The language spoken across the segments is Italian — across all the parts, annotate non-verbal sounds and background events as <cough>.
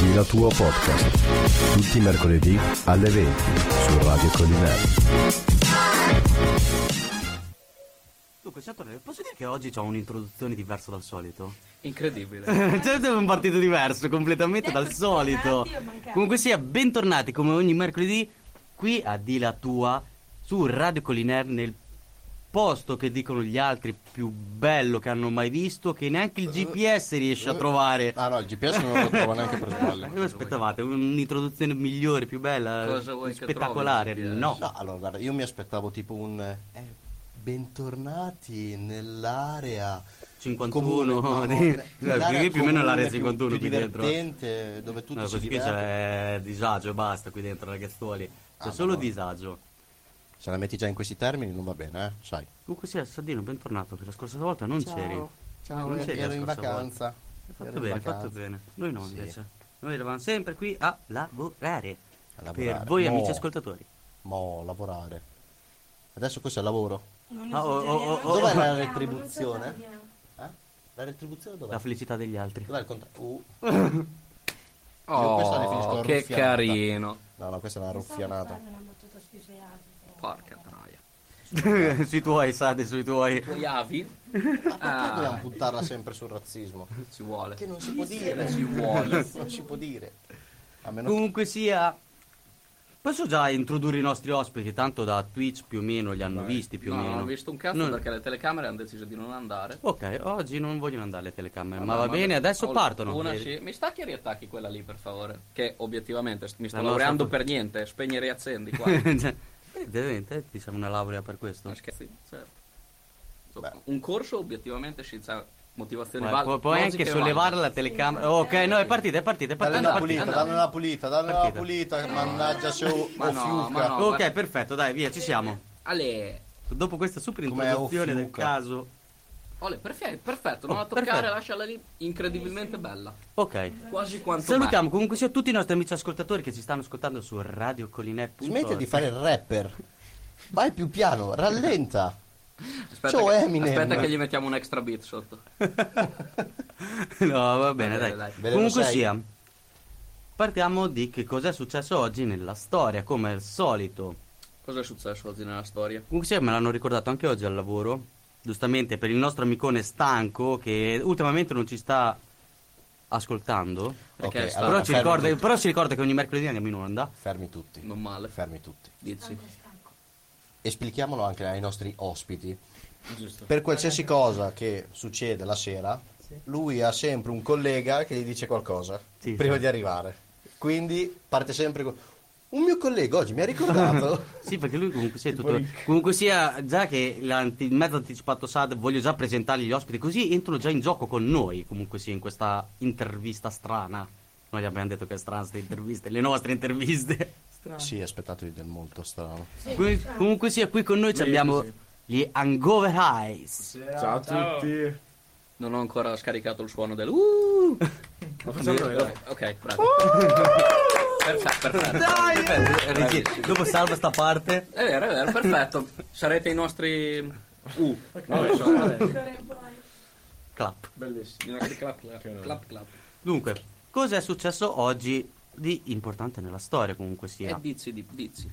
il tuo podcast. Tutti i mercoledì alle 20 su Radio Collinari. Dunque, Ciattore, posso dire che oggi ho un'introduzione diversa dal solito? Incredibile. <laughs> certo è un partito diverso, completamente dal solito. Comunque sia, bentornati come ogni mercoledì qui a Di la Tua su Radio Colliner nel posto che dicono gli altri più bello che hanno mai visto che neanche il GPS riesce a trovare. Ah no, il GPS non lo trova neanche per sbaglio. <laughs> Ma Che vi aspettavate? Un'introduzione migliore, più bella, Cosa vuoi che spettacolare? trovi il GPS? No. No, allora guarda, io mi aspettavo tipo un... eh, bentornati nell'area... 51, <laughs> comune, di- no, eh, perché più o meno l'area comune, più- 51 qui più dentro. divertente, dove tutti No, si così qui divertono. c'è disagio e basta qui dentro, ragazzuoli. C'è Ah, solo madonna. disagio. Se la metti già in questi termini non va bene, eh, sai. Comunque sia, Sardino, bentornato, che la scorsa volta non c'eri. Ciao, Non c'eri ero la in scorsa volta. vacanza. Hai Ero fatto in bene, hai vacanza. fatto bene. Noi no, Sì. invece. Noi eravamo sempre qui a lavorare. A lavorare. Per voi, No. amici ascoltatori. Mo, lavorare. Adesso questo è lavoro. Non Ah, oh, oh, oh, oh. Dov'è <laughs> la esageriamo, retribuzione? non esageriamo. Eh? La retribuzione dov'è? oh. La felicità degli altri. <laughs> Dov'è il contratto? Uh, Io questa la definisco Oh, che ruffianata. carino. no, no, questa è una ruffianata. Fare una battuta sui suoi altri. Porca troia. sui tuoi, Sade, sui tuoi. Tuoi avi? Ma perché Ah. dobbiamo puntarla sempre sul razzismo? Ci vuole. Che non si può dire. Ci vuole. Non si può dire. A meno che... Comunque sia... Posso già introdurre i nostri ospiti, tanto da Twitch più o meno li hanno visti più no, o meno. non ho visto un cazzo Non- perché le telecamere hanno deciso di non andare. Ok, oggi non vogliono andare le telecamere, ma Madonna, va bene, adesso ho partono. una Eh, <laughs> sci- Mi stacchi e riattacchi quella lì, per favore. Che obiettivamente st- mi sto La nostra laureando cosa. per niente. Spegni e riaccendi <laughs> qua. Cioè, eh, veramente, ti serve una laurea per questo? non scherzi. certo. Beh. Un corso obiettivamente senza motivazioni Guarda, val- pu- puoi logiche anche e sollevare valide. la telecamera. Ok, no, è partita, è partita, è Dalle partita. una è pulita, partita. dalle una pulita, dalle una Partita. pulita, mannaggia se o, Ma o no, fiuca. ma no. Ok, perfetto, dai, via, ci siamo. Ale. Dopo questa super Com'è, introduzione oh, del fiuca. caso. Ole, perfetto, perfetto, non Oh, la toccare, perfetto. lasciala lì, incredibilmente bella. Ok. Quasi quanto Salutiamo comunque sia tutti i nostri amici ascoltatori che ci stanno ascoltando su Radio Collinet. Smetti di fare il rapper. Vai più piano, rallenta. me. Ciao, che, Eminem. aspetta che gli mettiamo un extra beat sotto. <laughs> No, va bene, Va dai. bene, dai. Veleno Comunque sei. sia, partiamo di che cosa è successo oggi nella storia, come al solito. Cosa è successo oggi nella storia? Comunque sia, me l'hanno ricordato anche oggi al lavoro. Giustamente per il nostro amicone stanco che ultimamente non ci sta ascoltando. Perché Ok, è stato- però, allora, ci Ah, fermi ricorda, tutti, però si ricorda che ogni mercoledì andiamo in onda. Fermi tutti. Non male, Fermi tutti. dici. E spieghiamolo anche ai nostri ospiti. Giusto. Per qualsiasi cosa che succede la sera, lui ha sempre un collega che gli dice qualcosa Sì, prima sì. di arrivare. Quindi parte sempre con... Un mio collega oggi mi <laughs> ha ricordato... Sì, perché lui comunque sia tutto. Comunque sia, già che l'anti- il mezzo anticipato SAD voglio già presentargli gli ospiti, così entrano già in gioco con noi. Comunque sia, in questa intervista strana. Noi gli abbiamo detto che è strana queste interviste, le nostre interviste. Sì, aspettatevi del molto strano. Qui- comunque sia, qui con noi ci abbiamo gli Hangover Eyes. Ciao a tutti. Non ho ancora scaricato il suono del uh. Ok, bravo. perfetto, perfetto. Perfetto, Regi, dopo salva sta parte. È vero, è vero, perfetto. Sarete i nostri uh. No, insomma, Clap. i nostri clap clap clap. clap. Dunque, cosa è successo oggi di importante nella storia comunque sia? E dizi Eh, di dizi.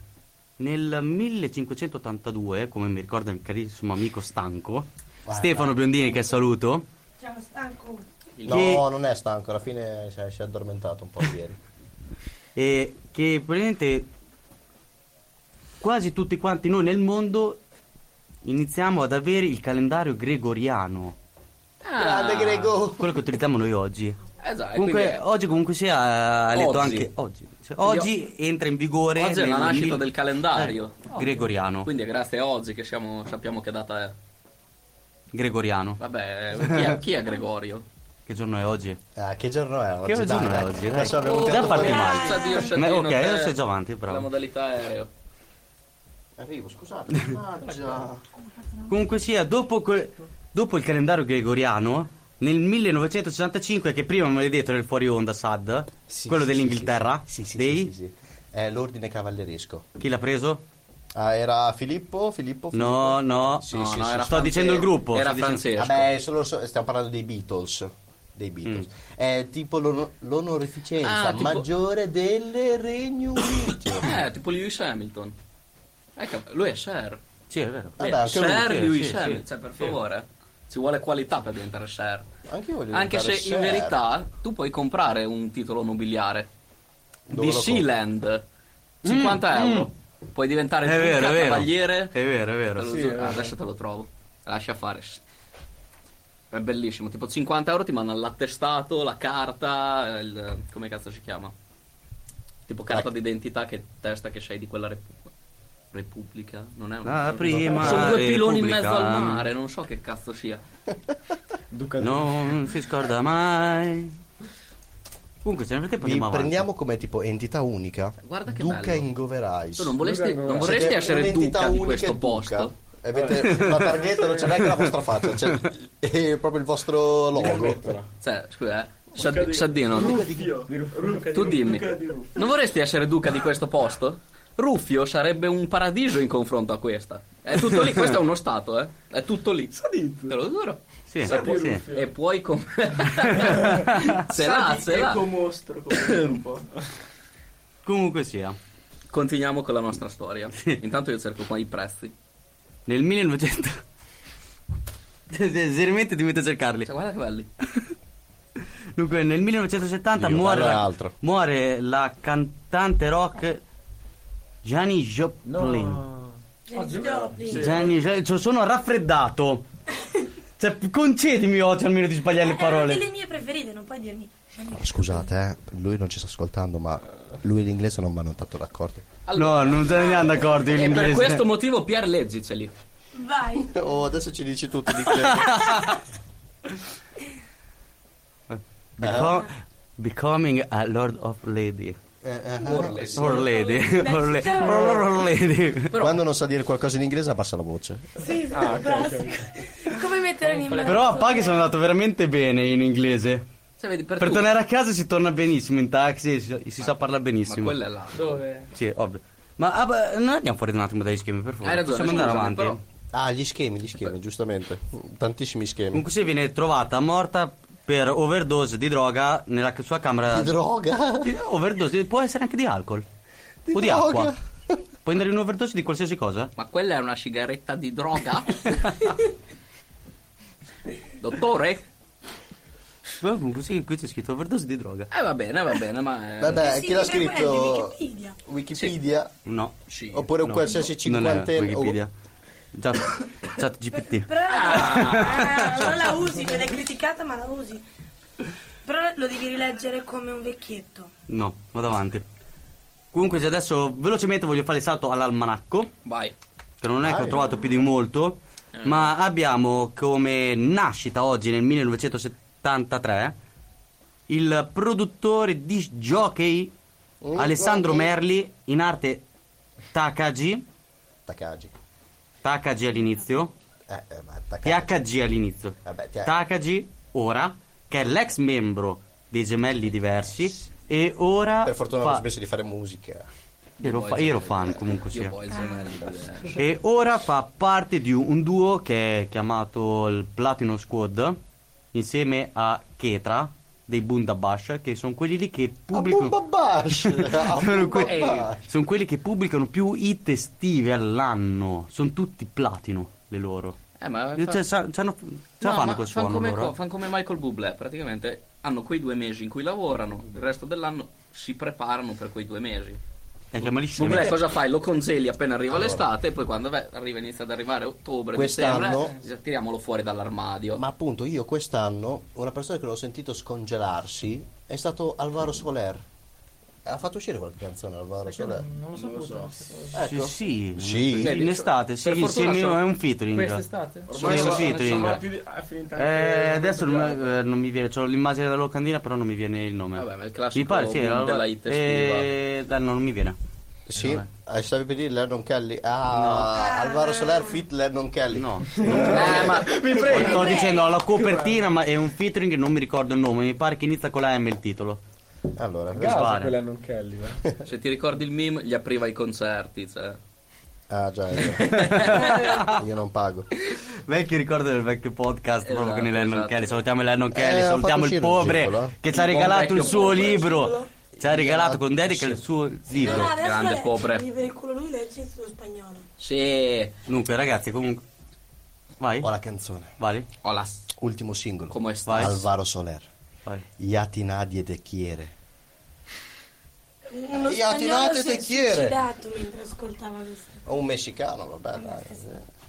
Nel 1582, come mi ricorda il carissimo amico Stanco, Stefano Biondini che saluto, Siamo stanco. No, Che- non è stanco, alla fine si è, si è addormentato un po' <laughs> ieri. e che praticamente quasi tutti quanti noi nel mondo iniziamo ad avere il calendario gregoriano, Ah. Grande oh, Grego! quello che utilizziamo noi oggi. Ah, Esatto, Comunque quindi è- oggi comunque sia ha letto Oggi. anche oggi. Cioè, oggi entra in vigore Oggi è la nel nascita mil- del calendario. eh, gregoriano. Quindi è grazie a oggi che siamo- sappiamo che data è. Gregoriano. Vabbè, chi è, chi è Gregorio? Che giorno è oggi? Ah, che giorno è oggi? Che giorno Dai, è dai. oggi? Dai. Adesso abbiamo Oh, detto già parti quello- male. Grazie a Dio, Ma- Sciatino, ok, te- adesso sei già avanti, bravo. La modalità aereo. <laughs> Arrivo, scusate, mannaggia. Comunque sia, dopo, que- dopo il calendario gregoriano, nel 1965, che prima me l'hai detto nel fuori onda, Sad, Sì, quello sì, dell'Inghilterra, Sì, sì, sì, dei- sì, sì. È l'ordine cavalleresco. chi l'ha preso? Ah, era Filippo? Filippo? No, no, Sì, No, sì, no, sì. era sto francese- dicendo il gruppo. Era sto dicendo- francese. Filippo. Vabbè, solo so- stiamo parlando dei Beatles. dei Beatles. È tipo l'ono- l'onorificenza Mm. Ah, tipo- maggiore del Regno Unito. <coughs> Eh, tipo Lewis Hamilton. Ecco, lui è Sher. Sì, è vero. Vabbè, Eh, anche lui, Sher sì, Lewis sì, Hamilton, sì. cioè per Sì. favore. Ci vuole qualità per diventare Sher. Anche, io voglio Anche se diventare in chef. verità tu puoi comprare un titolo nobiliare Dove di lo Sealand 50 Mm, euro. Puoi diventare È il vero, è vero. cavaliere. È vero, è Te vero. lo Sì, eh. giuro, è vero. ah, adesso te lo trovo. Lascia fare. È bellissimo. Tipo 50 euro ti mandano l'attestato, la carta. il- come cazzo si chiama? Tipo carta d'identità che testa che sei di quella repu- Repubblica. Non è una. La prima Sono due piloni in mezzo Repubblica. al mare, non so che cazzo sia. Duca Non si scorda mai. Comunque, c'è nel tempo Vi andiamo avanti. prendiamo come tipo entità unica. Guarda che Duca bello. in Goverais. Tu non, volesti- Duca- non vorresti Siete essere un'entità duca di unica e questo duca. posto? <laughs> E avete- la targhetta non c'è neanche la vostra faccia, c'è è proprio il vostro logo. Cioè, scusa, eh. Sad- Saddino, Ruffio. Ruffio. tu dimmi, Duca di Ruffio. non vorresti essere duca di questo posto? Ruffio sarebbe un paradiso in confronto a questa. È tutto lì, questo è uno stato, eh. È tutto lì. Te lo giuro. Sì, Sa di sì. Ruffio. E puoi com... ce l'ha, ce l'ha. mostro come un po'. Comunque sia. Continuiamo con la nostra storia. Intanto io cerco qua i prezzi. Nel 1900... <laughs> Seriamente ti metti a cercarli. Cioè, guarda che belli. Dunque, nel 1970 Io, muore parla la, altro. muore la cantante rock Gianni Joplin. Janis Joplin. Gianni, cioè, cioè, sono raffreddato. Cioè, concedimi oggi almeno di sbagliare le È una parole. Eh, delle mie preferite, non puoi dirmi. Ah, Scusate, eh, lui non ci sta ascoltando, ma lui e l'inglese non vanno tanto d'accordo. No, non se ne hanno d'accordo in E Eh, per inglese. questo motivo Pier leggiceli. <laughs> Vai. Oh, adesso ci dici tutto di <laughs> inglese. Eh? Becom- becoming a Lord of Lady. Eh, Or Lady. Or la- or- or lady. Quando non sa dire qualcosa in inglese abbassa la voce. Sì, Ah, Come mettere in imbarazzo? Però a Paghi sono andato veramente bene in inglese. Cioè, vedi, per Per tu- tornare a casa si torna benissimo in taxi, si, si sa parlare Ah, Ma benissimo. quella è là. Dove? Sì, ovvio. Ma ah, beh, non andiamo fuori un attimo dagli schemi, per favore. Hai ragione, Possiamo andare scusami, avanti. però- Ah, gli schemi, gli schemi, giustamente. Tantissimi schemi. Comunque si viene trovata morta per overdose di droga nella sua camera. Di droga? Di- overdose, può essere anche di alcol. Di o di droga. acqua. Puoi andare in overdose di qualsiasi cosa? Ma quella è una sigaretta <laughs> di droga? Dottore? Beh, comunque sì, qui c'è scritto overdose di droga. Eh va bene, va bene, ma... eh, Vabbè, Sì, chi l'ha sì, quello è di scritto? Wikipedia. Wikipedia? No. Sì. Oppure un qualsiasi Non è cinquantenne? oh, Wikipedia. Chat, chat GPT. Però ah, non la usi, che l'hai criticata ma la usi. Però lo devi rileggere come un vecchietto. No, vado avanti. Comunque se adesso velocemente voglio fare il salto all'almanacco. Vai. che non è che ho Dai. trovato più di molto, ma abbiamo come nascita oggi nel 1973 il produttore di jockey Mm, Alessandro jockey. Merli in arte Takagi, Takagi. Takagi all'inizio, Eh, eh, ma Takagi. THG all'inizio, Vabbè, ti- Takagi ora, che è l'ex membro dei gemelli diversi e ora... Per fortuna fa- ho smesso di fare musica. ero, fa- ero fan comunque Io sia. poi il gemelli, eh. E ora fa parte di un duo che è chiamato il Platinum Squad insieme a Ketra dei Bundabash che sono quelli lì che Abumba pubblicano Bash! <laughs> Abumba que- Bash! sono quelli che pubblicano più hit estive all'anno, sono tutti platino le loro. Eh, ma... Cioè, sa- c'hanno- ce la No, fanno ma quel fan suono come, loro, co- fan come Michael Bublé, praticamente hanno quei due mesi in cui lavorano, il resto dell'anno si preparano per quei due mesi. eh. È chiamalissimo. Bublé cosa fai? Lo congeli appena arriva l'estate e poi quando beh, arriva inizia ad arrivare ottobre, Quest'anno- dicembre, eh, tiriamolo fuori dall'armadio. Ma appunto io quest'anno una persona che l'ho sentito scongelarsi è stato Alvaro Soler. Ha fatto uscire qualche canzone Alvaro Soler. Non lo saputo. Ecco. Sì, sì, Sì. in estate, sì, Per fortuna insieme sono- è un featuring. Quest'estate? Ormai Sono- sì, sono- Tringa. sono più di- ah, finita anche- Eh, adesso non, mi- eh, non mi viene, ho l'immagine della locandina, però non mi viene il nome. Vabbè, Ah ma il classico mi pare, sì, boom la- della hit eh, dai, no, non mi viene. Sì, eh, stavi per dire Lennon Kelly. Ah, Alvaro Soler fit Lennon <laughs> Kelly. No. Eh, ma Sto dicendo la copertina, ma è un featuring, non mi ricordo il nome, mi pare che inizia con la M il titolo. Allora, Casa Sbare. quella non Kelly, va. se ti ricordi il meme, gli apriva i concerti, cioè. Ah già, è <laughs> vero. io non pago. Vecchio ricordo del vecchio podcast proprio Esatto, con il Lennon esatto. Kelly. Salutiamo il Lennon Kelly, Eh, ha salutiamo fatto il uscire un povero circolo, eh. che ci ha Il buon regalato il vecchio Esatto. suo povero libro. circolo. Ci ha regalato con dedica sì. il suo No, no, libro. Ah, adesso Grande le- Copre. Mi per il culo lui legge in spagnolo. Sì. Dunque, ragazzi, comunque. Vai, Ho la canzone. vai, Hola. Ultimo singolo. Come stai? Alvaro Soler. vai. Yati Nadie De Chiere. Uno Io ho spagnolo tirato si è e te chiere. suicidato mentre ascoltava questa. O un messicano, vabbè, dai.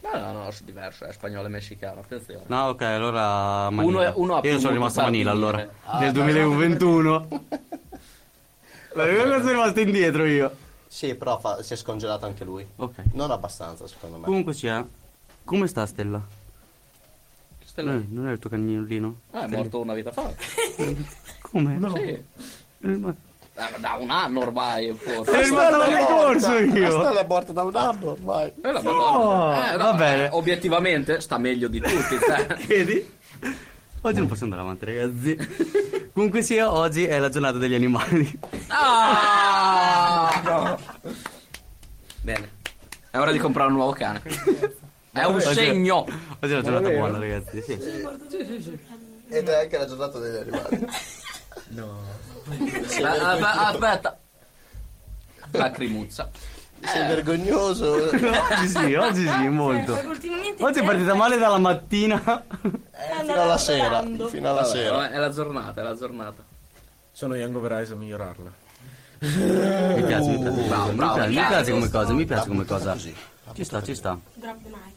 No, no, no, sono diverso, è spagnolo e messicano, attenzione. No, ok, allora Manila. Uno- uno ha Io sono premuto rimasto a Manila tardi, allora. eh. Ah, Nel <laughs> 2021. La prima cosa sono rimasto indietro io. Sì, però fa- si è scongelato anche lui. Ok. Non abbastanza, secondo me. Comunque sia. Come sta Stella? Stella- Eh, non è il tuo cagnolino? Ah, è morto una vita fa. Come? Sì. È rimasto- Da, da un anno ormai, È forse. rimasto l'anno scorso io. Stella è morta da un anno ormai. Eh, la No, Madonna. Eh, no, va bene. eh, Obiettivamente sta meglio di tutti, <laughs> cioè. Vedi? Oggi non posso andare avanti, <laughs> ragazzi. Comunque sia, oggi è la giornata degli animali. Ah! Bene. È ora di comprare un nuovo cane. È un Oggi- segno. Oggi è la giornata davvero? buona, ragazzi. Sì. Ed è anche la giornata degli animali. <laughs> Eh, eh, Aspetta. Lacrimuzza. Sei vergognoso. <laughs> Eh, Oggi sì, oggi sì, molto. Eh, ultimamente Oggi è partita male dalla mattina. Fino alla sera. Fino alla sera. Vabbè, È la giornata, è la giornata. Sono Young Overise a migliorarla. Mi piace, mi piace, bravo, mi bravo, piace, mi bravo, piace come cosa, mi L'ha piace come buttata cosa. così. Ci sta, ci sta. Drop the mic.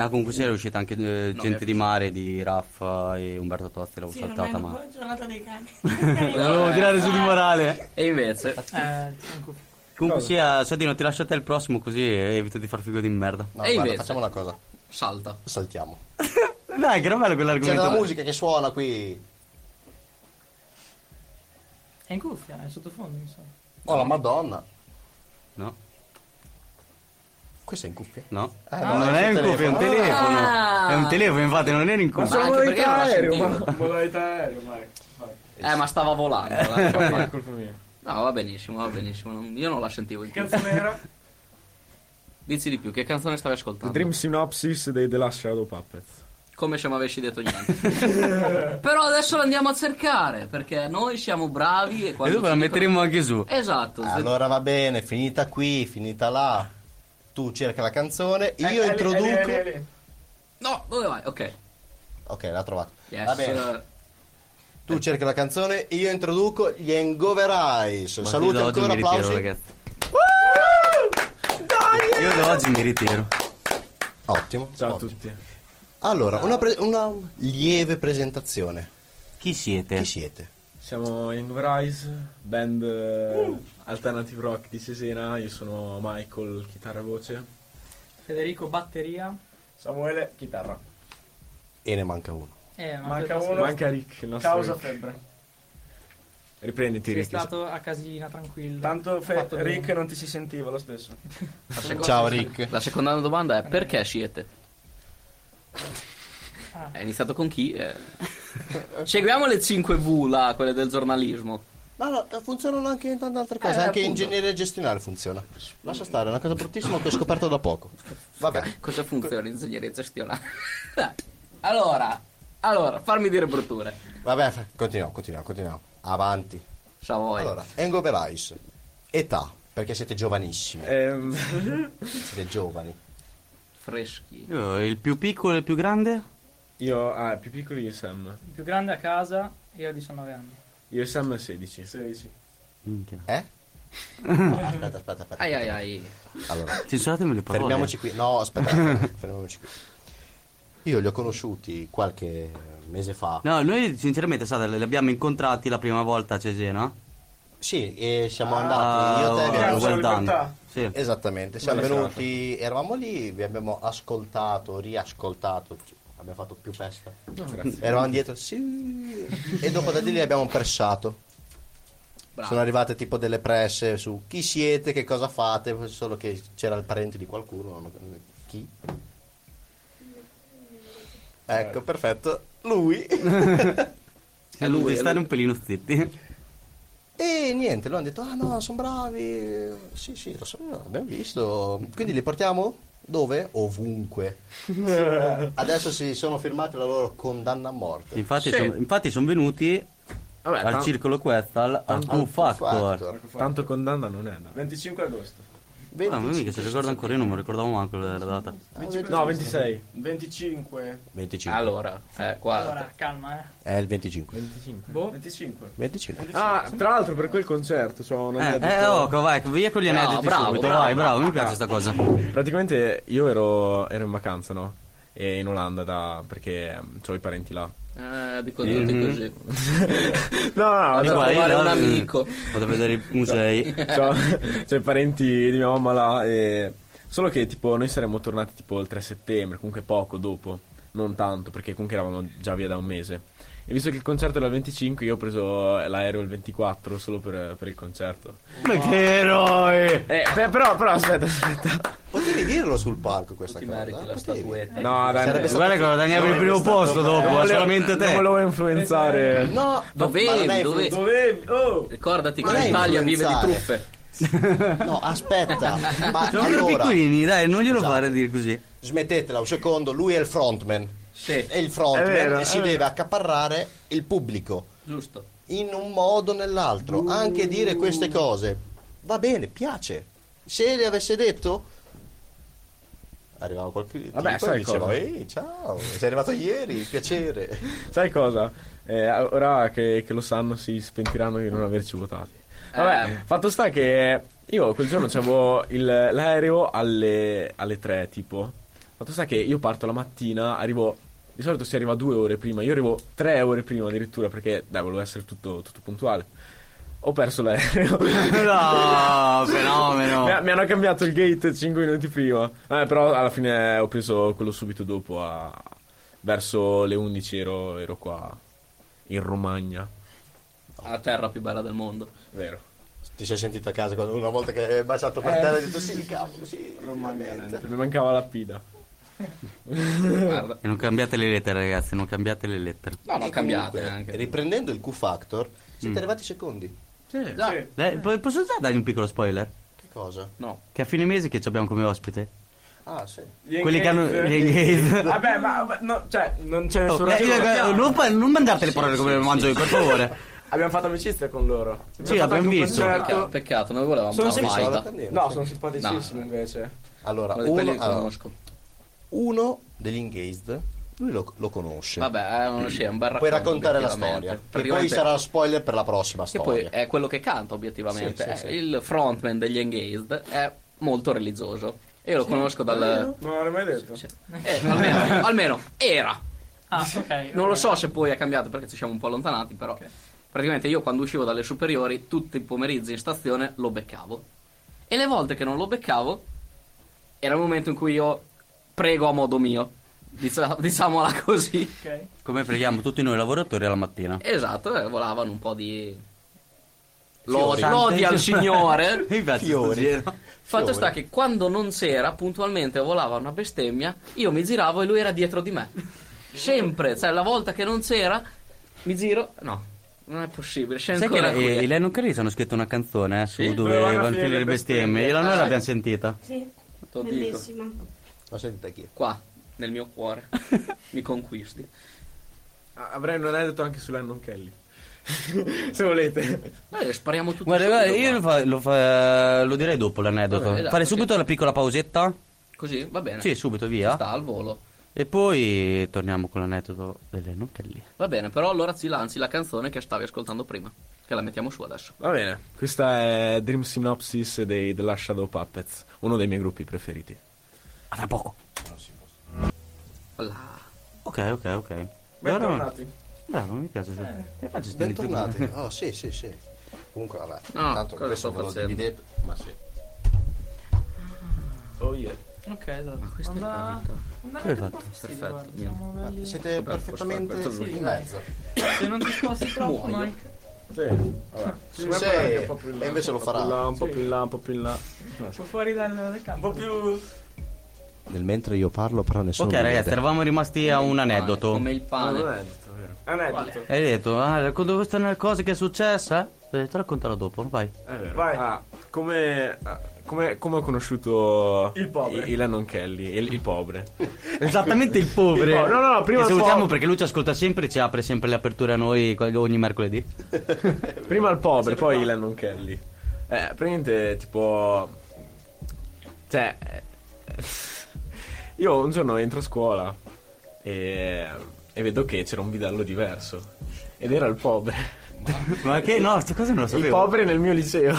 Ah, comunque si era uscita anche eh, Gente di Mare di Raffa e Umberto Tosti, l'avevo Sì, saltata, ormai ma... è giornata dei <laughs> cani. Volevo tirare su di morale. E invece, Comunque sia, Sadino, ti lascio a te il prossimo così evito di far figo di merda. No, E guarda, invece? facciamo una cosa. salta. Saltiamo. Dai, che era bello C'è quell'argomento. della là. musica che suona qui. È in cuffia, è sottofondo, mi sa. Oh la madonna. No, Questa è in cuffia. no. Ah, non, no, è è sul in cuffia, è un telefono. telefono. È un telefono, infatti, non era in Ma cuffia. sono anche perché modalità non la aereo, sentivo. ma modalità aereo, Mike. Vai. Eh, ma stava volando. lascia È fare. colpa mia. No, va benissimo, va benissimo. non- Io non la sentivo. in Che canzone era? Dici di più, che canzone stavi The <laughs> ascoltando? Dream Synopsis dei The Last Shadow Puppets. Come se mi avessi detto niente. Però adesso la andiamo a cercare, perché noi siamo bravi e E quando... dopo la ci metteremo anche su. dicono- Esatto. se- Allora va bene, finita qui, finita là. Tu cerca la canzone, io Eh, eh, introduco. eh, eh, eh, eh. No, dove vai? Ok. Ok, l'ha trovata. Yes. Va bene. eh, Tu cerca la canzone, io introduco gli Engover Eyes. Ma Saluti io da oggi ancora, mi ritiro, applausi. ragazzi. Io da oggi mi ritiro. Ottimo. Ciao a ottimo. tutti. Allora, una, pre- una lieve presentazione. Chi siete? Chi siete? Siamo Young Rise, band eh, alternative rock di Cesena. Io sono Michael, chitarra e voce. Federico, batteria. Samuele, chitarra. E ne manca uno. Eh, ma Manca aspetta, uno. Manca Rick, il nostro Causa Rick. febbre. Riprenditi, Sei Rick. stato a casina tranquillo. Tanto Ho fe- fatto bene. Rick non ti si sentiva lo stesso. la seconda- Ciao, Rick. La seconda domanda è perché siete? Ah. È iniziato con chi? Eh. Seguiamo le 5V, là, quelle del giornalismo. No, no, funzionano anche in tante altre cose. Eh, anche appunto. ingegneria gestionale funziona. Lascia stare, è una cosa bruttissima che ho scoperto da poco. Vabbè. Cosa funziona l'ingegneria gestionale? <laughs> Dai. allora, allora, farmi dire brutture. Vabbè, fa- continuiamo, continuiamo, continuiamo. Avanti. Savoy. Allora, Hangover Eyes. Età, perché siete giovanissimi. Eh. Ehm, <laughs> Siete giovani. Freschi. Io, il più piccolo e il più grande? io, ah, più piccoli io e Sam. Il più grande a casa, io ho 19 anni. Io e Sam 16. 16. Minchia. <laughs> Eh? Aspetta, aspetta, aspetta. Ai ai ai. Allora, Censuratemi le parole. fermiamoci qui. No, aspetta, aspetta, fermiamoci qui. Io li ho conosciuti qualche mese fa. No, noi sinceramente, Sada, li abbiamo incontrati la prima volta a Cesena. Sì, e siamo Ah, andati. Io te oh, li abbiamo- Piazza guardando. Libertà. Sì. Esattamente, siamo Bella venuti, eravamo lì, vi abbiamo ascoltato, riascoltato, ci- abbiamo fatto più festa. eravamo dietro, sì. E dopo da lì li abbiamo pressato. Bravo. Sono arrivate tipo delle presse su chi siete, che cosa fate, solo che c'era il parente di qualcuno, non- chi? Ecco, perfetto, lui. È lui, stare un pelino zitti. E niente, loro hanno detto, ah no, sono bravi. Sì, sì, lo so, abbiamo visto. Quindi li portiamo dove? <laughs> Ovunque. Adesso si sono firmati la loro condanna a morte. Infatti Sì. sono venuti Vabbè, al tan- circolo Questal al Q Factor. Tanto condanna non è. no. 25 agosto. Ah, ma mica se ricorda ancora, io non mi ricordavo manco la la data. No, 26. 25. 25. Allora, eh, qua. Allora, calma, eh. È il 25. 25. Boh. 25. 25. Ah, tra l'altro per quel concerto cioè, non Eh, è eh, detto- Oco, vai, via con gli Bravo, aneddoti bravo, subito, bravo. vai, bravo, mi piace sta cosa. Praticamente io ero, ero in vacanza, no? E in Olanda da, perché ho i parenti là. <laughs> Eh, dico tutti così. No, no, Vado a no, guarda, trovare un guarda, amico. Vado a eh, vedere i musei. c'ho, c'ho i Cioè, parenti di mia mamma là e... Solo che tipo noi saremmo tornati tipo il 3 settembre, comunque poco dopo, non tanto perché comunque eravamo già via da un mese. E visto che il concerto era il 25 io ho preso l'aereo il 24 solo per, per il concerto. Ma che eroe! Eh, beh, però, però aspetta, aspetta. Potevi dirlo sul palco questa Ti cosa. meriti la potevi. statuetta. No, dai, Sarebbe non stato- Guarda che lo guadagnavi il primo posto dopo, ma solamente non te. Eh, volevo influenzare. No, Dovevi, ma non hai dovevi. influ- Dovevi, oh! Ricordati Ma che lei l'Italia vive di influenzare. truffe. <laughs> No, aspetta. Ma Sono ancora allora, piccolini, dai, non glielo Esatto. fare dire così. smettetela un secondo, lui è il frontman. Sì. È il È frontman vero, e si è deve accaparrare il pubblico Giusto. in un modo o nell'altro. Anche dire queste cose va bene, piace. Se le avesse detto arrivava qualcuno Vabbè, tipo, sai e diceva cosa? ehi ciao sei arrivato ieri piacere <laughs> Sai cosa? Eh, ora che, che lo sanno si spentiranno di non averci votati. Vabbè, Eh. fatto sta che io quel giorno c'avevo il- l'aereo alle, alle 3, tipo. Fatto sta che io parto la mattina, arrivo... Di solito si arriva due ore prima, io arrivo tre ore prima addirittura perché, dai, volevo essere tutto, tutto puntuale. Ho perso l'aereo. <laughs> No, Mi, ha- fenomeno. mi hanno cambiato il gate 5 minuti prima. Vabbè, però alla fine ho preso quello subito dopo. a- Verso le 11 ero, ero qua in Romagna. La terra più bella del <laughs> mondo. Vero. ti sei sentito a casa quando- una volta che hai baciato per terra hai detto sì cavolo sì veramente." Mi mancava la pida. Guarda. E non cambiate le lettere, ragazzi, non cambiate le lettere. No, non cambiate Comunque, neanche. riprendendo il Q Factor siete arrivati secondi Sì. Già. Eh, po- posso già dargli un piccolo spoiler? che cosa? No. Che a fine mese che ci abbiamo come ospite? ah sì Quelli che hanno... gli Engage. Ah, Vabbè, ma ma- no, cioè, non c'è Oh, nessun eh, ragione. io- eh, non, pa- non mandate le parole come mangio io, per favore. Abbiamo fatto amicizia con loro. Sì, fatto abbiamo anche un visto. concerto. Peccato, certo- peccato, noi volevamo Sono una sempre Sì, maida. stavo attendendo, No, sì. sono simpaticissimi invece. allora Quelli- quelli uno, li allora, conosco. uno degli engaged lui lo, lo conosce Vabbè, eh, è un, sì, è un bel puoi racconto, raccontare la obiettivamente. storia che poi Praticamente- sarà lo spoiler per la prossima Che poi ecco. storia è quello che canta obiettivamente. Sì, sì, Eh, sì. Il frontman degli Engaged è molto religioso. Io lo conosco Ah, dal. Non l'avrei mai detto. Sì. Eh, almeno, almeno era. <laughs> Ah, ok. Non lo so se poi è cambiato perché ci siamo un po' allontanati, però. Praticamente io quando uscivo dalle superiori, tutti i pomeriggi in stazione lo beccavo. E le volte che non lo beccavo, era il momento in cui io prego a modo mio. Dicia- <laughs> diciamola così. Ok. Come preghiamo tutti noi lavoratori alla mattina. Esatto, eh, volavano un po' di. Lodi, Fiori. lodi al <laughs> Signore. Mi piace Fiori. sto giro. Fatto Fiore. sta che quando non c'era, puntualmente volava una bestemmia, io mi giravo e lui era dietro di me. Sempre, cioè la volta che non c'era, mi giro, no, non è possibile, c'è Sai che ancora qui. eh, i Lennon Carlis hanno scritto una canzone eh, su dove Dove vanno a vanno a finire finire le le bestemmie. bestemmie. Io la noi Ah. l'abbiamo sentita. Sì, T'ho detto. bellissima. ma sentite chi Qua, nel mio cuore, mi conquisti. Ah, Avrei un aneddoto anche su Lennon Kelly. <laughs> Se volete. Noi spariamo tutti Guarda, guarda, subito io lo, qua. fa- lo fa- lo direi dopo l'aneddoto. Vabbè, esatto, Fare sì. subito la piccola pausetta? Così, va bene. Sì, subito, Ci via. Sta al volo. E poi torniamo con l'aneddoto delle Noccelli. Va bene, però allora ci lanci la canzone che stavi ascoltando prima, che la mettiamo su adesso. Va bene. Questa è Dream Synopsis dei The Last Shadow Puppets, uno dei miei gruppi preferiti. A tra poco. Là. Ok, ok, ok. Bravo, Bentornati. bravo, mi piace. Ti faccio sentire bentornati <laughs> oh sì sì sì comunque vabbè No, tanto cosa sto questo ve lo facendo? dividete ma sì Oh yeah. Ok, esatto. Ma questo è il capito. Come hai fatto? Perfetto, Ma siete perfettamente questo in mezzo Se non ti <laughs> sposti troppo, Muoio. Mike. Sì. sì, e invece lo farà un po' più in là, un po' più in là. Fu fuori dal, dal campo. Un po' più... nel mentre io parlo però nessuno Ok, mi ragazzi, vede. eravamo rimasti a un Come il pane, aneddoto. Come il pane. vero. Aneddoto. Hai detto, ah, racconto questa cosa che è successa? Ho detto, raccontala dopo, vai. È vero. Vai. Ah, come, ah, come, come ho conosciuto Il povero. il, il Lennon Kelly, il, il povero. Esattamente il povero. Il povero. No, no, no, prima Che il salutiamo povero. perché lui ci ascolta sempre e ci apre sempre le aperture a noi qual- ogni mercoledì. Prima il povero, poi il Lennon Kelly. Eh, praticamente tipo... Cioè... eh, Io un giorno entro a scuola e, e vedo che c'era un bidello diverso. Ed era il povero. <laughs> Ma che no, sta cosa non la Il sapevo. povero nel mio liceo.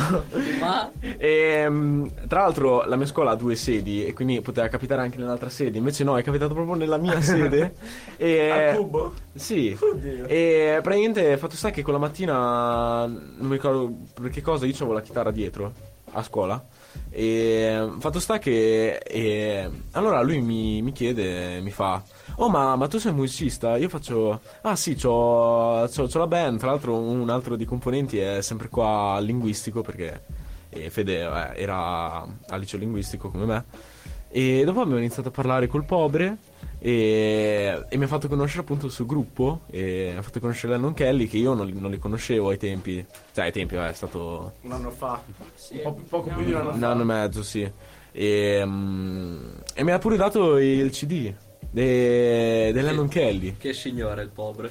Ma E, mm, tra l'altro la mia scuola ha due sedi e quindi poteva capitare anche nell'altra sede, invece no, è capitato proprio nella <laughs> mia sede. e, Al cubo? Sì. Oddio. E praticamente fatto sta che quella mattina non mi ricordo per che cosa io avevo la chitarra dietro a scuola. E fatto sta che e, allora lui mi, mi chiede, mi fa: Oh, ma, ma tu sei musicista? Io faccio: Ah, sì, c'ho, c'ho- c'ho la band. Tra l'altro, un altro dei componenti è sempre qua al linguistico perché e Fede eh, era al liceo linguistico come me. E dopo abbiamo iniziato a parlare col povere e, e mi ha fatto conoscere appunto il suo gruppo e mi ha fatto conoscere Lennon Kelly che io non, li- non li conoscevo ai tempi, cioè ai tempi eh, è stato Un anno fa. Un po- poco più di un anno un fa. anno e mezzo sì e, mm, e mi ha pure dato il CD de- del Lennon Kelly, che signore il povero.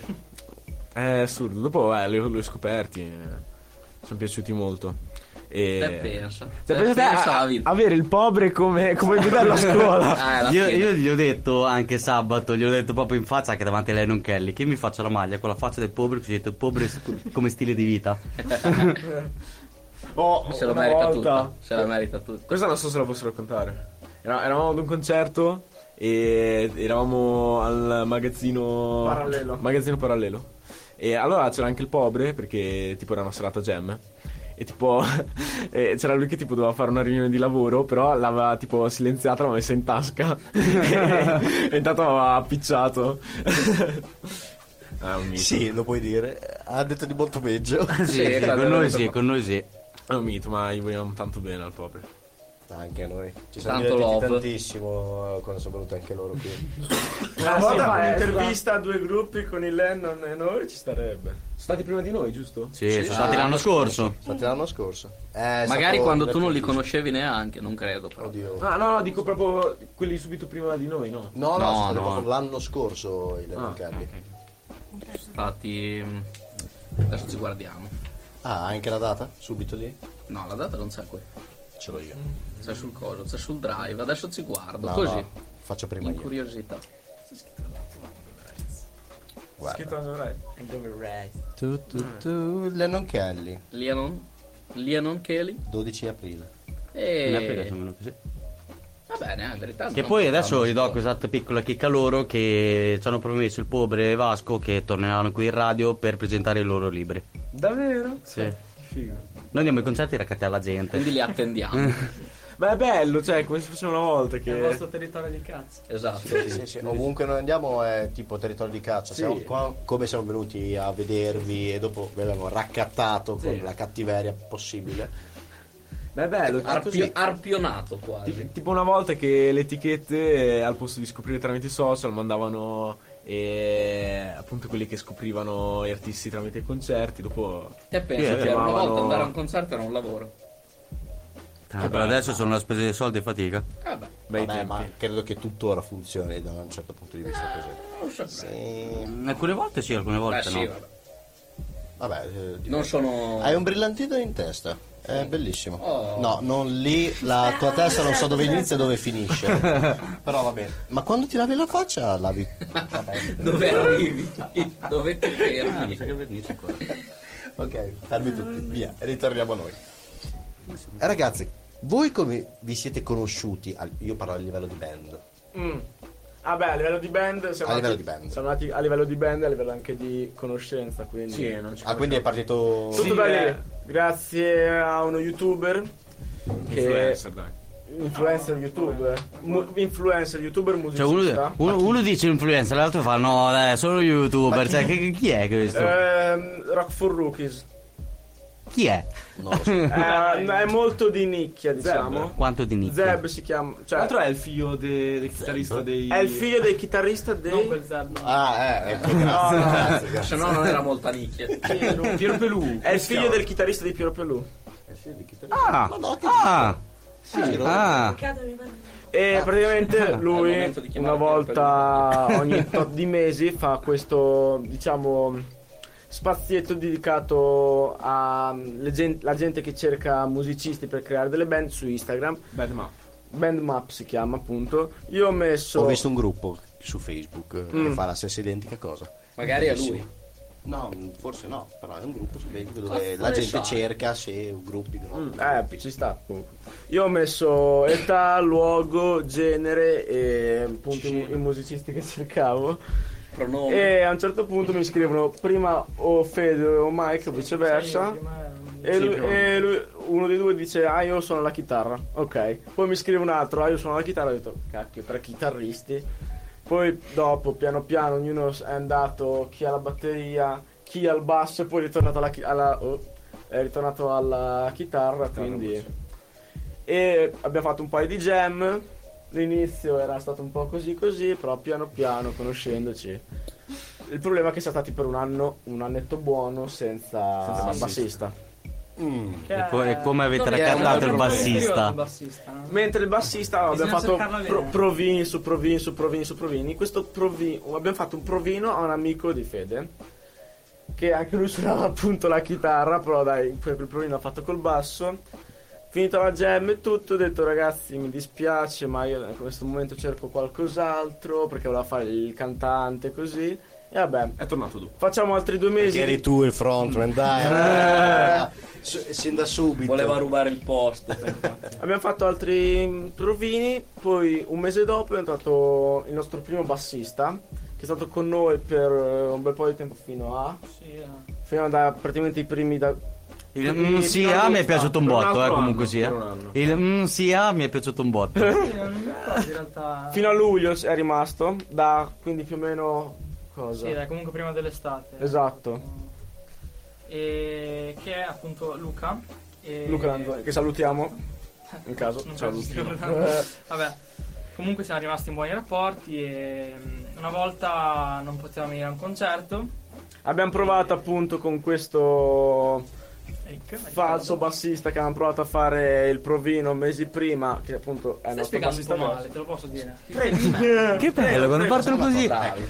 è assurdo, dopo eh, li, li ho scoperti, eh, sono piaciuti molto. E... Eh, Te pensa. Eh, Cioè, Te pensate pensa a- la vita. avere il povero come, come bidello a scuola. Ah, è la Io, fine. io gli ho detto anche sabato, gli ho detto proprio in faccia anche davanti a lei non Kelly, che mi faccia la maglia con la faccia del povero, che ho detto povero è stu- come stile di vita. <laughs> Oh, Se lo una merita volta. tutto. Se la merita tutto. Questa non so se la posso raccontare. Era- eravamo ad un concerto e eravamo al magazzino Parallelo. magazzino parallelo. E allora c'era anche il pobre perché tipo era una serata gem. E tipo <laughs> e c'era lui che tipo doveva fare una riunione di lavoro, però l'aveva tipo silenziata, l'aveva messa in tasca. e intanto aveva appicciato. Ah, è un mito. Sì, lo puoi dire. Ha detto di <laughs> molto peggio. Sì, sì, guarda, con noi guarda, sì, con noi sì. È un mito, ma gli vogliamo tanto bene al povero. Anche a noi. Tanto Ci siamo divertiti love. tantissimo eh, quando sono venuti anche loro qui. Ah, Una volta un'intervista a due gruppi con il Lennon e noi ci starebbe. Sono stati prima di noi, giusto? Sì, sono stati l'anno scorso. Infatti l'anno scorso. Eh, è Magari stato quando tu non li divertentissimo. conoscevi neanche, non credo però. Oddio. Ah, no, no, dico proprio quelli subito prima di noi, no? No, no, No, è stato no. proprio l'anno scorso il Lennon Ah, Kelly. Infatti mh, adesso ci guardiamo. Ah, anche la data? Subito lì? No, la data non c'è qui. Ce l'ho io. C'è sul coso, c'è sul drive, adesso ci guardo, No, così. no, faccio prima In io. curiosità. Guarda. Scritto a Tu, tu, tu, Lennon Kelly, Lianon? Lianon Kelly? 12 aprile. In aprile siamo E... venuti, sì. Va bene, in verità. Che non poi facciamo adesso gli do sto- questa piccola chicca loro che ci hanno promesso il povero e Vasco che torneranno qui in radio per presentare i loro libri. Davvero? Sì. Noi andiamo ai concerti e raccattiamo la gente. Quindi li <laughs> attendiamo. Ma è bello, cioè, come si faceva una volta È il che... vostro territorio di cazzo. esatto. Sì, sì, ovunque noi andiamo è tipo territorio di caccia. Siamo qua come siamo venuti a vedervi e dopo vi abbiamo raccattato con la cattiveria possibile. Ma è bello, Ah, cioè, Arpio- così. arpionato quasi. Ti- Tipo una volta che le etichette, eh, al posto di scoprire tramite i social, mandavano eh, appunto quelli che scoprivano gli artisti tramite i concerti, dopo... Te pensi Sì, che una chiamavano- volta andare a un concerto era un lavoro. Ah, però adesso sono la spesa dei soldi e fatica. Vabbè. Bei Vabbè, tempi. ma credo che tuttora funzioni da un certo punto di vista così. Non so. Sì. Eh, Alcune volte sì, alcune volte Beh, Eh, sì, no. vabbè. Vabbè, eh, di- Non sono. hai un brillantino in testa. È bellissimo. Oh. No, non lì, la tua testa non so dove inizia e dove finisce. Però va bene. Ma quando ti lavi la faccia, lavi. Vabbè. <laughs> Dove diciamo. arrivi? Dove ti fermi? <laughs> Ok, fermi tutti, via, ritorniamo a noi. Eh, Ragazzi, voi come vi siete conosciuti? al- Io parlo a livello di band. Mm. Ah beh, a livello di band siamo A livello andati- di band. Siamo andati a livello di band e a livello anche di conoscenza, quindi Sì, non ci Ah, quindi è partito... tutto Sì, da lì. eh. Grazie a uno youtuber che Influencer, dai. influencer youtuber, mu- influencer youtuber Cioè musicista. uno, uno- uno dice influencer, l'altro fa no, Eh, dai, sono youtuber. Cioè, che- che- chi è questo? Ehm, Rock for Rookies. Chi è? Non lo so. Eh, è molto di nicchia, diciamo. Quanto di inizio? Zeb si chiama. Tra Cioè, l'altro è il figlio de- del chitarrista dei... è il figlio del chitarrista Non dei. quel Zeb. Ah, eh, ecco, No, grazie, no, grazie, grazie. Se no non era molta nicchia. Piero Pelù. È il figlio del chitarrista di Piero Pelù. Ah! Ah! Ah! Peccato, mi manca. E praticamente Al lui momento di chiamare una Piero volta ogni tot di mesi fa questo, diciamo, spazietto dedicato alla gente, la gente che cerca musicisti per creare delle band su Instagram. Bad map. Band Map si chiama appunto. Io ho messo Ho visto un gruppo su Facebook eh, che Mm. fa la stessa identica cosa. Magari è lui. Bellissimo. No, forse no, però è un gruppo su Facebook dove la ne gente sai? cerca se gruppi Mm, eh, ci sta comunque. Io ho messo età, luogo, genere e ehm, appunto i, i musicisti che cercavo. Pronome. Eh, E a un certo punto mi scrivono prima o Fede o Mike, viceversa. E, lui- e lui- uno dei due dice ah io sono la chitarra, ok. Poi mi scrive un altro, ah io sono la chitarra, ho detto cacchio, tre chitarristi. Poi dopo piano piano ognuno è andato chi alla batteria, chi al basso e poi è ritornato alla, chi- alla- oh, è ritornato alla chitarra, quindi... E abbiamo fatto un paio di jam, l'inizio era stato un po' così così, però piano piano conoscendoci. Il problema è che siamo stati per un anno, un annetto buono senza, Senza bassista. bassista. E, co- e come avete Non è- raccattato non il è bassista? il bassista, no? Mentre il bassista Bisogna abbiamo cercarla fatto pro- bene. provini su provini su provini su provini. Questo provi- abbiamo fatto un provino a un amico di Fede. Che anche lui suonava appunto la chitarra, però dai, quel quel provino l'ha fatto col basso. Finita la jam e tutto, ho detto ragazzi mi dispiace ma io in questo momento cerco qualcos'altro perché voleva fare il cantante così. E vabbè, È tornato dopo. facciamo altri due mesi. Che eri tu il frontman, Eh. dai. S- Sin da subito. Voleva rubare il posto. Abbiamo fatto altri provini, poi un mese dopo è entrato il nostro primo bassista, che è stato con noi per eh, un bel po' di tempo fino a... Sì, eh. fino a da- praticamente i primi da... Il mm, sì, fino ah, mi è all'ultimo. piaciuto un Per un botto, eh, altro comunque anno, sì. eh. per un anno. Il mm, sì, ah, mi è piaciuto un botto. Sì, non mi ricordo in realtà. Fino a luglio è rimasto, da quindi più o meno... cosa? Sì, era comunque prima dell'estate. Esatto. E che è appunto Luca. E... Luca Lanzoni, che salutiamo, in caso. Non Ciao so se si Luca. <laughs> ricorda. Vabbè. Comunque siamo rimasti in buoni rapporti e mm, una volta non potevamo venire a un concerto. Abbiamo provato appunto con questo Eric, falso bassista che avevamo provato a fare il provino mesi prima, che appunto è il Stai nostro spiegando un Eh, bassista po' adesso. male, te lo posso dire. <laughs> Che bello, quando partono Eh, così.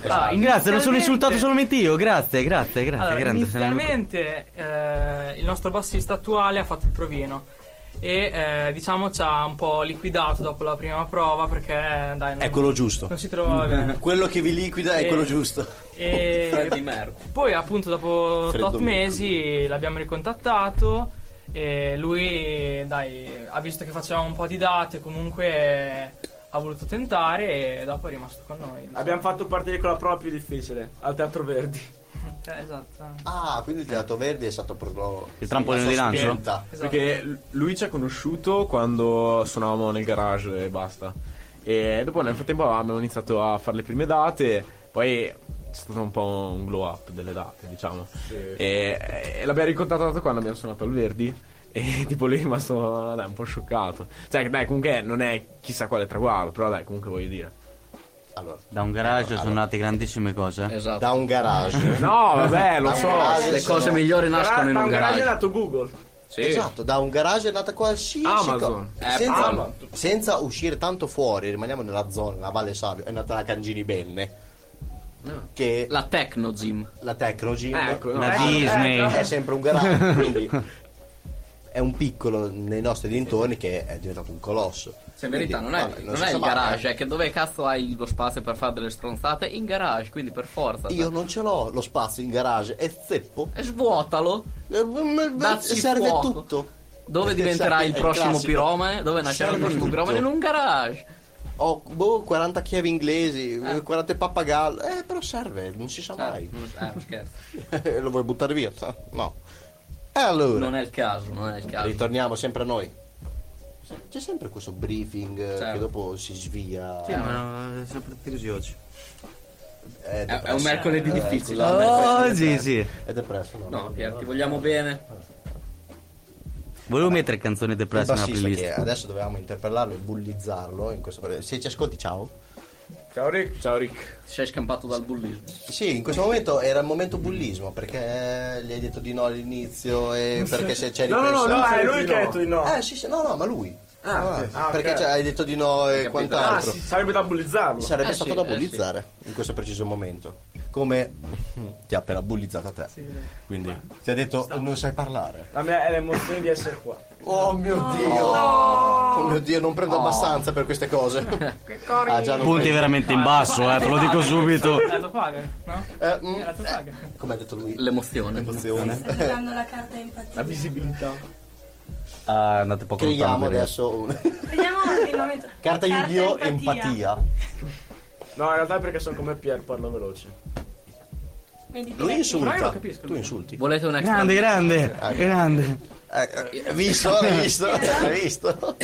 Ah, grazie, non sono insultato solamente io. Grazie, grazie, grazie. Allora, grande, sei una- inizialmente eh, il nostro bassista attuale ha fatto il provino e eh, diciamo ci ha un po' liquidato dopo la prima prova perché dai, non, È quello giusto. non si trovava <laughs> bene. Quello che vi liquida è Eh. quello giusto. Freddy E Mercury. poi appunto dopo Freddo tot mio. mesi l'abbiamo ricontattato e lui dai, ha visto che facevamo un po' di date comunque ha voluto tentare e dopo è rimasto con noi. diciamo. Abbiamo fatto partire con la prova più difficile, al Teatro Verdi. Eh, esatto. Ah, quindi il Teatro Verdi è stato proprio... Il trampolino la di lancio? sospinta. Esatto. Perché l- lui ci ha conosciuto quando suonavamo nel garage e basta. E dopo nel frattempo abbiamo iniziato a fare le prime date, poi è stato un po' un glow up delle date, diciamo. E, e l'abbiamo ricontattato quando abbiamo suonato al Verdi. E <laughs> tipo lui è rimasto dai, un po' scioccato. Cioè, che, dai, comunque non è chissà quale traguardo, però dai, comunque voglio dire. Allora, Da un garage sono nate grandissime cose. Esatto. da un garage. No, vabbè, lo Da un so. Ah, garage Le sono- cose migliori nascono in da un è garage. nato Google. Sì. Esatto, da un garage è nata qualsiasi Amazon. Eh, cosa. Senza, Apple. senza uscire tanto fuori, rimaniamo nella zona, la Valle Savio, è nata la Cangini Benne. Che la, La Tecno Gym. Tecno Gym Ecco, no. La Eh, Disney. è sempre un garage, quindi è un piccolo nei nostri dintorni che è diventato un colosso. Se in verità non Quindi, è, no, non si è sa il mai, garage, ecco. eh. è che dove cazzo hai lo spazio per fare delle stronzate? In garage, quindi per forza. Io non ce l'ho lo spazio in garage, è zeppo. Eh, mm, E svuotalo. Dazzi Serve fuoco. tutto. Dove Esatto, diventerai il è il prossimo classico. piromane? Dove nascerà il Serve prossimo tutto. piromane? In un garage. Ho boh, 40 chiavi inglesi, 40 pappagallo. Eh, però serve, non si sa mai. <laughs> Eh, scherzo. Lo vuoi buttare via? No. E allora, Non è il caso, non è il caso. ritorniamo sempre a noi. C'è sempre questo briefing eh, Certo. che dopo si svia. Sì, ma sono tutti oggi. È, È, è depresso. Eh, un mercoledì difficile. Oh, sì, sì. È depresso, no? No, Pier, ti vogliamo bene. Volevo mettere canzone Il depressa nella bassista playlist. che adesso dovevamo interpellarlo e bullizzarlo in questo Se ci ascolti, ciao. Ciao Rick. Ciao Rick. Sei scampato dal bullismo. Sì, in questo momento era il momento bullismo perché eh, gli hai detto di no <laughs> all'inizio e perché se c'è No, no, no, ripensato- no, Ah, è è lui lui che ha detto di no. Eh, sì, sì, no, no, ma lui. Ah, No, ah, perché ok. cioè, hai detto di no e Capito. Ah, quant'altro. sì, sarebbe da bullizzarlo. Sarebbe Eh, stato sì, da eh, bullizzare in questo preciso momento. Come ti ha appena bullizzato a te. Quindi ti ha detto non sai parlare. La mia è l'emozione di essere qua. Oh mio dio! Oh mio dio, non prendo abbastanza per queste cose. ah, già non Punti prendo. veramente in basso, eh, ve lo dico subito. È la tua paga, no? Eh, mm, È la tua paga. come ha detto lui, L'emozione. l'emozione. Sta giocando la carta empatia. Ah, andate poco Creiamo lontano. adesso un- <laughs> Vediamo il <laughs> momento. carta Yu-Gi-Oh! empatia. No, in realtà è perché sono come Pier, parlo veloce. Quindi Lui direi- Ormai insulta. lo capisco. Tu insulti. Volete un extra? Grande, grande, grande. Eh, eh, visto, <laughs> hai visto, hai visto.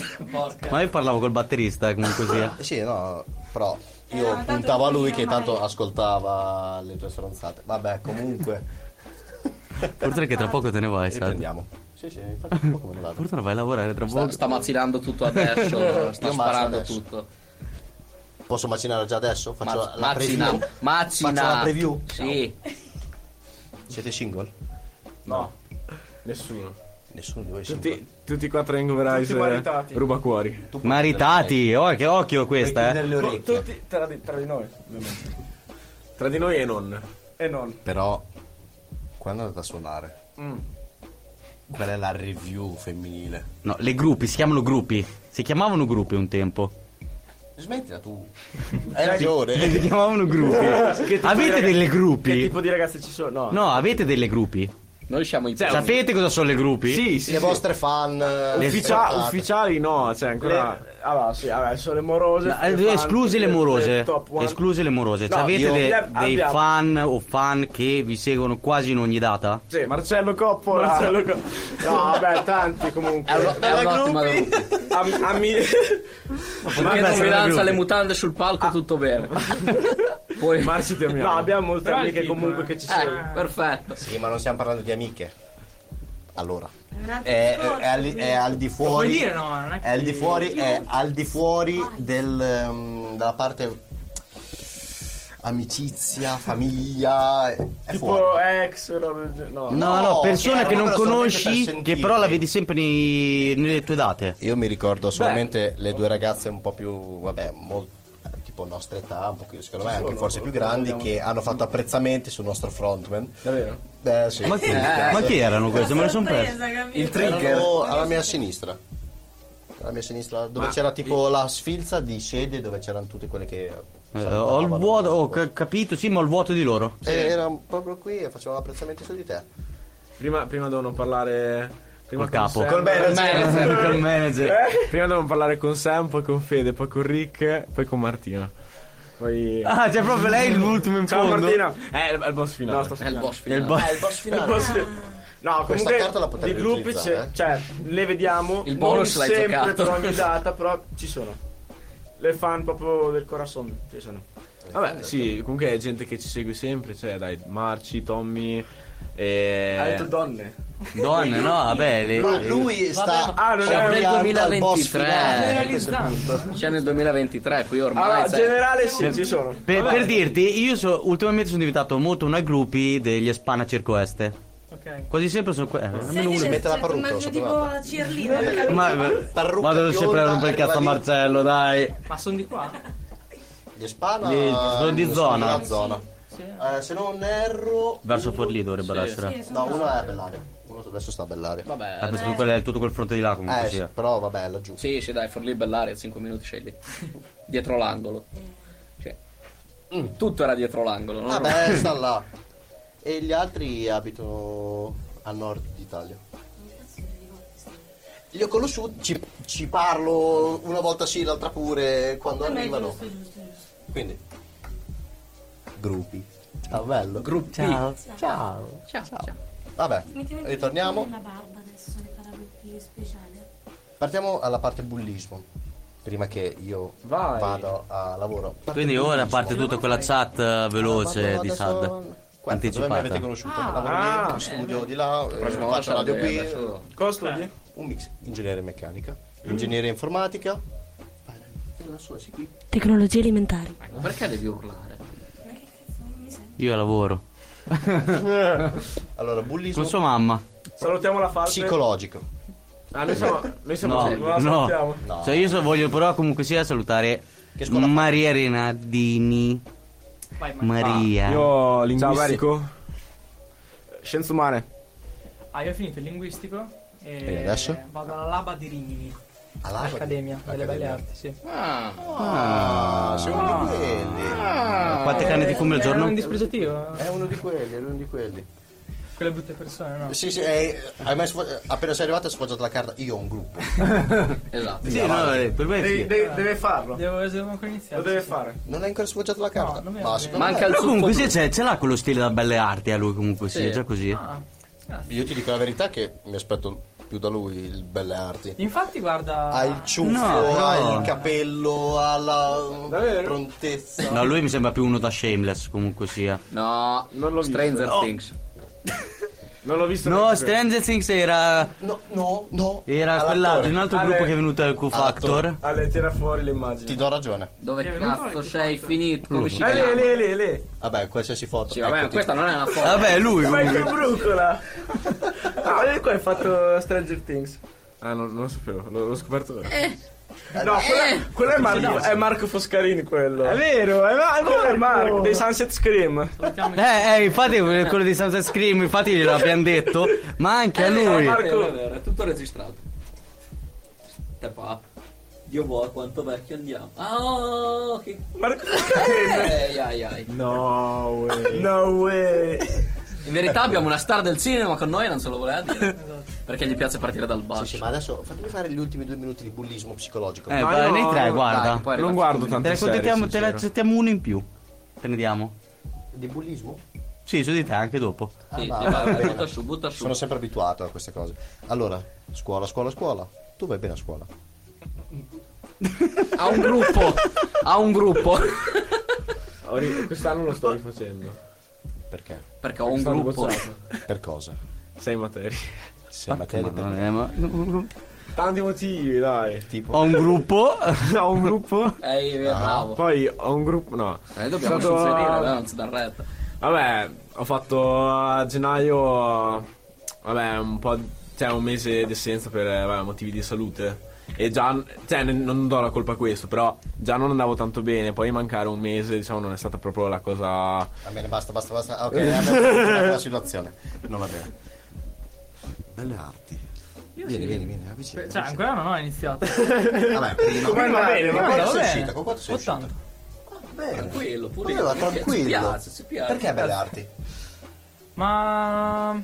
Ma io parlavo col batterista eh, comunque sia. Sì, no, però Eh, no, io tanto puntavo a non lui dice che mai. tanto ascoltava le tue stronzate. Vabbè, comunque, Forse che tra poco te ne vai, sai. riprendiamo. Sì, sì, infatti un po' come l'altro. Forse vai a lavorare tra Sta, poco. sta mazzinando tutto adesso, sta <laughs> Io mazzo sparando adesso. tutto. Posso macinare già adesso? Faccio Mazz- la mazzina, preview. mazzina. Faccio la preview? Sì. Siete single? No. Nessuno. Nessuno di voi è single. Tutti, tutti e quattro in Rise Tutti maritati. ruba cuori. Tu puoi Maritati, oh, che occhio questa, chiudere eh. le Tu- orecchie. Tutti tra di, tra di noi, ovviamente. Tra di noi e non. E non. Però, quando andate a suonare, qual è la review femminile? No, le gruppi, si chiamano gruppi. Si chiamavano gruppi un tempo. Smettila tu. Hai ragione. Si chiamavano gruppi. Ah, <laughs> Avete delle Che gruppi? tipo di ragazze ci sono? No. No, avete delle gruppi? Noi siamo i primi. Sapete cosa sono le gruppi? Sì, sì. Le vostre fan. eh, Ufficia- sfruttate. ufficiali no, cioè ancora... Le- ah, va, sì, vabbè, sono le morose. No, le eh, fan, escluse le morose, top one. escluse le morose, No, Cioè, avete io- de- le- dei abbiamo- fan o fan che vi seguono quasi in ogni data? Sì, Marcello Coppola. Marcello No, vabbè, tanti comunque. È, un- è un'ottima Gruppi. gruppo. Am- ami- Perché non mi lancia le mutande sul palco <laughs> tutto bene. Poi... Marci ti no, amiamo. abbiamo molte Però è amiche figo, comunque eh. che ci sono. Ecco, perfetto. Sì, ma non stiamo parlando di amiche. Allora, È un altro è, discorso, è al, è al di Lo fuori. puoi dire, no? Non è che... È al di fuori, è al di fuori del, ehm, della parte <laughs> amicizia, famiglia. È è Tipo fuori. ex, roba del genere. No. No, no, No, persone che che non erano solamente per conosci, che sentirli. però la vedi sempre nei- nelle tue date. Io mi ricordo solamente le due ragazze un po' più, vabbè, molto tipo nostra età, un po' più- secondo me anche forse più grandi, che hanno fatto apprezzamenti sul nostro frontman. Davvero? Eh, sì. Ma chi, ma chi erano queste? Me le sono perse. sorpresa, capito? Il trigger alla mia sinistra. Alla mia sinistra, dove c'era tipo la sfilza di sedie dove c'erano tutte quelle che. Eh, ho il vuoto, ho ca- capito, sì, ma ho il vuoto di loro. E Eh, era proprio qui e facevano apprezzamenti su di te. Prima, prima devono parlare... Prima Col capo. Sam, Col Eh. eh, Col manager. Prima devono parlare con Sam, poi con Fede, poi con Rick, poi con Martina. Poi... Ah, c'è proprio lei l'ultimo in Ciao fondo. Martina. Eh, è il boss finale. No, sto È il È boss il finale. boss. Ah, il <laughs> boss finale. No, Questa comunque carta la potrei di gruppi riutilizzare, c'è, cioè, le vediamo Il bonus non l'hai sempre giocato. per ogni data, però ci sono. Le fan proprio del corazon, ci sono. Vabbè, sì, comunque è gente che ci segue sempre, cioè dai, Marci, Tommy Hai detto e... donne. Donne, no, vabbè. le- Ma lui sta Ah, non è- somigliando nel al 2023. boss finale. Realizzando. C'è nel 2023, qui ormai. Allora, sai- generale sì, ci sono. Per, per dirti, io so- ultimamente sono diventato molto una gruppi degli Espana Circo Este. Ok. Quasi sempre sono que- eh, almeno Sai che uno. c'è- mette la c'è il parrucca, formaggio sono tipo provata. la cheerleader, Eh, capito? Ma, Parrucca ma devo sempre bionda, rompere il cazzo a arriva lì. Marcello, dai. Ma sono di qua? Di Spana. Sì, sono di zona. della zona. Sì. Eh, se non erro. Verso Forlì dovrebbero essere. Sì, Eh, sono No, uno provata. è a Bellare. Uno adesso sta a Bellare. Ah, Vabbè. perché quello è tutto quel fronte di là comunque Eh, sì, sia. però vabbè, laggiù. Sì, sì, dai, Forlì Bell'Aria, 5 minuti scegli. <laughs> Dietro l'angolo. Cioè, tutto era dietro l'angolo, no? <laughs> Vabbè, Ah, sta là. E gli altri abitano a nord d'Italia. Li ho conosciuti, ci, ci parlo una volta sì, l'altra pure, quando Per me Eh, è arrivano. giusto, giusto, giusto. Quindi, gruppi. Ciao bello. Gruppi. Ciao. Ciao. Ciao, ciao. Vabbè, Mettimi tutto ritorniamo. Una barba adesso, ne farà più speciale. Partiamo alla parte bullismo. Prima che io Vai. vado a lavoro. Parte Quindi ora bullismo. parte tutta quella chat eh, veloce Vado di adesso- Sad. Quanto, dove mi avete Anticipata. conosciuto? Lavoro lì, in studio di là, eh, Prossima volta faccio radio devi qui. adesso- Cioè, Cosa studi? un mix ingegnere meccanica, ingegneria informatica. Tecnologie alimentari. Ecco, Perché devi urlare? Io lavoro. allora, bullismo Con sua mamma. Salutiamo la falce. psicologico. Ah, noi siamo. Noi siamo No, non la no. salutiamo. No. Cioè io so- voglio però comunque sia salutare Che scuola fa? Maria Rinaldini. Vai, Mario. Ah, Maria. Io linguistico. Scienze umane. Ah, io ho finito il linguistico. E, E adesso? Ah, Vado alla Laba di Rimini. Alla- Accademia delle Belle Arti, sì. Ah, Ah, sei uno di quelli. Quante canne di eh, fumo al Era un giorno? dispositivo. eh? È uno di quelli, è uno di quelli. Quelle brutte persone, no? Sì, sì, eh, hai mai sfo- appena sei arrivato hai sfoggiato la carta. Io ho un gruppo. esatto. Sì, no, eh, per me Devi- sì. Deve, deve farlo. Devo, devo ancora iniziare. Lo deve sì, sì. fare. Non hai ancora sfoggiato la carta? non mi Ma va secondo Manca me- il Però comunque comunque sia, c'è, ce l'ha quello stile da belle arti a lui comunque sia, Sì. già così. Ah, grazie. Io ti dico la verità che mi aspetto più da lui il belle arti. Infatti, guarda. Ha il ciuffo, no. ha il capello, ha la Davvero? prontezza. No, lui mi sembra più uno da shameless comunque sia. No, Non l'ho visto. Oh. Stranger No. Things. Non l'ho visto. No, neanche. Stranger Things era. No, no, no. Era All'attore. quell'altro, un altro Ah, gruppo beh. che è venuto al Q Factor. Ale, tira fuori le immagini. Ti do ragione. Dove cazzo sei finito? Come si Ale, chiama? Ale, Ale, Ale. Vabbè, qualsiasi foto. Ecco, Sì, vabbè, eccoti. questa non è una foto. Vabbè, lui Ma che comunque. brucola. Ah, Ale qua hai fatto Stranger Things. Ah, non, non lo sapevo, l'ho, l'ho scoperto ora. No, quello, quello è, Marco, è Marco Foscarini quello. È vero, è Marco. è Marco, dei Cioè, Sunset Scream. Eh, eh, infatti quello di Sunset Scream, infatti gliel'abbiamo detto, ma anche a lui. È vero, è vero, è tutto registrato. Step up. Dio vuoi quanto vecchio andiamo. Ah, oh, che <laughs> Marco Foscarini. <laughs> Ai, ai, ai. No, way. No way. In verità Ecco. abbiamo una star del cinema con noi, non se lo voleva <laughs> dire. Perché gli piace partire dal basso. Sì, sì, ma adesso fatemi fare gli ultimi due minuti di bullismo psicologico. Eh, No, vai, io- nei tre, dai, guarda. poi Non ragazzi, guardo tanto Te ne accontentiamo, te ne accettiamo uno in più. Te ne diamo. Di bullismo? Sì, su di te anche dopo. Ah, Sì, va, sì, va vai, vai, bene. butta su, butta su. Sono sempre abituato a queste cose. Allora, scuola, scuola, scuola. Tu vai bene a scuola. Ha un gruppo. Ha un <laughs> gruppo. Ho ri- quest'anno lo sto rifacendo. Perché? Perché ho un Sono gruppo. bocciato. Per cosa? Sei materie. Sei materia per- Madonna, eh, ma- Tanti motivi, dai. <laughs> tipo. Ho un gruppo. ho un gruppo. Ehi, Ah. bravo. Poi ho un gruppo. No. Eh, dobbiamo Stato- suggerire, dai, non si dà retta. Vabbè, ho fatto a gennaio. Vabbè, un po'. di- Cioè, un mese d'essenza per vabbè, motivi di salute. E già. Cioè, ne- non do la colpa a questo, però già non andavo tanto bene. Poi mancare un mese, diciamo, non è stata proprio la cosa. Va bene, basta, basta, basta. Ah, ok, abbiamo finito la situazione. Non va bene. Belle arti. Vieni, vieni, vieni, avvicina. Cioè, ancora non ho iniziato. Vabbè, prima. Come va bene, Con ma quanto va sei bene. uscita? Con quanto sei uscita? 80. Bene. Tranquillo, pulito. Vabbè, va Mi piace, tranquillo. ci piace, ci piace. Perché belle arti? Ma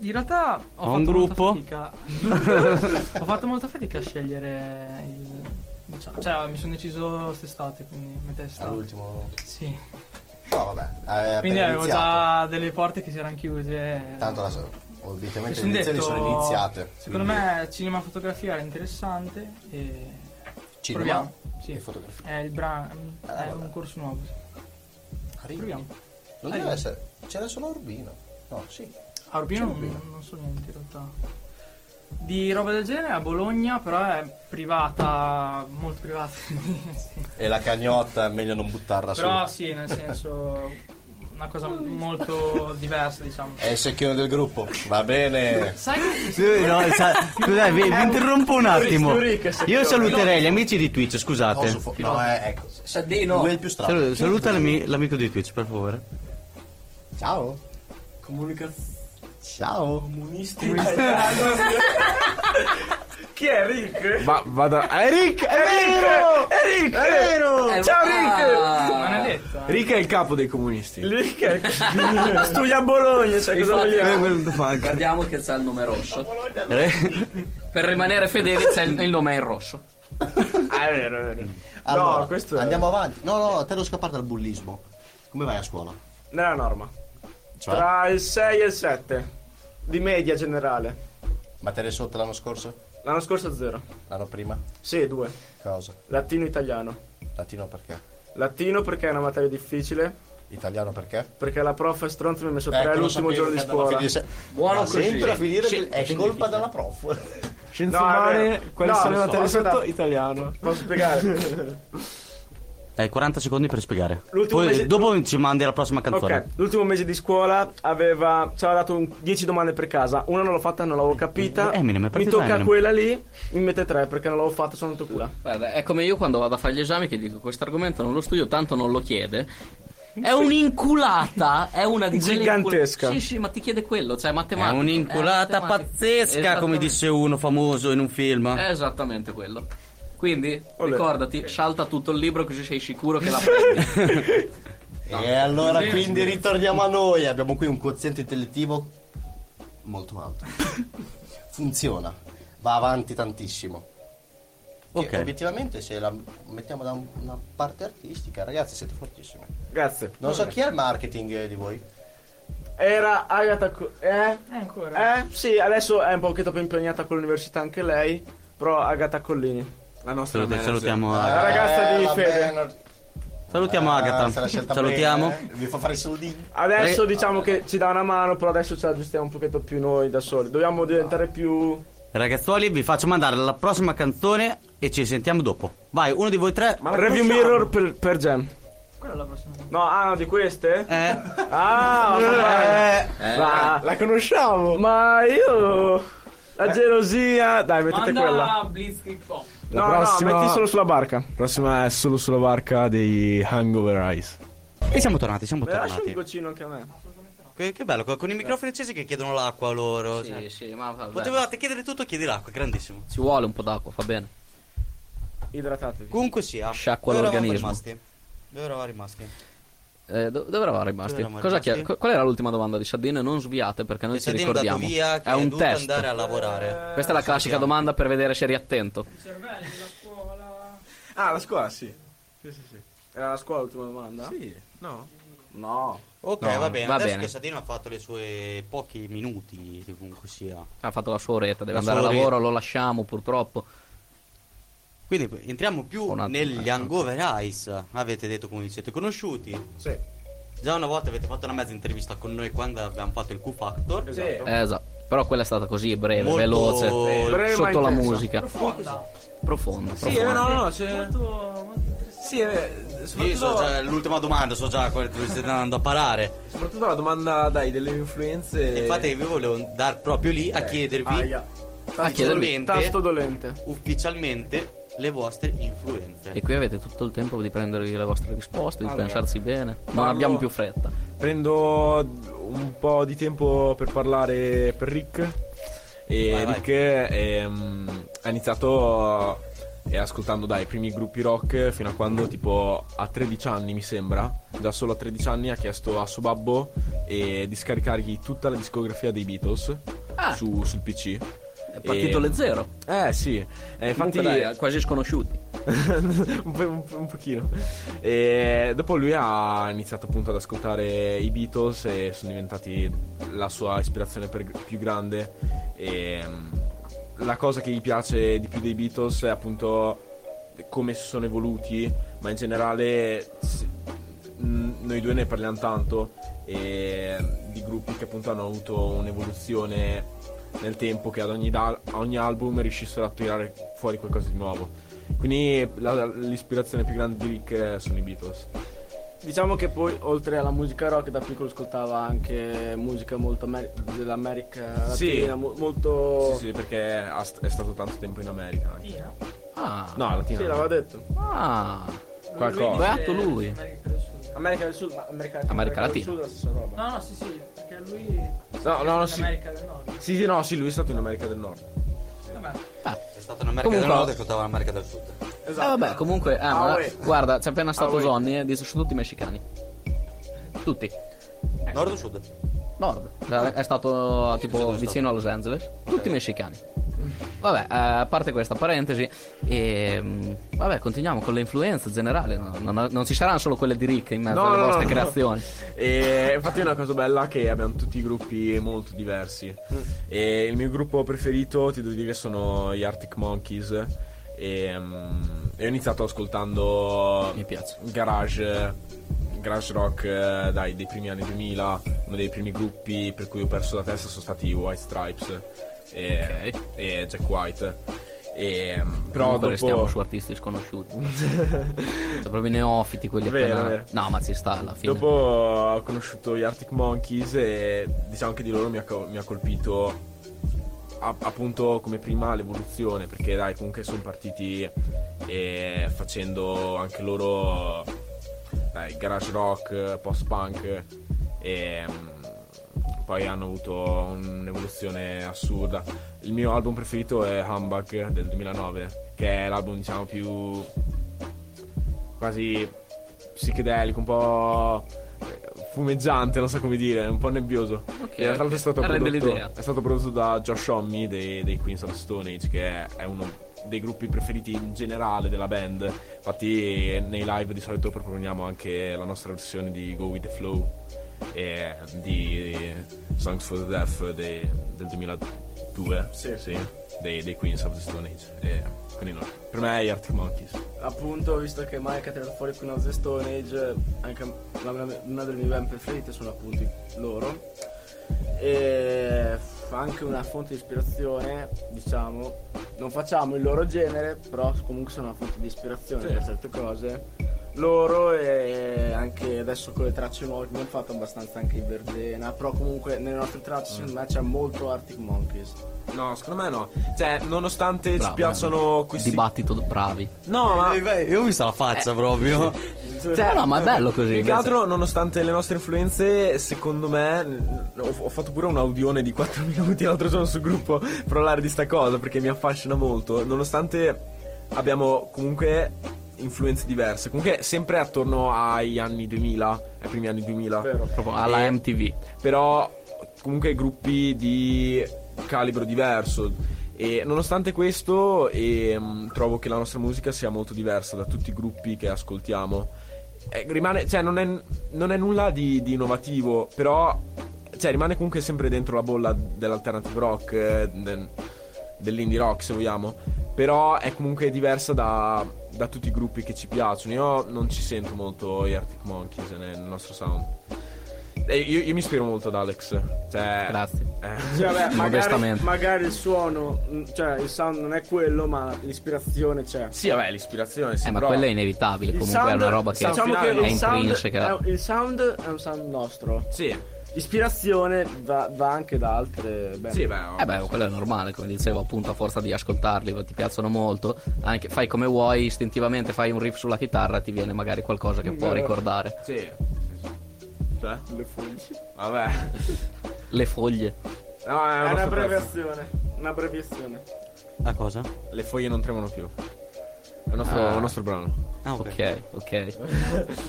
in realtà ho Ho fatto un gruppo? molta fatica. <laughs> ho fatto molta fatica a scegliere il. diciamo- cioè, mi sono deciso quest'estate, quindi metà estate. All'ultimo. Sì. No, vabbè. eh, Quindi appena avevo iniziato. già delle porte che si erano chiuse. Tanto la Mi Ovviamente le son lezioni detto, sono iniziate. Secondo quindi- me cinema e fotografia era interessante e Cinema proviamo. Sì. e fotografia. Eh, È il bra- è vabbè. un corso nuovo. Arrivi. Proviamo. Non deve essere. C'era solo Urbino. No, sì. A Urbino C'è Urbino. non, non so niente in realtà. Di roba del genere a Bologna, però è privata, molto <laughs> privata. sì. E la cagnotta è meglio non buttarla Però su. sì, nel senso una <laughs> cosa molto diversa, diciamo. È il secchione del gruppo. Va bene. Sai che Sì, no, sa- Scusate, vi, vi interrompo un attimo. Io saluterei gli amici di Twitch, Cosa scusate. fu- No, eh, ecco. Saddino. Lui è il più strano. Salu- saluta l'ami- l'amico di Twitch, per favore. Ciao. Comunicazione. Ciao. Chi è Rick? Va, vado. È Rick! È vero! È Rick! È vero! eh, Ciao, Rick! non è detto? eh? Rick è il capo dei comunisti. Rick è... studia a Bologna, sai cosa Infatti- eh, vogliamo? Guardiamo che c'è il nome rosso. Eh? Per rimanere fedeli c'è il, il nome è in rosso. Ah, è vero, è vero. Allora, no, questo è... Andiamo avanti. No, no, te lo scappare dal bullismo. Come vai a scuola? Nella norma. Cioè, Tra il 6 e il 7. Di media generale. materie sotto l'anno scorso? L'anno scorso zero. L'anno prima? Sì, due. Cosa? Latino italiano. Latino perché? Latino perché è una materia difficile. Italiano perché? Perché la prof stronza Eh, mi ha messo Ecco, tre lo l'ultimo sapevo giorno di che andava a Ah, scuola. finire se- Buono Ma così. sempre a finire Sì, che è colpa della prof. Scienze No, umane, vabbè. quali No, sono lo la so. terra sotto? Aspetta. Italiano. Posso spiegare? Dai, 40 secondi per spiegare. L'ultimo Poi- mese- Dopo ci mandi la prossima canzone. Ok, l'ultimo mese di scuola aveva, ci aveva dato un- 10 domande per casa. Una non l'ho fatta, non l'avevo capita. Eminem, è mi partito tocca Eminem. quella lì, mi mette 3 perché non l'avevo fatta, sono andato cura. Guarda, è come io quando vado a fare gli esami che dico questo argomento non lo studio, tanto non lo chiede. È un'inculata, è una di quelle Gigantesca. incul- Sì, sì, ma ti chiede quello, cioè eh, È matematica. un'inculata esatto. pazzesca, come disse uno famoso in un film. È esattamente quello. Quindi, Olè. ricordati, salta tutto il libro così sei sicuro <laughs> che la prendi. <laughs> E allora quindi ritorniamo a noi. Abbiamo qui un quoziente intellettivo molto alto. Funziona, va avanti tantissimo. Che Ok. Obiettivamente, se la mettiamo da un- una parte artistica, ragazzi, siete fortissimi. Grazie. Non so chi è il marketing eh, di voi. Era Agatha. Co- eh? Eh, ancora. Eh? Sì, adesso è un pochetto più impegnata con l'università anche lei. Però Agatha Collini. La nostra Salut- manager. salutiamo Eh, La Agatha. Ah, ragazza di la Fede. banner. Salutiamo Ah, se Agatha. l'ha scelta Salutiamo. bene, eh. Vi fa fare i soldini. Adesso Re- diciamo che ci dà una mano, però adesso ce la aggiustiamo un pochetto più noi da soli. Dobbiamo diventare più. Ragazzuoli, vi faccio mandare la prossima canzone e ci sentiamo dopo. Vai, uno di voi tre. Ma Review Mirror per, per Jam. Quella è la prossima. No, ah, di queste? Eh. Ah, ok. Eh, Ma- la conosciamo. Ma Eh, io. La gelosia. Dai, mettete quella. Manda Blitzkrieg Pop. La no, prossima- no, metti solo sulla barca. Prossima è solo sulla barca dei Hangover Eyes. E siamo tornati, siamo Me la lasci un tornati. goccino anche a me. Che, che bello, co- con i microfoni accesi che chiedono l'acqua loro. sì, cioè. sì, ma vabbè. Potevate chiedere tutto, chiedi l'acqua, grandissimo. Ci vuole un po' d'acqua, fa bene. Idratatevi. Comunque sia, Sciacqua dove eravamo l'organismo. rimasti? Dove eravamo rimasti? Eh, do- dove eravamo rimasti? Dove eravamo Cosa rimasti? chied- co- qual era l'ultima domanda di Sardine? Non sviate perché non Che ci Sadino è andato ricordiamo. via, che è un dovuto test. andare a lavorare. Questa è la classica domanda per vedere se eri attento. I cervelli, la scuola. Ah, la scuola, sì. Sì, sì, sì. Era la scuola l'ultima domanda? Sì, no. No. Ok, No, va bene. va Adesso bene. che Sadino ha fatto le sue pochi minuti, che comunque sia. Ha fatto la sua oretta, deve La andare sua al lavoro, lo lasciamo purtroppo. Quindi entriamo più Un attimo, negli eh. hangover ice. Avete detto come vi siete conosciuti. Sì. Già una volta avete fatto una mezza intervista con noi quando abbiamo fatto il Q Factor. Esatto. Eh, esatto. Però quella è stata così breve, Molto- veloce, Breve, ma sotto la intensa. musica. Profonda. Profonda. Sì, eh, profonda. no, no, c'è. Molto, molto interessante. Sì, eh, Io so soprattutto, già, l'ultima domanda, so già quale dove state andando a parare. soprattutto la domanda, dai, delle influenze. Infatti vi volevo andare proprio lì a chiedervi Aia. A chiedermi. Tasto ufficialmente, dolente. ufficialmente le vostre influenze. E qui avete tutto il tempo di prendervi le vostre risposte, di Allora. pensarci bene. Non Parlo- abbiamo più fretta. Prendo un po' di tempo per parlare per Rick. E Vai, vai. Rick ehm, ha iniziato eh, ascoltando dai i primi gruppi rock fino a quando tipo a 13 anni mi sembra, da solo a 13 anni ha chiesto a suo babbo eh, di scaricargli tutta la discografia dei Beatles Ah. su- sul PC. È partito E- le zero. Eh sì, eh, infatti Comunque, dai, quasi sconosciuti. <laughs> un, po'- un po- un pochino. E dopo lui ha iniziato appunto ad ascoltare i Beatles e sono diventati la sua ispirazione per- più grande. E mm, la cosa che gli piace di più dei Beatles è appunto come si sono evoluti, ma in generale s- mm, noi due ne parliamo tanto e mm, di gruppi che appunto hanno avuto un'evoluzione nel tempo che ad ogni, da- a ogni album riuscissero a tirare fuori qualcosa di nuovo. Quindi la- l'ispirazione più grande di Rick eh, sono i Beatles. Diciamo che poi oltre alla musica rock da piccolo ascoltava anche musica molto amer- dell'America Sì. Latina, mo- molto... Sì, sì, perché ha st- è stato tanto tempo in America. anche. eh. Ah. No, Sì, latino. l'aveva detto. Ah. Qualcosa. Beato lui. America del Sud, ma America, America Latina. del Sud è la stessa roba. No, no, sì, sì, perché lui No, no, no, sì. America del Nord. Sì, sì, no, sì, lui è stato in America del Nord. Vabbè. È stata un'America del Comunque- Nord e contava l'America del Sud. Eh, Esatto. vabbè, comunque, ah, ma- Ah, uè. guarda, c'è appena Ah, stato uè. Johnny e dice sono tutti messicani. Tutti. Ecco. Nord o sud? Nord. Eh, È stato eh, tipo sono vicino a Los Angeles. Tutti messicani. Vabbè, eh, a parte questa parentesi, ehm, vabbè, continuiamo con le influenze generali. no? Non, non ci saranno solo quelle di Rick in mezzo No, alle no, vostre no. creazioni. E infatti è una cosa bella che abbiamo tutti gruppi molto diversi. E il mio gruppo preferito, ti devo dire, sono gli Arctic Monkeys. E, mm, e ho iniziato ascoltando Mi piace. garage, garage rock eh, dai, dei primi anni 2000. Uno dei primi gruppi per cui ho perso la testa sono stati i White Stripes. e, e Jack White. E, mm, Però comunque restiamo su artisti <laughs> sconosciuti. Sono proprio i neofiti quelli Vero, appena... vero. No, ma ci sta alla fine. Dopo ho conosciuto gli Arctic Monkeys e diciamo che di loro mi ha, co- mi ha colpito a- appunto come prima l'evoluzione, perché dai comunque sono partiti eh, facendo anche loro dai, garage rock, post punk e mm, poi hanno avuto un'evoluzione assurda. Il mio album preferito è Humbug del 2009, che è l'album diciamo più quasi psichedelico, un po' fumeggiante, non so come dire, un po' nebbioso. Ok, E tra l'altro è stato, ok, rende l'idea. prodotto, è stato prodotto da Josh Homme dei, dei Queens of the Stone Age, che è, è uno dei gruppi preferiti in generale della band. Infatti eh, nei live di solito proponiamo anche la nostra versione di Go With The Flow e di Songs for the Deaf dei- del 2002, Sì. dei, dei Queens of the Stone Age. E quindi no, per me è gli Arctic Monkeys. Appunto, visto che Mike ha tirato fuori Queen of the Stone Age, anche la- una, una delle mie band preferite sono appunto i- loro. E f- anche una fonte di ispirazione, diciamo, non facciamo il loro genere, però comunque sono una fonte di ispirazione Sì. per certe cose. Loro e anche adesso con le tracce nuove che abbiamo fatto abbastanza anche in Verdena, però comunque nelle nostre tracce secondo me c'è molto Arctic Monkeys. No, secondo me no. Cioè, nonostante Bravo, ci piacciono eh. questi... Dibattito Eh, bravi. no, ma... Eh. Io ho visto la faccia proprio. Cioè, no, ma è bello così. Più che altro, nonostante le nostre influenze, secondo me, n- ho, ho fatto pure un audione di 4 <laughs> minuti l'altro giorno sul gruppo per parlare di sta cosa perché mi affascina molto. Nonostante abbiamo comunque influenze diverse, comunque sempre attorno agli anni 2000, ai primi anni 2000. Vero. Proprio alla Eh. E- MTV. però comunque gruppi di calibro diverso e nonostante questo ehm, trovo che la nostra musica sia molto diversa da tutti i gruppi che ascoltiamo Eh, rimane cioè non è, non è nulla di, di innovativo però cioè, rimane comunque sempre dentro la bolla dell'alternative rock eh, de- dell'indie rock se vogliamo però è comunque diversa da, da tutti i gruppi che ci piacciono io non ci sento molto gli Arctic Monkeys nel nostro sound eh, io, io mi ispiro molto ad Alex. Cioè, Grazie. eh, Cioè, vabbè, magari, Modestamente. magari il suono, mh, cioè il sound non è quello, ma l'ispirazione c'è. sì, vabbè, l'ispirazione. Sì, Eh, ma però- quello è inevitabile. Il Comunque è sound- una roba che diciamo è che è il sound, intrinseca. è- il sound è un sound nostro. Sì, L'ispirazione va, va anche da altre band. sì, beh. Eh beh, quello è normale, come dicevo, appunto, a forza di ascoltarli, ti piacciono molto. Anche, fai come vuoi, istintivamente fai un riff sulla chitarra, ti viene magari qualcosa che può Vero. ricordare. Sì. Cioè, Le foglie. vabbè. Le foglie. No, è È una un'abbreviazione. Un'abbreviazione. La cosa? Le foglie non tremano più. È un nostro, Ah. un nostro brano. Ah, ok. Ok, ok. No,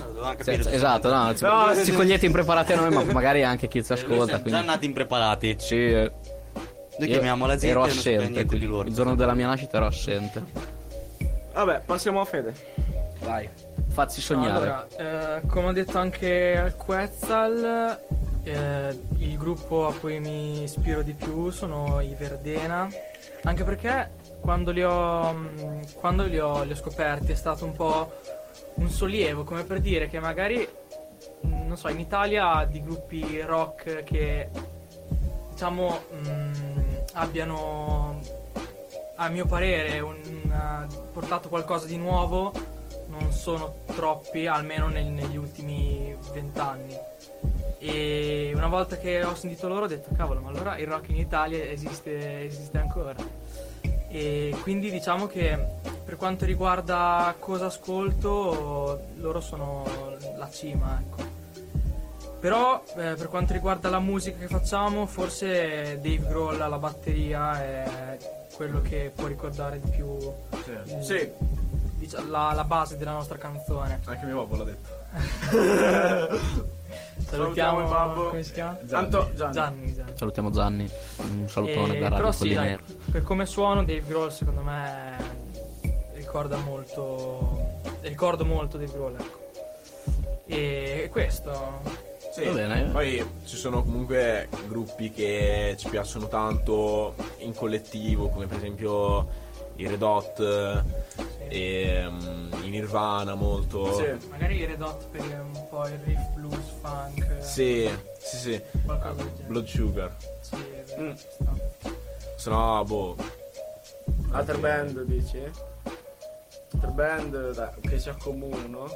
dovevamo Cioè, capire. esatto, no, ci, No, ci cogliete impreparati a noi, ma magari anche chi ci Eh, noi ascolta. siamo già Quindi... nati impreparati. Sì, eh. Noi Io chiamiamo la gente Ero e non sappiamo assente. niente di loro. Il giorno della mia nascita ero assente. Vabbè, passiamo a Fede. Dai. Facci sognare. Allora, eh, come ho detto anche al Quetzal, eh, il gruppo a cui mi ispiro di più sono i Verdena, anche perché quando li ho, mm, quando li ho, li ho scoperti è stato un po' un sollievo, come per dire che magari, mm, non so, in Italia di gruppi rock che diciamo mm, abbiano a mio parere un- ha portato qualcosa di nuovo non sono troppi almeno nel- negli ultimi vent'anni e una volta che ho sentito loro ho detto cavolo ma allora il rock in Italia esiste, esiste ancora e quindi diciamo che per quanto riguarda cosa ascolto loro sono la cima ecco però eh, per quanto riguarda la musica che facciamo, forse Dave Grohl alla batteria è quello che può ricordare di più il- Sì. dic- la, la base della nostra canzone. Anche mio babbo l'ha <laughs> detto. Salutiamo il babbo. Come si chiama? Anto, Gianni. Gianni. Gianni. Salutiamo Gianni. Un salutone Eh, da però Radio sì, dai, Collinero. per come suono Dave Grohl secondo me ricorda molto ricordo molto Dave Grohl ecco. e questo Sì. Va bene. Poi ci sono comunque gruppi che ci piacciono tanto in collettivo, come per esempio i Red Hot, e, mm, i Nirvana molto. Sì. magari i Red Hot per un po' il riff blues funk Sì, sì, sì. Qualcosa del genere. Blood Sugar. sì, è vero, Mm. ci sta. Sennò, boh. Alter band dici? Alter band dai, che ci accomunano?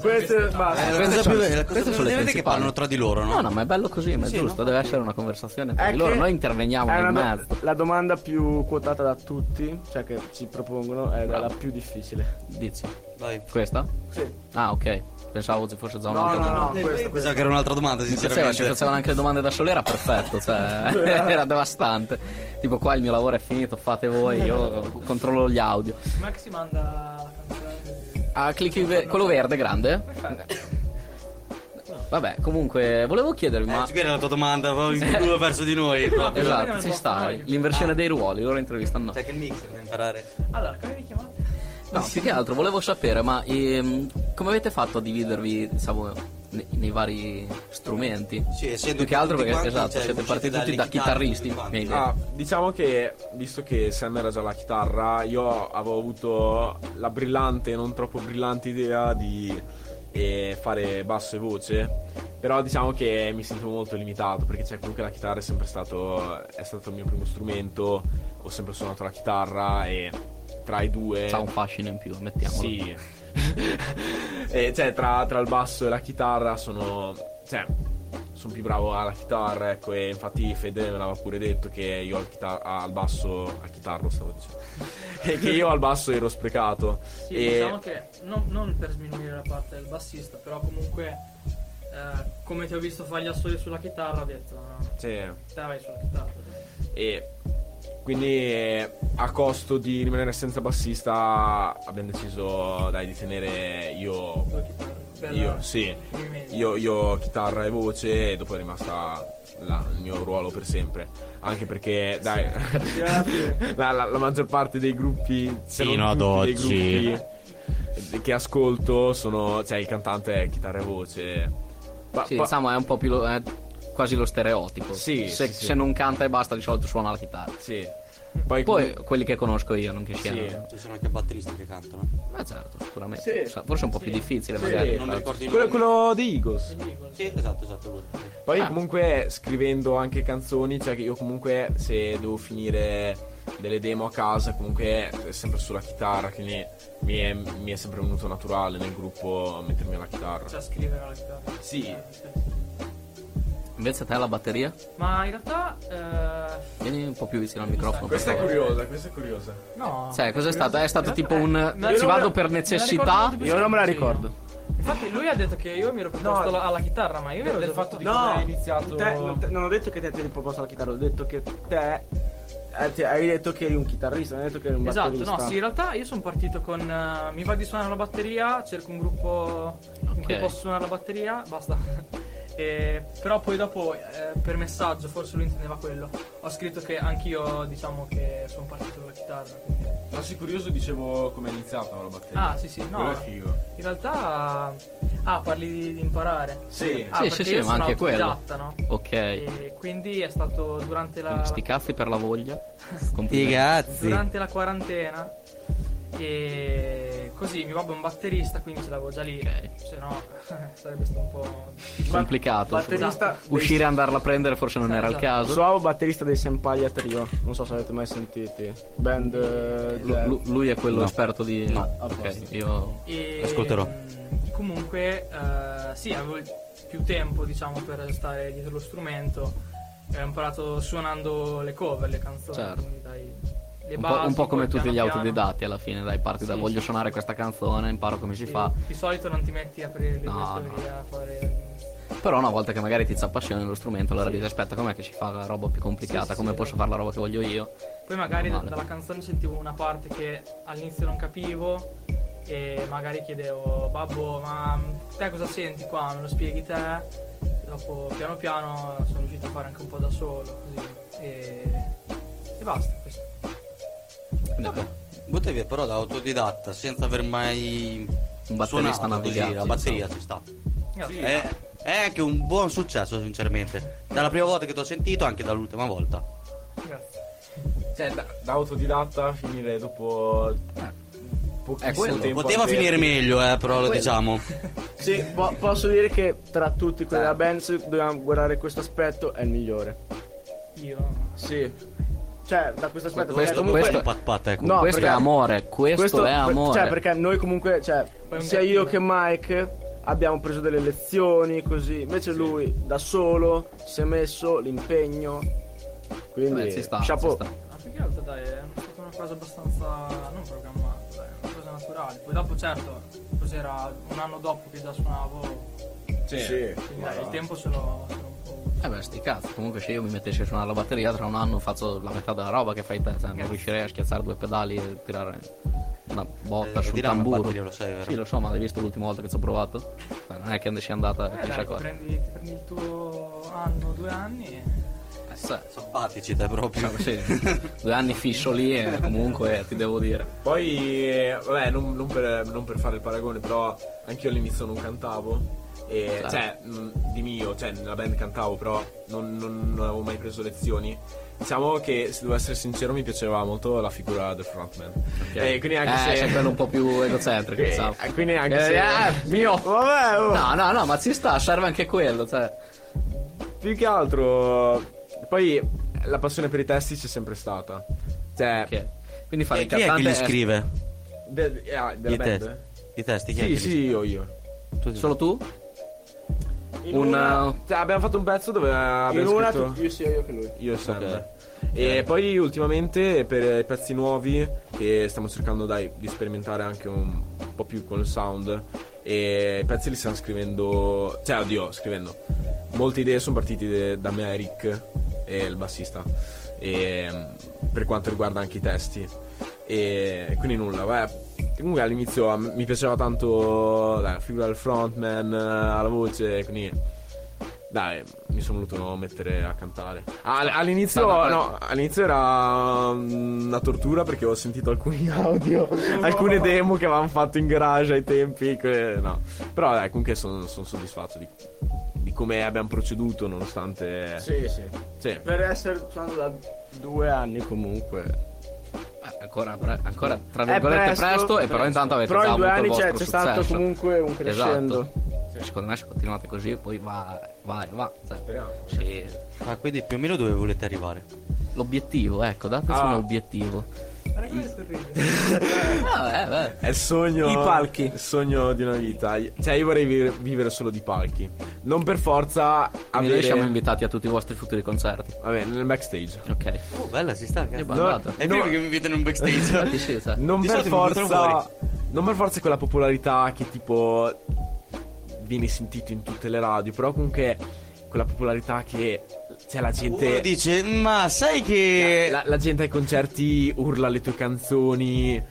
Queste Mm. basta. Queste sono Eh, le vedete che parlano tra di loro, no? No, no, ma è bello così, ma è giusto, deve essere una conversazione tra È di loro, che- noi interveniamo È nel una do- mezzo. la domanda più quotata da tutti, cioè che ci propongono, è Bravo. la più difficile. Dici, Vai. questa? Sì. Ah, ok. Pensavo ci fosse già No, un'altra no, domanda. no, questa, Pensavo che era un'altra domanda, Ci facevano- ci sinceramente. facevano anche le domande da sole, era perfetto, <laughs> cioè, era devastante. Tipo qua il mio lavoro è finito, fate voi, io controllo gli audio. Maxi manda la canzone. Ah, clicchi ve- quello verde grande? Vabbè, comunque, volevo chiedervi, Eh, ma... Ma Eh, era la tua domanda, avevo il culo verso di <laughs> noi. proprio. Esatto, ci sta, l'inversione dei ruoli, loro intervistano. C'è che il eh, mixer da imparare. Allora, come vi chiamate? No, più che altro volevo sapere, ma ehm, come avete fatto a dividervi, diciamo, nei, nei vari strumenti? Sì, essendo Più che altro tutti perché, quanti, esatto, cioè, siete uscite partiti tutti dalle da chitarre, chitarristi. tutti quanti. miei idee. Ah, diciamo che visto che Sam era già la chitarra, io avevo avuto la brillante, non troppo brillante idea di eh, fare basso e voce. Però diciamo che mi sento molto limitato perché cioè, comunque la chitarra è sempre stato, è stato il mio primo strumento, ho sempre suonato la chitarra e tra i eh. due... C'ha un fascino in più, mettiamolo. <laughs> Sì. e cioè, tra, tra il basso e la chitarra sono. Cioè, sono più bravo alla chitarra, ecco, e infatti Fede me l'aveva pure detto che io al, chita- al basso. al chitarro stavo dicendo. <laughs> E che io al basso ero sprecato. Sì, e diciamo che non, non per sminuire la parte del bassista, però comunque eh, come ti ho visto fare gli assoli sulla chitarra, ho detto no, sì. te la vai sulla chitarra. E quindi eh, a costo di rimanere senza bassista abbiamo deciso dai, di tenere io. Due chitarre. Per Io, sì. i mesi. Io, io chitarra e voce e dopo è rimasta la- il mio ruolo per sempre. Anche perché, dai, <laughs> la, la- la maggior parte dei gruppi, se non Fino ad tutti oggi. dei gruppi che ascolto sono, cioè il cantante è chitarra e voce. Pa- Sì, pa- diciamo, è un po' più. lo- è quasi lo stereotipo. Sì, se, sì, sì. se non canta e basta, di solito suona la chitarra. sì. Poi, Poi quelli che conosco io, non che Sì. siano. Ci sono anche batteristi che cantano. Ma certo, sicuramente. Sì. Sa- Forse è un po' più difficile, magari. Non mi ricordo i quello, nomi. quello di Eagles. Sì, esatto, esatto. quello. Poi Ah. comunque scrivendo anche canzoni, cioè che io comunque se devo finire delle demo a casa, comunque è sempre sulla chitarra, quindi mi è, mi è sempre venuto naturale nel gruppo mettermi alla chitarra. Cioè scrivere alla chitarra. Sì. Invece te la batteria? Ma in realtà... eh, Vieni un po' più vicino al microfono. Questa per favore. curiosa, questa è curiosa. no. Cioè, cos'è stato? È stato tipo un. Eh, me la Ci ricordo- vado per me la ricordo necessità. molto più Io non me la semplice, ricordo. no? Infatti lui ha detto che io mi ero proposto alla, alla chitarra, ma io ero del fatto di come hai iniziato... te- non, te- non ho detto che te ti eri proposto la chitarra, ho detto che te eh, ti- hai detto che eri un chitarrista, non hai detto che eri un Esatto, batterista. no, sì, in realtà io sono partito con. eh, mi va di suonare la batteria, cerco un gruppo in cui Ok. posso suonare la batteria, basta. <laughs> E- però poi dopo, eh, per messaggio, forse lui intendeva quello. Ho scritto che anch'io, diciamo che sono partito con la chitarra. quindi- Ma sei curioso dicevo come è iniziata la batteria. Ah, sì, sì, no. Quello è figo. In realtà. Ah, parli di, di imparare. Sì. Ah, Sì, sì, perché sì, io ma sono anche quello. autodidatta, no? Ok. E quindi è stato durante la. Quindi Sti cazzi per la voglia. Sì, Complimenti. grazie. durante la quarantena e così mio babbo è un batterista quindi ce l'avevo già lì se no <laughs> sarebbe stato un po' Complicato. batterista scusa. Uscire e andarla a prendere forse non era il Esatto. caso. Suavo batterista dei Sempaglia Trio, non so se avete mai sentiti. Band eh, Lu- jazz. lu- lui è quello No. esperto di. No. ok, io. Esatto. e, Ascolterò. mm, comunque eh, sì avevo più tempo diciamo per stare dietro lo strumento e ho imparato suonando le cover le canzoni Certo. quindi dai, le Un po', basi, un po' poi come piano tutti gli piano. autodidatti alla fine, dai, parti da Sì, voglio sì, suonare questa canzone, imparo come si Sì, fa. di solito non ti metti a aprire le No, teorie a fare Però una volta che magari ti appassiona lo strumento, allora dici aspetta com'è che si fa la roba più complicata, Sì, sì, come sì, posso sì. fare la roba che voglio io. Poi magari da- Normale. dalla canzone sentivo una parte che all'inizio non capivo e magari chiedevo babbo ma te cosa senti qua? Me lo spieghi te? E dopo piano piano sono riuscito a fare anche un po' da solo così e, e basta. questo. Vabbè, Potevi però da autodidatta, senza aver mai Un batterista suonato così, navigato, la batteria ci sta. Grazie. È, è anche un buon successo, sinceramente. Dalla prima volta che ti ho sentito, anche dall'ultima volta. Grazie. Cioè, da, da autodidatta finire dopo Eh. pochissimo È quello, tempo Poteva al- finire meglio, eh, però lo diciamo. Sì, po- Eh. posso dire che tra tutti quelli della band, se dobbiamo guardare questo aspetto, è il migliore. io. Sì. Cioè, da questo aspetto. Questo- perché comunque- Questo è un pat pat, ecco. No, questo perché- è amore, questo, è per- amore. Cioè, perché noi comunque, cioè, Poi un sia io che gattino. Mike abbiamo preso delle lezioni, così. Invece lui da solo si è messo l'impegno. Quindi Vabbè, Eh, ci sta, chapeau. ci sta. Ma più che altro dai, è stata una cosa abbastanza non programmata, dai, una cosa naturale. Poi dopo certo, cos'era un anno dopo che già suonavo, Sì. quindi dai, il tempo se lo, se lo un po' avuto. Eh beh, sti cazzo, comunque se io mi mettessi a suonare la batteria tra un anno faccio la metà della roba che fai te, cioè, non riuscirei a schiacciare due pedali e tirare una botta Eh, sul dirà una tamburo. batteria, lo sai, vero? Sì, lo so, ma l'hai visto l'ultima volta che ci ho provato? Beh, non è che andessi andata Eh, a dai, chissà ti cosa. prendi, ti prendi il tuo anno, due anni e... Eh, sì. Simpatici te proprio. Cioè, sì, due anni fisso lì e comunque ti devo dire. Poi, eh, vabbè, non, non per, non per fare il paragone, però anch'io all'inizio non cantavo. E, Esatto. Cioè, mh, di mio, cioè, nella band cantavo, però non, non- non avevo mai preso lezioni. Diciamo che, se devo essere sincero, mi piaceva molto la figura del frontman. E quindi anche eh, se... c'è quello un po' più egocentrico, Eh, diciamo. quindi anche Eh, se... eh, mio. Vabbè, oh. No, no, no, ma ci sta, serve anche quello, cioè. Più che altro, poi la passione per i testi c'è sempre stata. Cioè, Che- Quindi fare E il Eh, chi è che cantante li è scrive? de- eh, ah, della I band? testi. I testi, chi è che Sì, li sì, io, io. scrive? solo tu? In Un, una, eh, Cioè, abbiamo fatto un pezzo dove in abbiamo una scritto tu- io sia io che lui. io sempre. E poi ultimamente per i pezzi nuovi che stiamo cercando dai, di sperimentare anche un po' più con il sound e i pezzi li stiamo scrivendo, cioè oddio, scrivendo. Molte idee sono partite da me e Rick, e il bassista, e, mm, per quanto riguarda anche i testi. E quindi nulla, beh, comunque all'inizio a me- mi piaceva tanto dai, la figura del frontman, eh, la voce, quindi dai, mi sono voluto mettere a cantare. Al- Ah, all'inizio, Dai, dai, no, all'inizio era mm, una tortura perché ho sentito <laughs> alcuni <laughs> audio, alcune demo che avevamo fatto in garage ai tempi. que- no. Però dai, comunque sono soddisfatto di, di come abbiamo proceduto nonostante... Sì, sì. Sì. Per essere suonato da due anni comunque. Eh, Ancora, pre- ancora tra È virgolette presto, e presto. però intanto avete Però già in due avuto il anni c'è, vostro c'è stato successo. comunque un crescendo. Esatto. Secondo me se continuate così poi va, va, va. Cioè, sì. Ah, quindi più o meno dove volete arrivare? L'obiettivo, ecco, Ah. dateci un obiettivo. Ah, eh, Guarda come sorride. <laughs> Vabbè, vabbè. È il sogno. I palchi. Il sogno di una vita. Cioè, io vorrei vi- vivere solo di palchi. Non per forza Quindi Noi avere. siamo invitati a tutti i vostri futuri concerti. Vabbè, nel backstage. Ok. Oh, bella, si sta. cazzo. E basta. Eh, È vero che mi invitano in un backstage. Infatti <laughs> sì, cioè. Non Di per solito mi buttano forza. Non per forza quella popolarità che tipo. Viene sentito in tutte le radio. Però comunque. Quella popolarità che. Cioè, la Uno gente. dice, ma sai che... La, la gente ai concerti urla le tue canzoni,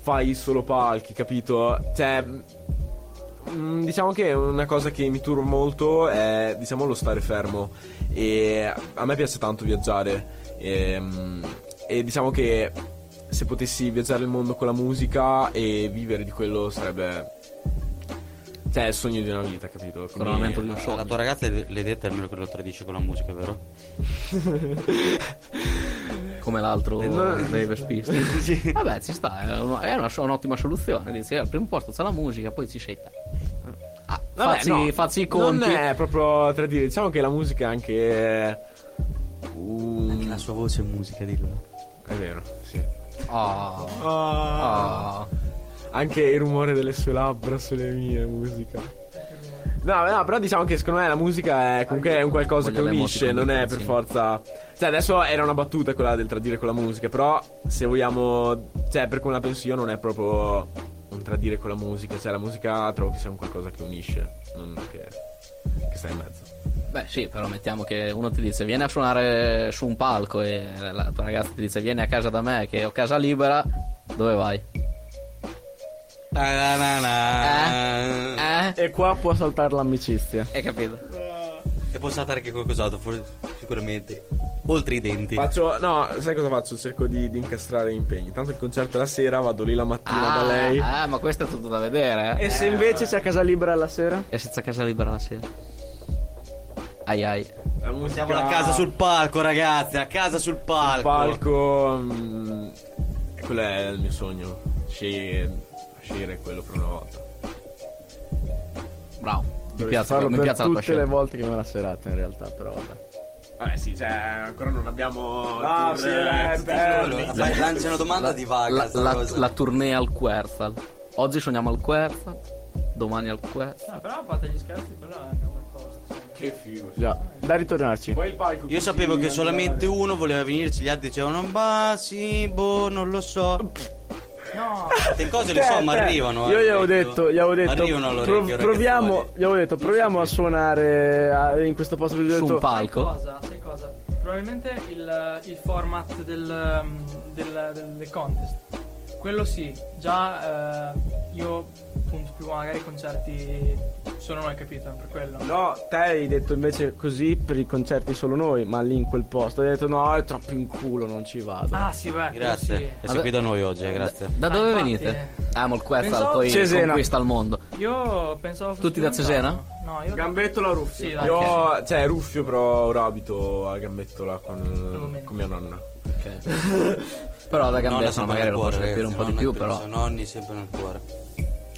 fai solo palchi, capito? Cioè, mm, diciamo che una cosa che mi turba molto è, diciamo, lo stare fermo. E a me piace tanto viaggiare. E, mm, e diciamo che se potessi viaggiare il mondo con la musica e vivere di quello sarebbe... Cioè, il sogno di una vita, capito? Quindi- Coronamento di un sogno. La tua ragazza l'hai detta almeno che lo tradisce con la musica, vero? Come l'altro Eh, dei Vespisti. <laughs> Vabbè, ci sta, è, una- è una- un'ottima soluzione. Dici, eh, al primo posto c'è la musica, poi ci sei te. Ah, Vabbè, fazzi, no, fazzi i conti. Non è proprio tra dire, diciamo che la musica è anche. un- La sua voce è musica, dillo. È vero, sì. Ah. Oh, oh. Anche il rumore delle sue labbra sulle mie è musica. No, no, però diciamo che secondo me la musica è comunque è un qualcosa che Voglio le unisce, emoticon non è di per Pezzi. forza. Cioè, adesso era una battuta quella del tradire con la musica, però se vogliamo. Cioè, per come la penso io, non è proprio un tradire con la musica. Cioè, la musica trovo che sia un qualcosa che unisce, non che, che sta in mezzo. Beh, sì, però mettiamo che uno ti dice vieni a suonare su un palco e la tua ragazza ti dice vieni a casa da me che ho casa libera. Dove vai? Eh? Eh? E qua può saltare l'amicizia. Hai capito? E può saltare anche qualcos'altro, forse- sicuramente. Oltre i denti. Faccio, no, sai cosa faccio? Cerco di, di incastrare gli impegni. Tanto il concerto è la sera, vado lì la mattina da lei. ah, ma questo è tutto da vedere. eh. E se invece c'è casa libera la sera? E senza casa libera la sera. Ai ai. La musica, Siamo a casa sul palco, ragazzi. A casa sul palco. palco. mm, quello è il mio sogno. Sci- Scegliere quello per una volta. Bravo. Mi Dovresti piace, farlo mi per piace la tua tutte le scelta. volte che me la serata in realtà, però vabbè. Vabbè, sì, cioè, ancora non abbiamo. Ah, il sì, tour, eh, eh, tutti i giorni. bello. Dai, lancia una domanda di vaga. La, sta la, cosa. la tournée al Querzal. Oggi suoniamo al Querzal, domani al Querzal. Ah, però fate gli scherzi, quella è una cosa. cioè, Che figo. Già, da ritornarci. Poi il palco. Io sapevo che continua ad andare. solamente uno voleva venirci, gli altri dicevano Bah sì, boh, non lo so. No, Queste cose le so, ma Eh, eh, arrivano. Io eh, gli avevo detto, gli avevo Arrivano detto. all'orecchio, pro- ragazzi, proviamo, guardi. gli avevo detto, proviamo a suonare a- in questo posto. Gli ho Su un detto, sai Ecco. palco. cosa? Sai cosa? Probabilmente il, il format del, um, del, del- del contest. Quello sì, già eh, io punto più magari ai concerti solo noi, capito? Per quello. No, te hai detto invece così per i concerti solo noi, ma lì in quel posto. Hai detto no, è troppo in culo, non ci vado. Ah sì, beh, quello Grazie. sì. E sei qui da noi oggi, eh, grazie. Da Ah, dove infatti, venite? Amo il Pensavo- Quetzal, poi eh, Cesena. conquista il mondo. Io pensavo fosse Tutti da Cesena? No, io Gambetto la Ruffia. Sì, dai. Io, cioè, Ruffio, però ora abito a Gambettola con, Argomento. con mia nonna. <laughs> Però da Nonna Gambetta sempre magari nel lo posso cuore, capire un po' di ragazzi, più, nonna però penso, Nonni sempre nel cuore.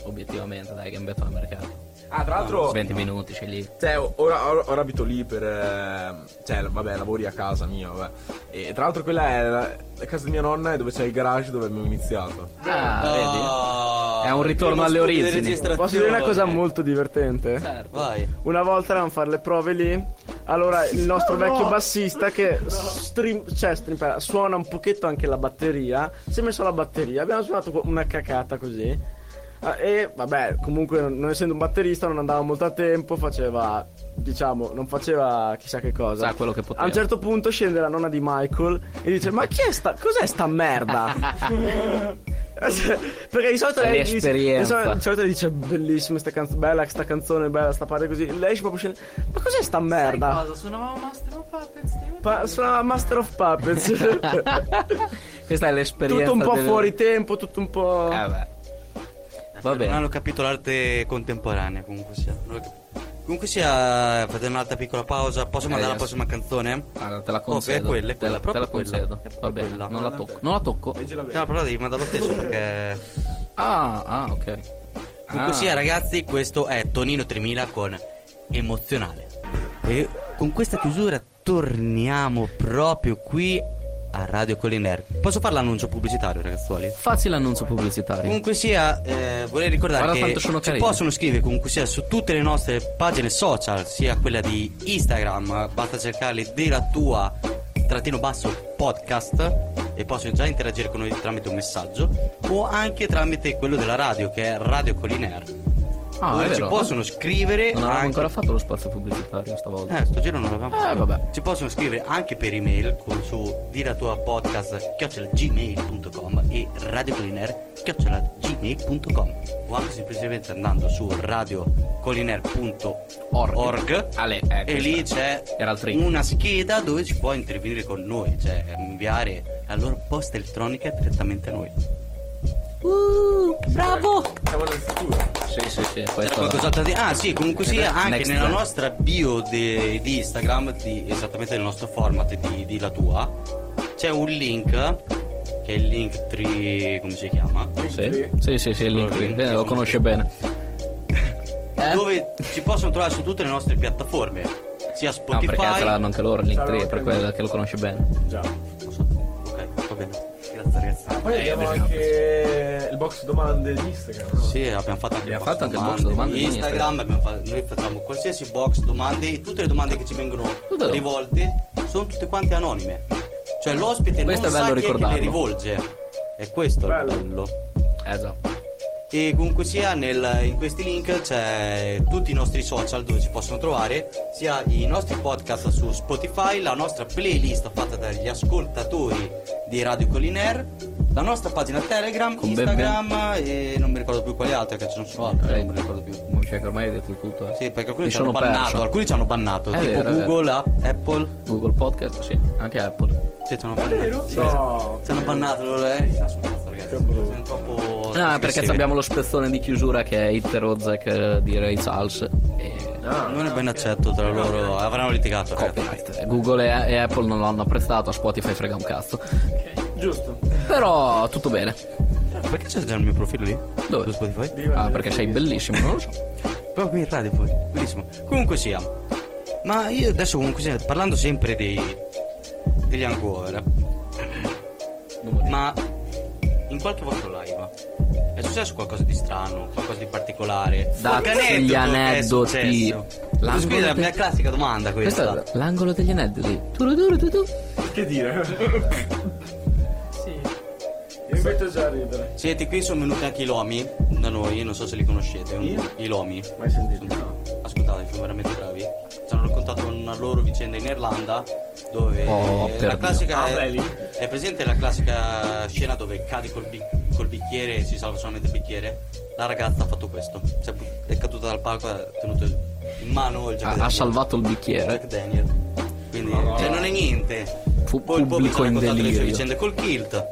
obiettivamente dai Gambetta al mercato. Ah, tra Oh. l'altro, 20 minuti c'è lì. cioè, ora, ora- ora abito lì per. ehm, Cioè, vabbè, lavori a casa mia, vabbè. E tra l'altro, quella è la, la casa di mia nonna, è dove c'è il garage dove abbiamo iniziato. Ah, vedi? Oh, È un ritorno primo alle studio di origini. registrazione. Posso dire una cosa molto divertente? Vai. Una volta erano a fare le prove lì. Allora, il nostro vecchio bassista che strim- cioè, strimpella, suona un pochetto anche la batteria. Si è messo la batteria. Abbiamo suonato co- una cacata così. Ah, E vabbè, comunque, non non essendo un batterista, non andava molto a tempo. Faceva, diciamo, non faceva chissà che cosa. Sa quello che a poteva. un certo punto scende la nonna di Michael e dice: Ma chi è sta? Cos'è <laughs> sta merda? <laughs> Perché di solito È lei dice, l'esperienza. di solito- di solito dice bellissima sta canzone, bella sta canzone, bella sta parte così. Lei ci proprio scende. Ma cos'è sta Sai merda? cosa? Suonavamo Master of Puppets. ti Pa- ricordi? suonava Master of Puppets. Questa è l'esperienza. tutto un po' del- fuori tempo, tutto un po'. Eh beh. Va Non bene. hanno capito l'arte contemporanea, comunque sia. Non l'ho capito. Comunque sia, fate un'altra piccola pausa. Posso Ok, mandare la Eh, yes. prossima canzone? Allora, te la Ok, concedo. quella, te quella, la, te la proprio quella. concedo. Va bene, Quella. non la tocco. Non la tocco. No, però devi mandarlo te <laughs> su perché... Ah, ah, ok. Comunque Ah. sia, ragazzi, questo è Tonino 3000 con Emozionale. E con questa chiusura torniamo proprio qui a Radio Colliner. Posso fare l'annuncio pubblicitario, ragazzuoli? Facci l'annuncio pubblicitario. Comunque sia, eh, vorrei ricordare Guarda che quanto sono ci carini. possono scrivere comunque sia su tutte le nostre pagine social, sia quella di Instagram, basta cercare della tua trattino basso podcast e possono già interagire con noi tramite un messaggio o anche tramite quello della radio che è Radio Colinair. Ah, è dove ci vero. possono scrivere Non avevamo anche... ancora fatto lo spazio pubblicitario stavolta. Eh, sto giro non l'avevamo Eh, fatto. vabbè. Ci possono scrivere anche per email con su dira tua podcast chiocciolagmail.com e radiocolinair chiocciolagmail.com o anche semplicemente andando su radiocolinair.org Ale, eh, e lì c'è era il trip. una scheda dove ci puoi intervenire con noi, cioè inviare la loro posta elettronica direttamente a noi. Sì, sì, sì. C'era Questo... qualcos'altro da dire? Ah, sì, comunque sia, anche Next nella gen. nostra bio de- di Instagram, di- esattamente nel nostro format di, di la tua, c'è un link che è il link 3. come si chiama? Sì, sì, sì, sì, il link lì. Bene, lo conosce bene. Eh? Dove ci possono trovare su tutte le nostre piattaforme, sia No, Ah, perché Spotify. ce l'hanno anche loro, il link 3, per quello che lo conosce bene. Ok, va bene. Grazie ragazzi. Ah, Poi abbiamo anche il box domande di Instagram. no? Sì, abbiamo fatto anche, Abbiamo box fatto anche il box domande di Instagram, abbiamo fatto- noi facciamo qualsiasi box domande e tutte le domande che ci vengono Tutte no. rivolte sono tutte quante anonime. Cioè l'ospite Questo non sa è bello chi è che le ricordarlo. rivolge. E questo è il bello. Eh già. E comunque sia nel- in questi link c'è tutti i nostri social dove ci possono trovare, sia i nostri podcast su Spotify, la nostra playlist fatta dagli ascoltatori di Radio Collinair, la nostra pagina Telegram, Con Bebe. Instagram e non mi ricordo più quali altre che ci non sono altre, non mi ricordo più. Cioè, che ormai hai detto tutto. eh. Oh, eh. Sì, perché alcuni Mi ci hanno sono bannato, perso. alcuni ci hanno bannato, È tipo vero, è vero. Google, App- Apple, Google Podcast, sì, anche Apple. sì, ci hanno bannato. Sì, Ci hanno bannato, loro, eh. Mi sta sul cazzo, ragazzi. Sono troppo No, Ah, perché trasgressivi. abbiamo lo spezzone di chiusura che è Hit Rozek eh, di Ray Charles e Non è ben accetto tra loro, avranno litigato. ragazzi. copyright. Google e, e Apple non l'hanno apprezzato, a Spotify frega un cazzo. Giusto. Però tutto bene. Perché c'è già il mio profilo lì? Su Dove? Spotify? Ah, perché sei bellissimo, non lo so. Proprio in radio poi. Bellissimo. Comunque sia. Ma io adesso comunque sia, parlando sempre dei degli ancora. Ma in qualche vostro live è successo qualcosa di strano, qualcosa di particolare? Datti gli gli aneddoti. L'angolo Scusa, è la del- mia classica domanda questa. Questo è l'angolo degli aneddoti. Che dire? Sì. Io metto già a ridere. Siete qui, sono venuti anche i Lomi da noi, non so se li conoscete. I Lomi. Mai sentito? Sono- Ascoltate, sono veramente bravi. Ci hanno raccontato una loro vicenda in Irlanda dove Oh, per la Dio. classica Ah, è, belli. è presente la classica scena dove cadi col, bi- col bicchiere e si salva solamente il bicchiere. La ragazza ha fatto questo. Si è bu- è caduta dal palco, ha tenuto in mano il Jack Ha, Daniel. ha salvato il Jack bicchiere. Daniel. Quindi cioè, non è niente. Fu- Poi il Bobby ci ha pubblico in raccontato le sue delirio. vicende col kilt.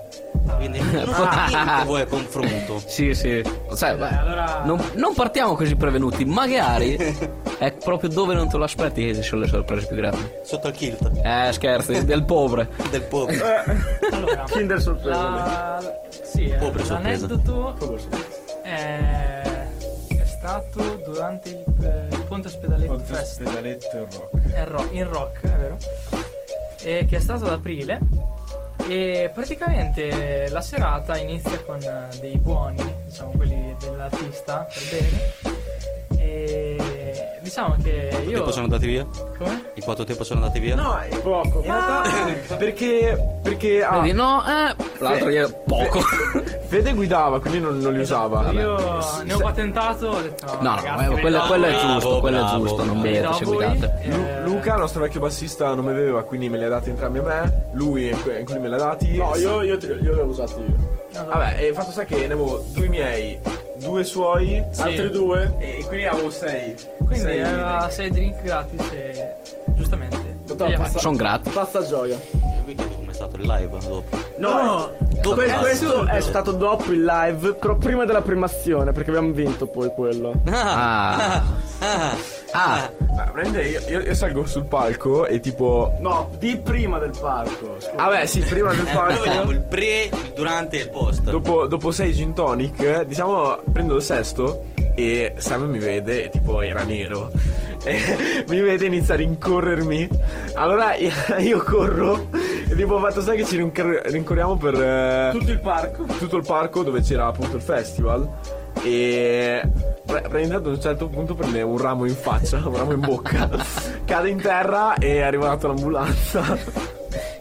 Quindi non <laughs> fate niente voi a confronto. Sì, sì. Sai, Dai, beh, allora- non, non partiamo così prevenuti. Magari è proprio dove non te lo aspetti che ci sono le sorprese più grandi. Sotto al kilt Eh, scherzi, del povero. del popolo. Allora, Kinder sorpresa. la... sì, eh, Povera sorpresa. l'aneddoto è... è stato durante il, eh, il Ponte Ospedaleto Fest. Pedaletto rock. È ro- in rock, è vero? E che è stato ad aprile. E praticamente la serata inizia con eh, dei buoni, diciamo quelli dell'artista, per bene. E diciamo che io. tempo sono andati via? Come? In quanto tempo sono andati via? No, è Poco. in realtà perché perché ah, Vedi, no, eh, l'altro è poco. Fede guidava, quindi non, non li usava. Io ne ho patentato, ho detto no. No, no, ragazzi, eh, mi quello, do- quello è bravo, giusto, quello è bravo, giusto, non bravo. mi do mi a voi, seguitate. eh, Lu- Luca, il nostro vecchio bassista, non beveva, quindi me li ha dati entrambi a me. Lui, e que- quelli me li ha dati. No, io, io, te- io li ho usati io. allora, Vabbè, e il fatto sta che ne avevo due miei, due suoi. Altri due? E, e quindi avevo sei. Quindi sei aveva drink. 6 drink gratis e giustamente. Dottor, li ha passa- Sono gratis. Pazza gioia. Vi chiedo com'è stato il live dopo. No, Dopo que- questo è stato dopo il live, però prima della primazione, perché abbiamo vinto poi quello. Ah, Ah, ah, Ah, prende, io, io- io salgo sul palco e tipo. No, di prima del parco. scusa. Cioè, Vabbè, Ah, sì, prima del <laughs> noi <laughs> vediamo palco. il pre, il durante e il post. Dopo, dopo sei gin tonic, eh, diciamo, prendo il sesto e Sam mi vede e tipo era nero. E <laughs> mi vede e inizia a rincorrermi. Allora <laughs> io, io corro e tipo ho fatto sai che ci rincor- rincorriamo per... eh, Tutto il parco. tutto il parco dove c'era appunto il festival e pre- prende ad un certo punto prende un ramo in faccia, <laughs> un ramo in <laughs> bocca, cade in terra e è arrivata l'ambulanza.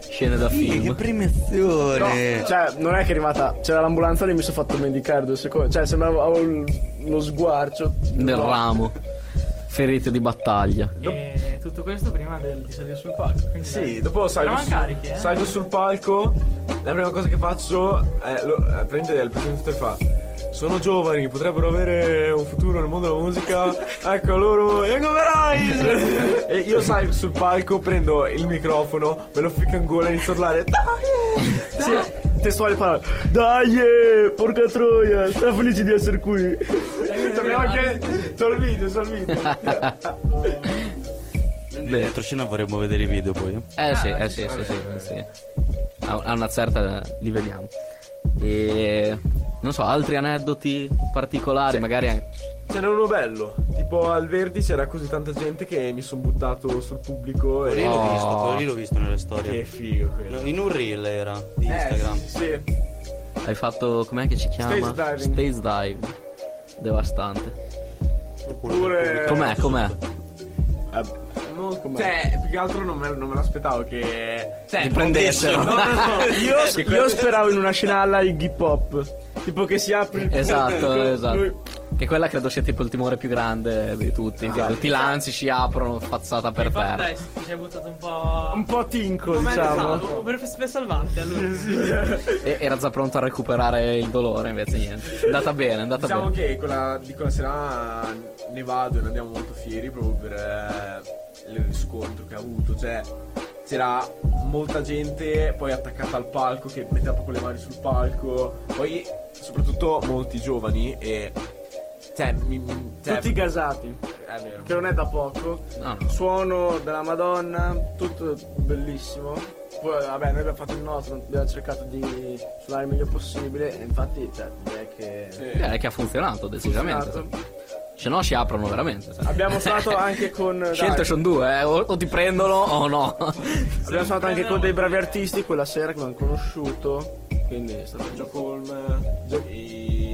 scene da film. No, premiazione! cioè, non è che è arrivata. C'era l'ambulanza lì, mi sono fatto mendicare due secondi. Cioè, sembrava avevo il- lo sguarcio. Nel No. ramo. Ferite di battaglia. E tutto questo prima del, di salire sul palco. Quindi sì, dai. dopo salgo, Eravamo su- carichi, eh? salgo sul palco, la prima cosa che faccio è lo, eh, prende il presentatore e fa sono giovani, potrebbero avere un futuro nel mondo della <laughs> musica, ecco loro, Young Overrise! e io salgo sul palco, prendo il microfono, me lo ficco in gola e inizio a urlare "Dai!" Sì, testuali parole. Dai, eh, porca troia, sta felice di essere qui. Torniamo anche. Sono il video, sono il video. Beh. Retroscena vorremmo vedere i video poi. Eh sì, eh sì, sì, sì, sì. A, a una certa li vediamo. E non so, altri aneddoti particolari, magari anche. C'era uno bello, tipo al Verdi c'era così tanta gente che mi sono buttato sul pubblico Quelli e... l'ho Oh. visto, quelli l'ho visto nelle Che storie. figo quello. No, In un reel era di Instagram. Eh, Sì. Hai fatto com'è che si chiama? Stage diving. Stage dive. Devastante. Oppure. Com'è, com'è? Non com'è. Cioè, più che altro non me, non me l'aspettavo che... Cioè, Ti prendessero. <laughs> Io, io speravo in una scena alla Iggy Pop. Tipo che si apre il Esatto, <laughs> Lui- esatto. Che quella credo sia tipo il timore più grande di tutti. Tipo, ti lanzi, ci aprono, fazzata per Infatti, terra. dai, ci sei buttato un po'. Un po' tinco, Come diciamo. pensavo, per, per salvarti allora. E era già pronto a recuperare il dolore, invece niente. È andata bene, è andata Diciamo bene. che quella, di quella sera ne vado e ne andiamo molto fieri proprio per eh, il riscontro che ha avuto. Cioè, c'era molta gente poi attaccata al palco che metteva proprio le mani sul palco. Poi, soprattutto, molti giovani e... Cioè, mi, mi- cioè, eh, Tutti gasati. È vero. Che non è da poco. No, no. Suono della Madonna, tutto bellissimo. Poi, vabbè, noi abbiamo fatto il nostro, abbiamo cercato di suonare il meglio possibile. E infatti, cioè, direi che. Eh, Direi che ha funzionato decisamente. Esatto. Se no si aprono veramente. sai. Abbiamo suonato anche con. dai, Scelte sono due, eh, o, o ti prendono o no. <laughs> abbiamo suonato anche con dei bravi artisti quella sera che abbiamo conosciuto. Quindi è stato Gio Colm, Gio- i...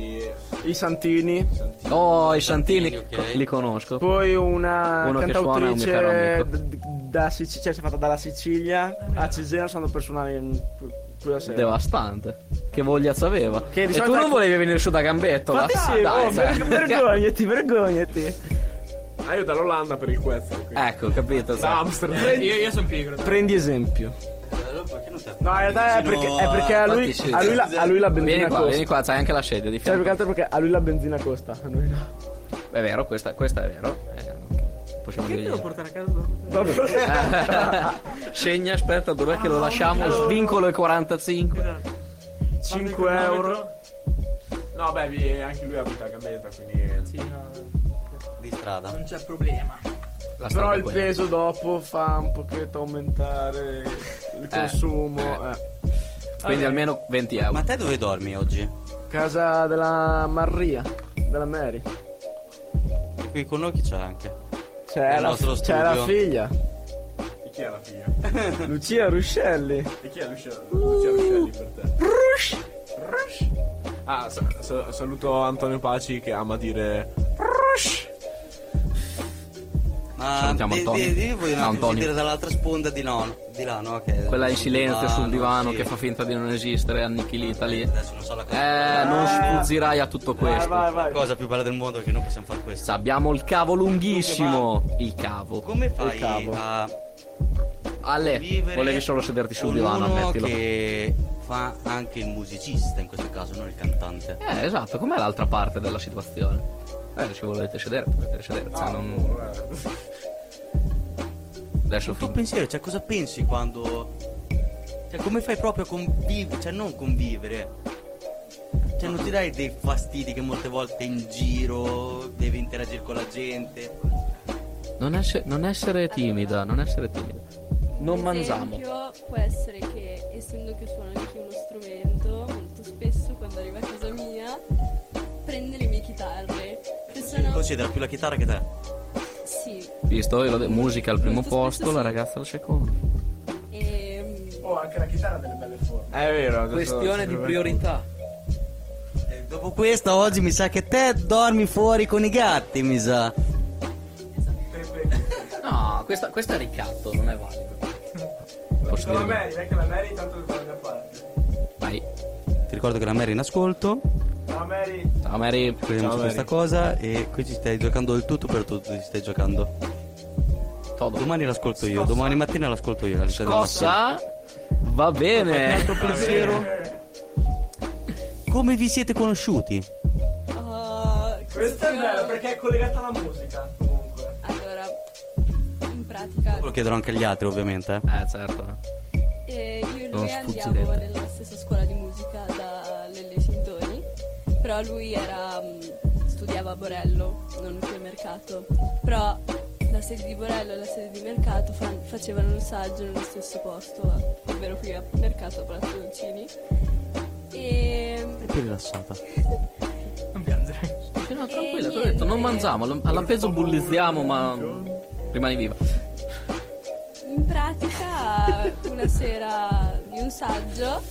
Santini. Oh, i Santini ok. li conosco. Poi una Uno che cantautrice suona è un mio caro amico. d- d- da Sicilia, cioè si è fatta dalla Sicilia a Cesena sono per suonare in quella sera. Devastante. Che voglia aveva. Che di e tu solito- ecco- non volevi venire su da gambetto? Infatti ma- sì, dai, oh, sai. ver- vergognati, vergognati. Ah, io dall'Olanda per il Quetzal. quindi. Ecco, capito. sai. Da Amsterdam. io, io sono pigro. Prendi esempio. No, in realtà è perché, è perché a, lui, Infatti sì, a lui la, a lui la Vieni benzina qua, costa. vieni qua, c'hai anche la sedia di Cioè, più fianco. che altro perché a lui la benzina costa. A noi <laughs> no. È vero, questa, questa è vero. Eh, possiamo Che devo dire. portare a casa dopo? Vabbè. <laughs> Segna, aspetta, dov'è che lo lasciamo? Svincolo e 45. Esatto. 5 Quando- euro. No, beh, vi- anche lui abita a Gambetta, quindi. Sì, no, Di strada. non c'è problema. La Però strada il è quella. peso dopo fa un pochetto aumentare il Eh, consumo. eh. Quindi almeno 20 euro. Ma te dove dormi oggi? Casa della Maria, della Mary. E qui con noi chi c'è anche? C'è Nel la, nostro c'è la studio. figlia, E chi è la <laughs> figlia? Lucia Ruscelli. E chi è Lucia, Lucia Ruscelli per te? Rush! Rush! Ah, sa- sa- saluto Antonio Paci che ama dire. Ma Salutiamo di- Antonio. di- di- io voglio un No, attimo Antonio. sentire dall'altra sponda di, no, di là, no? Che Quella in silenzio sul divano Ah, sì. che fa finta di non esistere, annichilita lì. Adesso non so la cosa, Eh, non sfuggirai a tutto Vai, questo. Ah, vai, vai. la cosa più bella del mondo è che non possiamo fare questo. Abbiamo il cavo lunghissimo. Il cavo. Come fai cavo. a Ale, vivere Eh, volevi solo sederti sul con divano, uno ammettilo. che fa anche il musicista in questo caso, non il cantante. Eh, esatto, com'è l'altra parte della situazione? Eh, ci volete sedere, potete sedere. cioè, non... Adesso Il tuo fin- pensiero, cioè cosa pensi quando... Cioè come fai proprio a convivere, cioè non convivere. Cioè non ti dai dei fastidi che molte volte in giro devi interagire con la gente. non, esse- non essere timida, non essere timida. Non mangiamo. esempio può essere che, essendo che suono anche uno strumento, molto spesso quando arriva a casa mia prende le mie chitarre. Che sono. Considera più la chitarra che te. Sì, Visto, io l'ho de- musica al primo Molto posto, spesso la sì. ragazza al secondo. e. mm, Oh, anche la chitarra ha delle belle forme. È vero, adesso- priorità. E Eh, Dopo questa oggi mi sa che te dormi fuori con i gatti, mi sa. No, questa, questo è ricatto, non è valido. Posso La dire? Mary, è che la Mary tanto fa la mia parte. Vai. Ti ricordo che la Mary è in ascolto, La Mary. Ciao Mary. vediamo su questa cosa e qui ci stai giocando il tutto per tutto, ci stai giocando. Todo. Domani l'ascolto io, domani mattina l'ascolto io. alle sei della mattina. Cosa? Va bene. Altro pensiero. Come vi siete conosciuti? ho- Questa è bella perché è collegata alla musica. Comunque. Allora, in pratica Lo chiederò anche agli altri ovviamente. eh. Eh, certo. eh, io e Non lui andiamo sfuggirete. nella stessa scuola di musica da Lelle Sintoni, però lui era, mm, studiava a Borello, non qui a Mercato, però la sede di Borello e la sede di Mercato fa- facevano un saggio nello stesso posto, ovvero qui a Mercato a Palazzo Dolcini. E È più rilassata. Non piangere. Sì, no, tranquilla, ti ho detto, non mangiamo, all- all'appeso bullizziamo, ma rimani viva. In pratica, una sera di un saggio,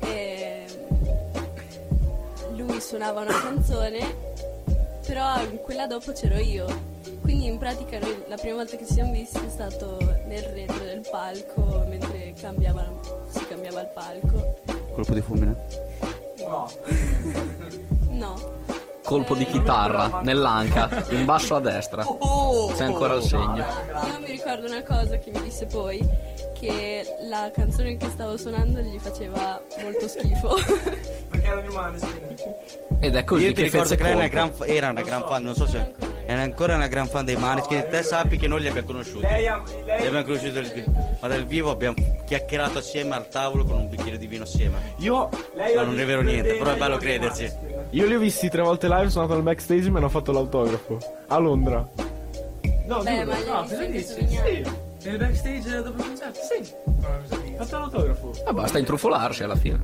eh, lui suonava una canzone, però in quella dopo c'ero io. Quindi in pratica noi, la prima volta che ci siamo visti è stato nel retro del palco, mentre cambiava, si cambiava il palco. Colpo di fulmine. No, Colpo di chitarra nell'anca, in basso a destra. Oh, C'è ancora il segno. io mi ricordo una cosa che mi disse poi, che la canzone che stavo suonando gli faceva molto schifo. Perché erano umani, Ed è così Io ti che ricordo fece che lei era una gran, colpo. fa- era una gran fan, non so se era ancora una gran fan dei Maneskin e te sappi che noi li abbiamo conosciuti. Lei ha- lei- Li abbiamo conosciuti dal vivo, ma dal vivo abbiamo chiacchierato assieme al tavolo con un bicchiere di vino assieme. Io, Lei Ma non è vero niente, però è bello crederci. io li ho visti tre volte live, sono andato al backstage e mi hanno fatto l'autografo. A Londra. No, Beh, ma No, gli cosa dice dici? Nel backstage dopo il concerto? Sì. Fatto l'autografo. E Ah, basta intrufolarsi alla fine.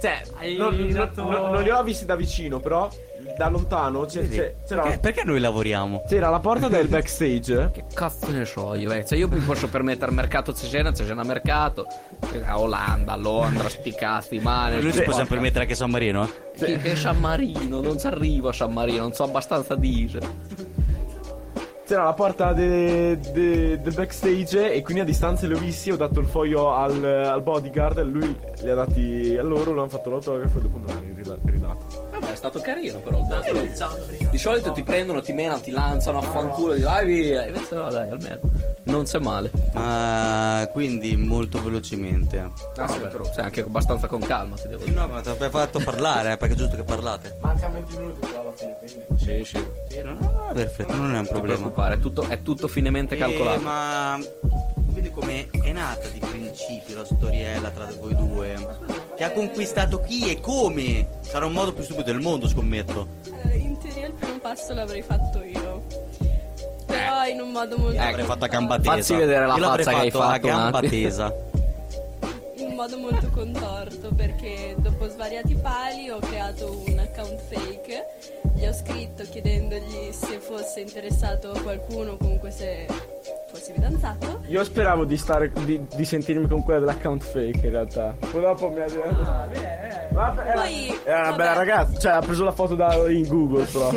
Cioè, Hai non, usato- Esatto. non- non li ho visti da vicino, però da lontano c'è- c'è- c'era, Perché, perché noi lavoriamo? c'era la porta <laughs> del backstage. <laughs> Che cazzo ne so io, eh? Cioè, io mi posso permettere mercato Cesena, Cesena mercato, eh, Olanda, Londra, sti cazzi, male. Noi ci possiamo permettere anche San Marino, eh? Chi che è San Marino, non ci arrivo a San Marino, non so abbastanza dire. C'era la porta de- de- del backstage e quindi a distanza li ho visti, ho dato il foglio al, al bodyguard, lui li ha dati a loro, l'hanno fatto l'autografo e dopo me l'hanno rida- ridato. Vabbè, è stato carino però il boss. Di solito ti prendono, ti menano, ti lanciano a fanculo, ti vai via. Invece no, dai, almeno. Non c'è male. Ah, quindi molto velocemente. Ah, sì, però, cioè, anche abbastanza con calma, ti devo dire. No, ma ti ho fatto parlare, eh, perché è giusto che parlate. Manca 20 minuti però alla fine, Sì, quindi. sì. Non ti Ah, perfetto, non è un problema. preoccupare, è tutto, è tutto finemente calcolato. Eh, ma quindi come è nata di principio la storiella tra voi due? Che ha conquistato chi e come? Sarà un modo più stupido del mondo, scommetto. Allora, "Eh, in teoria il primo passo l'avrei fatto io. Però in un modo molto L'avrei fatto a gamba tesa. contorto. Facci vedere la Io l'avrei faccia che hai a fatto un gamba attimo. tesa. In un modo molto contorto, perché dopo svariati pali ho creato un account fake. Gli ho scritto chiedendogli se fosse interessato a qualcuno, comunque se fosse fidanzato. Io speravo di, stare, di, di sentirmi con quella dell'account fake in realtà. Poi dopo mi ha detto. Vabbè, era- Ah, eh. Eh, Poi, Era una vabbè, bella ragazza, cioè ha preso la foto da in Google <laughs> però.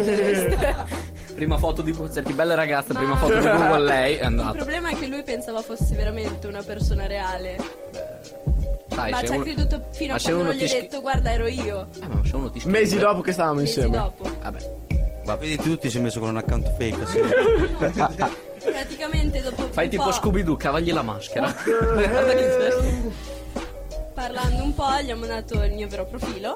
Prima foto di cioè, che belle ragazze, prima foto di Google lei è Il andata. problema è che lui pensava fosse veramente una persona reale. Sai, ma se ci ha uno- creduto fino ma a se quando uno non gli ti ho schi- detto guarda ero io. Eh, ma se uno ti scrive- Mesi dopo che stavamo Mesi insieme. dopo. Vabbè. Ma vedi tu ti sei messo con un account fake. Sì. Praticamente dopo Fai un tipo po', Scooby-Doo, cavagli la <laughs> maschera. Guarda che- parlando un po', gli ho mandato il mio vero profilo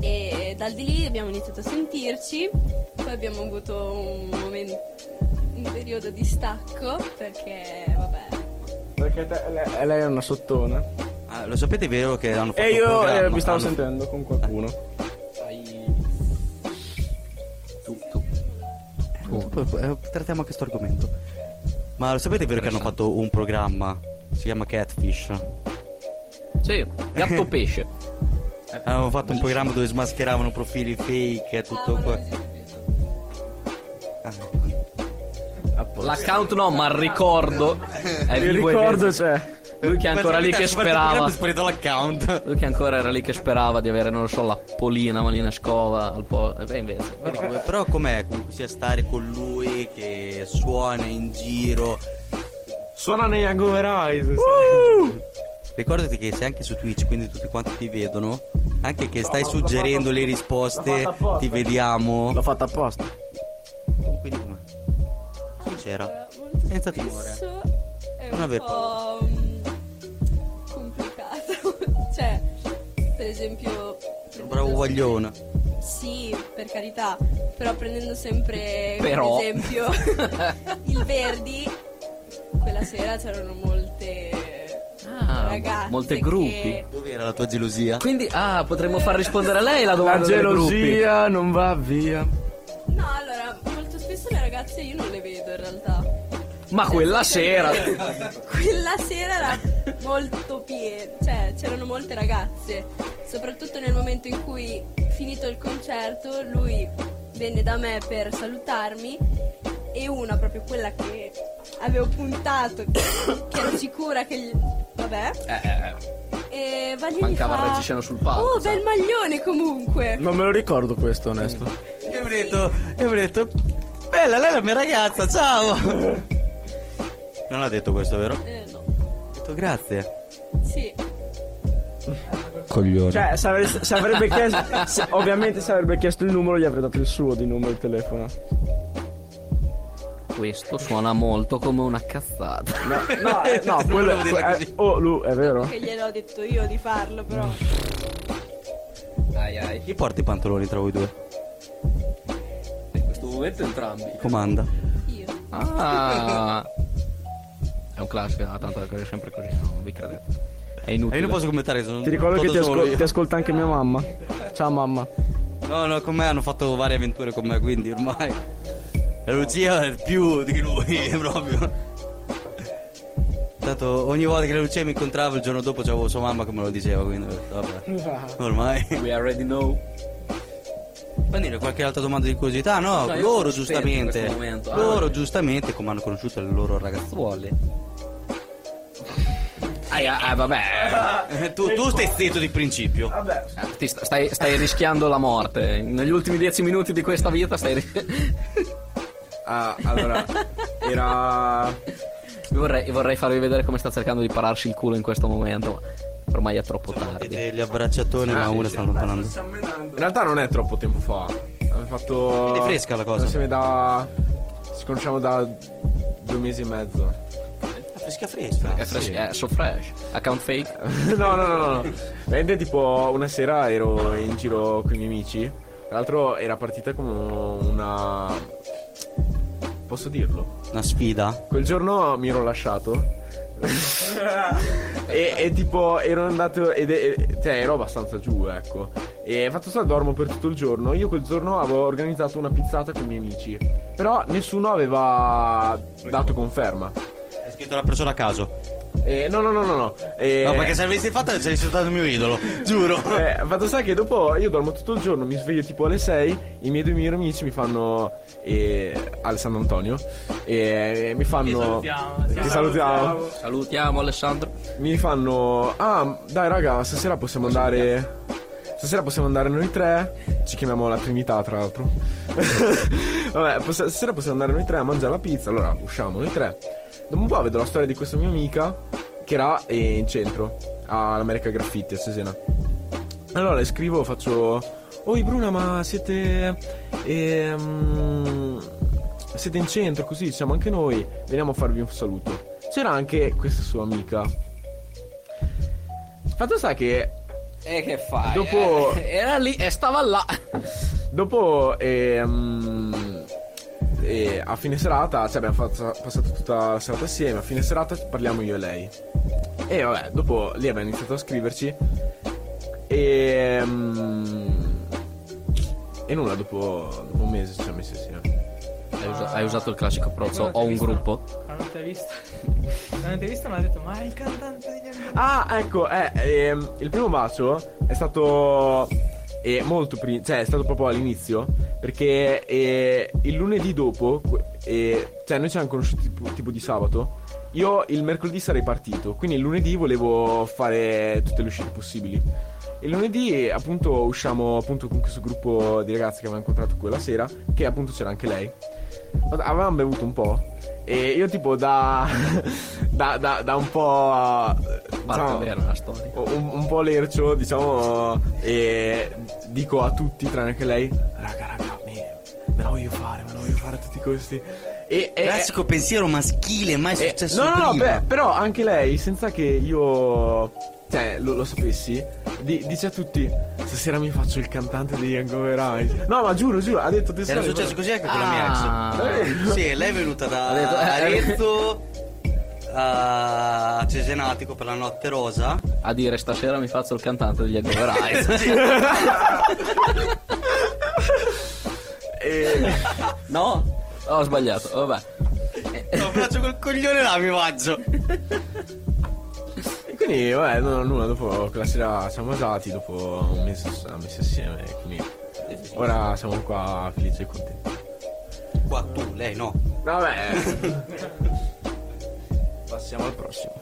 e dal di lì abbiamo iniziato a sentirci, poi abbiamo avuto un momento un periodo di stacco perché vabbè. Perché te- lei, lei è una sottona. Ah, lo sapete vero che hanno fatto E un io eh, programma, mi stavo hanno- sentendo con qualcuno. <laughs> tu, tu. Poi- poi, eh, Trattiamo anche questo argomento. Ma lo sapete vero che hanno fatto un programma? Si chiama Catfish. Sì, gatto pesce. Avevano fatto un programma dove smascheravano profili fake e tutto Ah, ma qua. non esiste più. L'account no, ma il ricordo. È Il vivo e ricordo cioè, verde. c'è. Lui che è ancora lì che È sperava. sparito l'account. Lui che ancora era lì che sperava di avere, non lo so, la polina, malina scova al po'. E beh, invece. Però, come- però com'è comunque sia stare con lui che suona in giro? Suona nei Hangover Eyes. Ricordati che sei anche su Twitch, quindi tutti quanti ti vedono. Anche che stai suggerendo le risposte, l'ho fatta apposta. ti vediamo. L'ho fatta apposta. Quindi come? Sincera. Allora, molto Senza timore. spesso è Non un aver po' mm, complicato. <laughs> cioè, per esempio. Bravo guaglione. Sì, per carità, però prendendo sempre Però. per <laughs> esempio il Verdi, quella sera c'erano molte Ah, ragazze. molte che- gruppi. Dov'era la tua gelosia? Quindi, ah, potremmo far rispondere a lei la La domanda dei gruppi. gelosia non va via. No, allora, molto spesso le ragazze io non le vedo in realtà. Ma quella sera. Quella sera era <laughs> molto piena, cioè c'erano molte ragazze, soprattutto nel momento in cui finito il concerto lui venne da me per salutarmi e una, proprio quella che avevo puntato, <coughs> che, che ero sicura che gli... vabbè, e va lì e gli Eh, Mancava il fa, reggiseno sul palco, Oh, sai." Mm. bel maglione comunque! Non me lo ricordo questo, onesto. Io ho detto, io ho detto, bella, lei è la mia ragazza, ciao! Non ha detto questo, vero? Eh, no, Ha detto grazie. sì, Coglione. Cioè, se avre- se avrebbe, chiesto. se- ovviamente, se avrebbe chiesto il numero, gli avrei dato il suo di numero di telefono. Questo suona molto come una cazzata. No, no, eh, <laughs> no quello volevo dire que- eh, Oh, Lu, è vero? che gliel'ho detto io di farlo però. Ai ai. Chi porta i pantaloni tra voi due? In questo momento entrambi. Comanda. Io. Ah. È un classico, ah, tanto è sempre così, non vi credete. È E inutile. io non posso commentare, sono Ti ricordo che tutto ti, solo ascol- io. ti ascolta anche mia mamma. Ciao, mamma. No, no, con me hanno fatto varie avventure con me, quindi ormai. La Lucia è più di <laughs> lui, proprio. Tanto ogni volta che la Lucia mi incontrava il giorno dopo c'avevo <laughs> sua mamma che me lo diceva, quindi ho detto, vabbè. Ormai. We already know. Vanire, qualche altra domanda di curiosità? No, No, io loro sono spento in questo giustamente. momento. Ah, Loro vabbè. giustamente come hanno conosciuto le loro ragazzuole. Ah, ah, ecco. ah, vabbè. Eh, Tu, tu stai zitto di principio. Vabbè. Ti sta- stai, stai rischiando la morte. Negli ultimi dieci minuti di questa vita stai. ri- Ah, allora, era. vorrei, vorrei farvi vedere come sta cercando di pararsi il culo in questo momento. ma Ormai è troppo tardi. Gli abbracciatoni, Ah, ma una sta allontanando. In realtà non è troppo tempo fa. Abbiamo fatto. Quindi è fresca la cosa. Insieme da. Ci conosciamo da due mesi e mezzo. <laughs> Fresca fresca. È fresh, è so fresh. Account fake. no, no, no, no. no. Veramente, tipo, una sera ero in giro con i miei amici. Tra l'altro era partita come una. Posso dirlo? Una sfida. Quel giorno mi ero lasciato. e, e tipo ero andato ed e- cioè ero abbastanza giù ecco e fatto sta dormo per tutto il giorno io quel giorno avevo organizzato una pizzata con i miei amici però nessuno aveva dato conferma Hai scritto la persona a caso. e no no no no no E- Eh. No, perché se l'avessi fatta sarei stato il mio idolo, giuro. eh, fatto sta che dopo io dormo tutto il giorno, mi sveglio tipo alle 6, i miei due miei amici mi fanno eh, al San Antonio e mi fanno Ti salutiamo, Ti ti salutiamo. Salutiamo Alessandro. Mi fanno "Ah, dai raga, stasera possiamo andare Stasera possiamo andare noi tre, ci chiamiamo la Trinità tra l'altro. <laughs> Vabbè, poss- stasera possiamo andare noi tre a mangiare la pizza, allora usciamo noi tre. Dopo un po' vedo la storia di questa mia amica che era eh, in centro, all'America Graffiti a Cesena. Allora le scrivo, faccio... Oi Bruna, ma siete... ehm, siete in centro così, ci siamo anche noi, veniamo a farvi un saluto. C'era anche questa sua amica. Fatto sta che E che fai? Dopo- Eh, era lì e stava là. Dopo, ehm, eh, a fine serata, cioè abbiamo fatto- passato tutta la serata assieme. A fine serata parliamo io e lei. E vabbè, dopo lì abbiamo iniziato a scriverci. E, e nulla, dopo, dopo un mese ci siamo messi assieme. Hai, usa- hai usato il classico approccio. Quando Ho ti un ho gruppo. visto- Quando ti hai visto, quando ti hai visto mi ha detto, ma è il cantante degli Animals." Ah, ecco, eh, ehm, il primo bacio è stato eh, molto pri- cioè è stato proprio all'inizio, perché eh, il lunedì dopo, que- eh, cioè noi ci siamo conosciuti tipo, tipo di sabato, io il mercoledì sarei partito, quindi il lunedì volevo fare tutte le uscite possibili. Il lunedì eh, appunto usciamo appunto con questo gruppo di ragazze che avevo incontrato quella sera, che appunto c'era anche lei. Avevamo bevuto un po'. E io tipo da. <laughs> da, da, da un po'. Parte diciamo, vera la storia. un, un po' lercio, diciamo. E dico a tutti, tranne che lei. Raga, raga, me, me la voglio fare, me la voglio fare a tutti i costi. Eh. E, e- Classico pensiero maschile, mai eh, successo no, no, no, prima. beh, però anche lei, senza che io cioè, lo, lo sapessi, di- dice a tutti: Stasera mi faccio il cantante di Hangover Eyes. No, ma giuro, giuro, ha detto tesoro. Era cioè, successo così anche con la Ah. mia ex. Sì, lei è venuta da Ha detto- eh, Arezzo a Cesenatico per la notte rosa. A dire stasera mi faccio il cantante degli <laughs> Edgar Eyes. <laughs> no? Ho sbagliato, Oh, vabbè. Eh. Lo faccio col coglione là, mi faccio. E quindi, vabbè, no, no, nulla, dopo quella sera siamo usati, dopo un mese ci siamo messi assieme, quindi ora siamo qua felici e contenti. Qua tu, lei no. Vabbè. Passiamo al prossimo.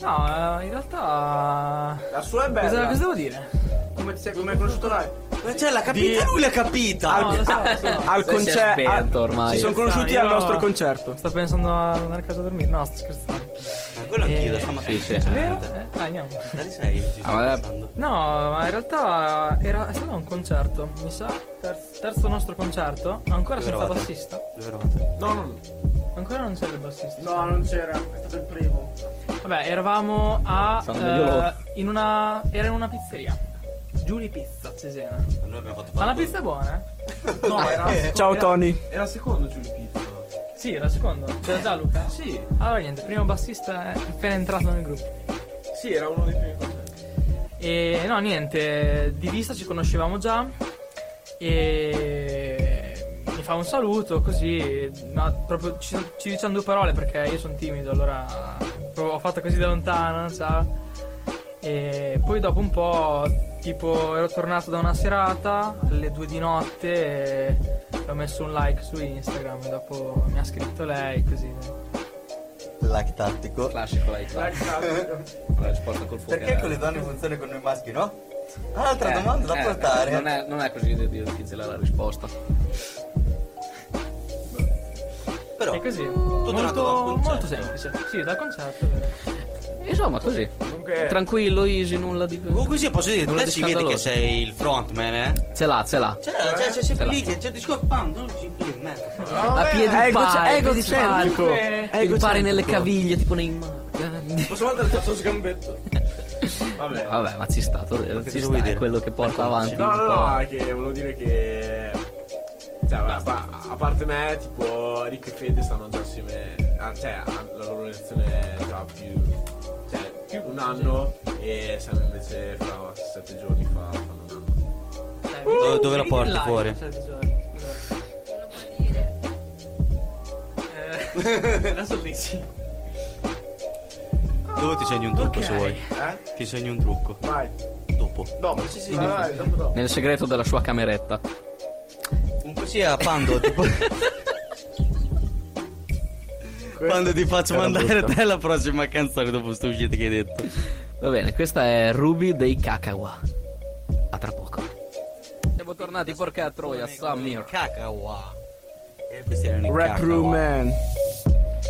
No, eh, in realtà... La sua è Cosa, bella. cosa devo dire? Come ti sei come hai conosciuto lei? Ma cioè, l'ha capita, lui l'ha capita. No, lo so, lo so. Al Si è spento concerto. ormai. Si sono conosciuti Io- al nostro concerto. Sto pensando a andare a casa a dormire. No, sto scherzando. Ma quello anch'io, da Sì, stamattina. sì. Vero? Eh, dai, andiamo. Dai, sei, ci sto Ah, vabbè. pensando. No, ma in realtà era, è stato un concerto, mi sa. Terzo, terzo nostro concerto. Ancora senza eravate? bassista. Dove eravate? No, no. Ancora non c'era il bassista. No, non c'era. È stato il primo. Vabbè, eravamo a. Sono eh, meglio loro. in una. Era in una pizzeria. Giuli Pizza, a Cesena. Noi abbiamo fatto Ma la parte- pizza è buona, eh? <laughs> No, era. Ciao era- Tony. Era secondo Giulio Pizzo. Sì, era il secondo. C'era già Luca? Sì. Allora niente, primo bassista è appena entrato nel gruppo. Sì, era uno dei primi concerti. E eh, no, niente, di vista ci conoscevamo già e mi fa un saluto così, ma proprio ci, ci diciamo due parole perché io sono timido, allora proprio ho fatto così da lontano, ciao. E E poi dopo un po', tipo, ero tornato da una serata alle due di notte e ho messo un like su Instagram e dopo mi ha scritto lei così. Like tattico. Classico like tattico. La risposta col fuoco. Eh, Perché con le donne funziona e con noi maschi, no? Eh. Altra domanda da portare. Non è, non è così difficile la risposta. Però È così. tornato da un molto, concerto. molto semplice. Sì, dal concerto. è vero. Insomma, così. Tranquillo, easy, nulla di Comunque sì, posso dire, Nulla te di si vede che scandaloso. sei il frontman, eh? Ce l'ha, ce l'ha. Cioè, Cioè, C'è, c'è, c'è sempre Ce lì che c'è disco pam, non ci più, merda. A piedi pari, ego- ego di egocentrico. Il pari nelle caviglie, tipo nei Posso mandare il terzo sgambetto? Vabbè. Eh, Vabbè, ma ci sta, to- ci sta, è quello che porta avanti. No, un no, po'. no, è che volevo dire che. Cioè, vabbè, pa- a parte me, tipo, Rick e Fede stanno già assieme. ah, Cioè, hanno la loro relazione già più. Cioè, più un anno. E siamo invece fra sette giorni fa. fanno un anno. Dove- dove la porti Like, fuori? sette giorni. Eh, Adesso dici. Dove ti segni un trucco se Ok. vuoi? Eh? Ti segni un trucco. Vai. Dopo. No, ma sì, sì, vai, vai, dopo, dopo. Nel segreto della sua cameretta. Comunque sia Pando, <laughs> tipo. Quando ti faccio Era mandare brutto. te la prossima canzone dopo sto uscita che hai detto. Va bene, questa è Ruby dei Kakawa. A tra poco. Siamo tornati, porca troia, Samir. Cacawa. E ah. Eh, questi erano i ah. Rap cacawa. Room Man.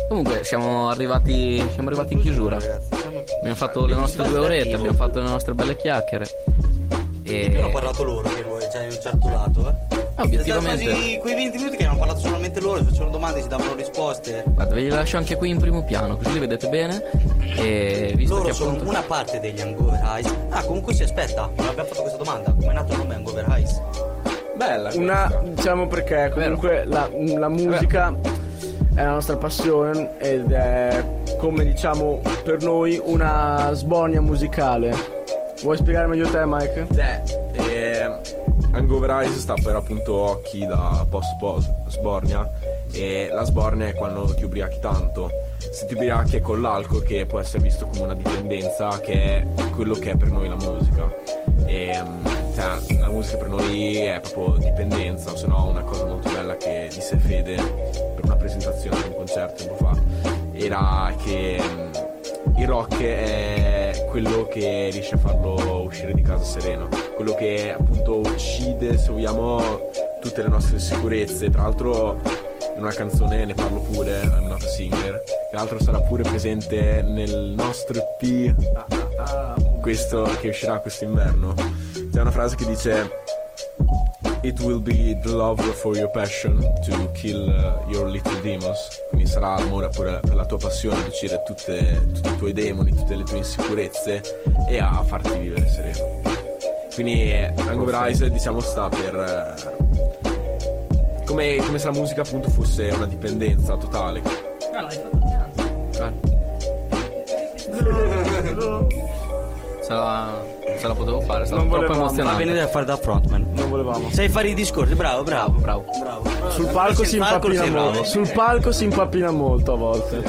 Comunque, siamo arrivati, siamo arrivati in chiusura. Abbiamo fatto le nostre due orette, abbiamo fatto le nostre belle chiacchiere. Di più hanno E parlato loro che noi, cioè un certo lato, eh. Ah, Sono obiettivamente, stati quasi quei 20 minuti che hanno parlato solamente loro, facevano domande, si davano risposte. guarda, ve li lascio anche qui in primo piano, così li vedete bene. E visto loro che sono appunto. una parte degli Hangover Eyes. Ah, comunque si aspetta, non abbiamo fatto questa domanda. Come è nato il nome Hangover Eyes? Bella. Una, diciamo perché comunque la, la musica è la nostra passione ed è come diciamo per noi una sbornia musicale. Vuoi spiegare meglio te Mike? Cioè, eh, Hangover Eyes sta per appunto occhi da post sbornia e la sbornia è quando ti ubriachi tanto. Se ti ubriachi è con l'alcol che può essere visto come una dipendenza che è quello che è per noi la musica. E, mm, cioè, la musica per noi è proprio dipendenza, se no una cosa molto bella che disse Fede per una presentazione di un concerto tempo fa era che mm, il rock è quello che riesce a farlo uscire di casa sereno, quello che appunto uccide, se vogliamo, tutte le nostre sicurezze. Tra l'altro in una canzone ne parlo pure, I'm not a singer, tra l'altro sarà pure presente nel nostro EP, ah, ah, ah, questo che uscirà quest'inverno. C'è una frase che dice It will be the love for your passion to kill uh, your little demons. Quindi sarà l'amore per, per la tua passione a uccidere tutte- tutti i tuoi demoni, tutte le tue insicurezze e a farti vivere sereno. Quindi eh, Hangover Eyes diciamo sta per... eh, come, come se la musica appunto fosse una dipendenza totale. Ah, l'hai fatto piano. Se la, se la potevo fare, stavo Non troppo volevamo, Va bene emozionante. da fare da frontman. Non volevamo. Sai fare i discorsi, bravo, bravo. Bravo. bravo. Sul palco si impappina sei bravo. molto. Sul palco si impappina molto a volte.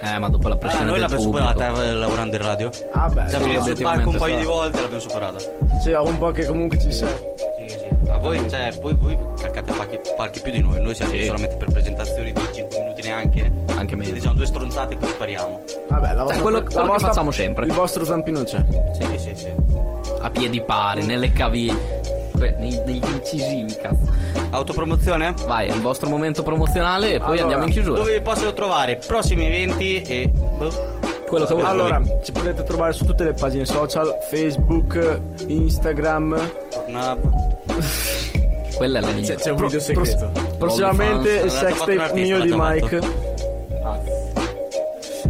Eh, ma dopo la Ah, pressione noi del l'abbiamo pubblico. superata eh, lavorando in radio. Ah beh, Siamo venuti sul palco un obiettivamente paio sì. di volte e l'abbiamo superata. sì, ho un po' che comunque ci sei. Sì, sì. Ma voi, cioè, voi, voi calcate palchi, palchi più di noi, noi siamo lì solamente per presentazioni di 5 minuti neanche. Anche meno. Quindi diciamo due stronzate e poi spariamo. Vabbè, la vostra, Cioè, quello- la quello che vostra- facciamo sempre. Il vostro zampino c'è. Sì, sì, sì. A piedi pari, nelle caviglie. que- nei- Negli incisivi, cazzo. Autopromozione? Vai, è il vostro momento promozionale e poi Allora, andiamo in chiusura. Dove vi posso trovare? Prossimi eventi e. boh. Quello che vuoi. Allora, ci potete trovare su tutte le pagine social, Facebook, Instagram, Pornhub. Quella è la mia. C'è un video segreto. Prossimamente il L'ha già fatto un sextape artista, mio di l'ha già Mike.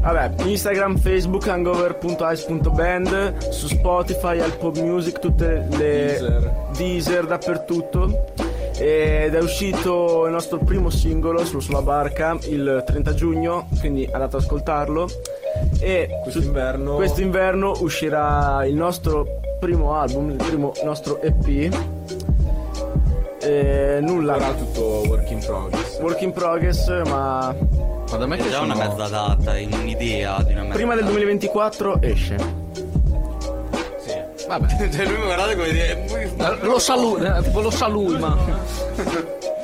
Vabbè, Instagram, Facebook, hangover.ice.band, su Spotify, Apple Music, tutte le Deezer. Deezer dappertutto. Ed è uscito il nostro primo singolo su- sulla barca il 30 giugno, quindi andate ad ascoltarlo. E Quest'inverno- questo inverno uscirà il nostro primo album, il primo nostro EP. Eh, E nulla. Sarà tutto work in progress. Work in progress, ma Ma da me È che già una sono- mezza data, in un'idea di una mezza prima del data. 2024 esce. Vabbè. Cioè, lui mi guardate come dire. Lo sa lui, eh, tipo lo sa lui, ma.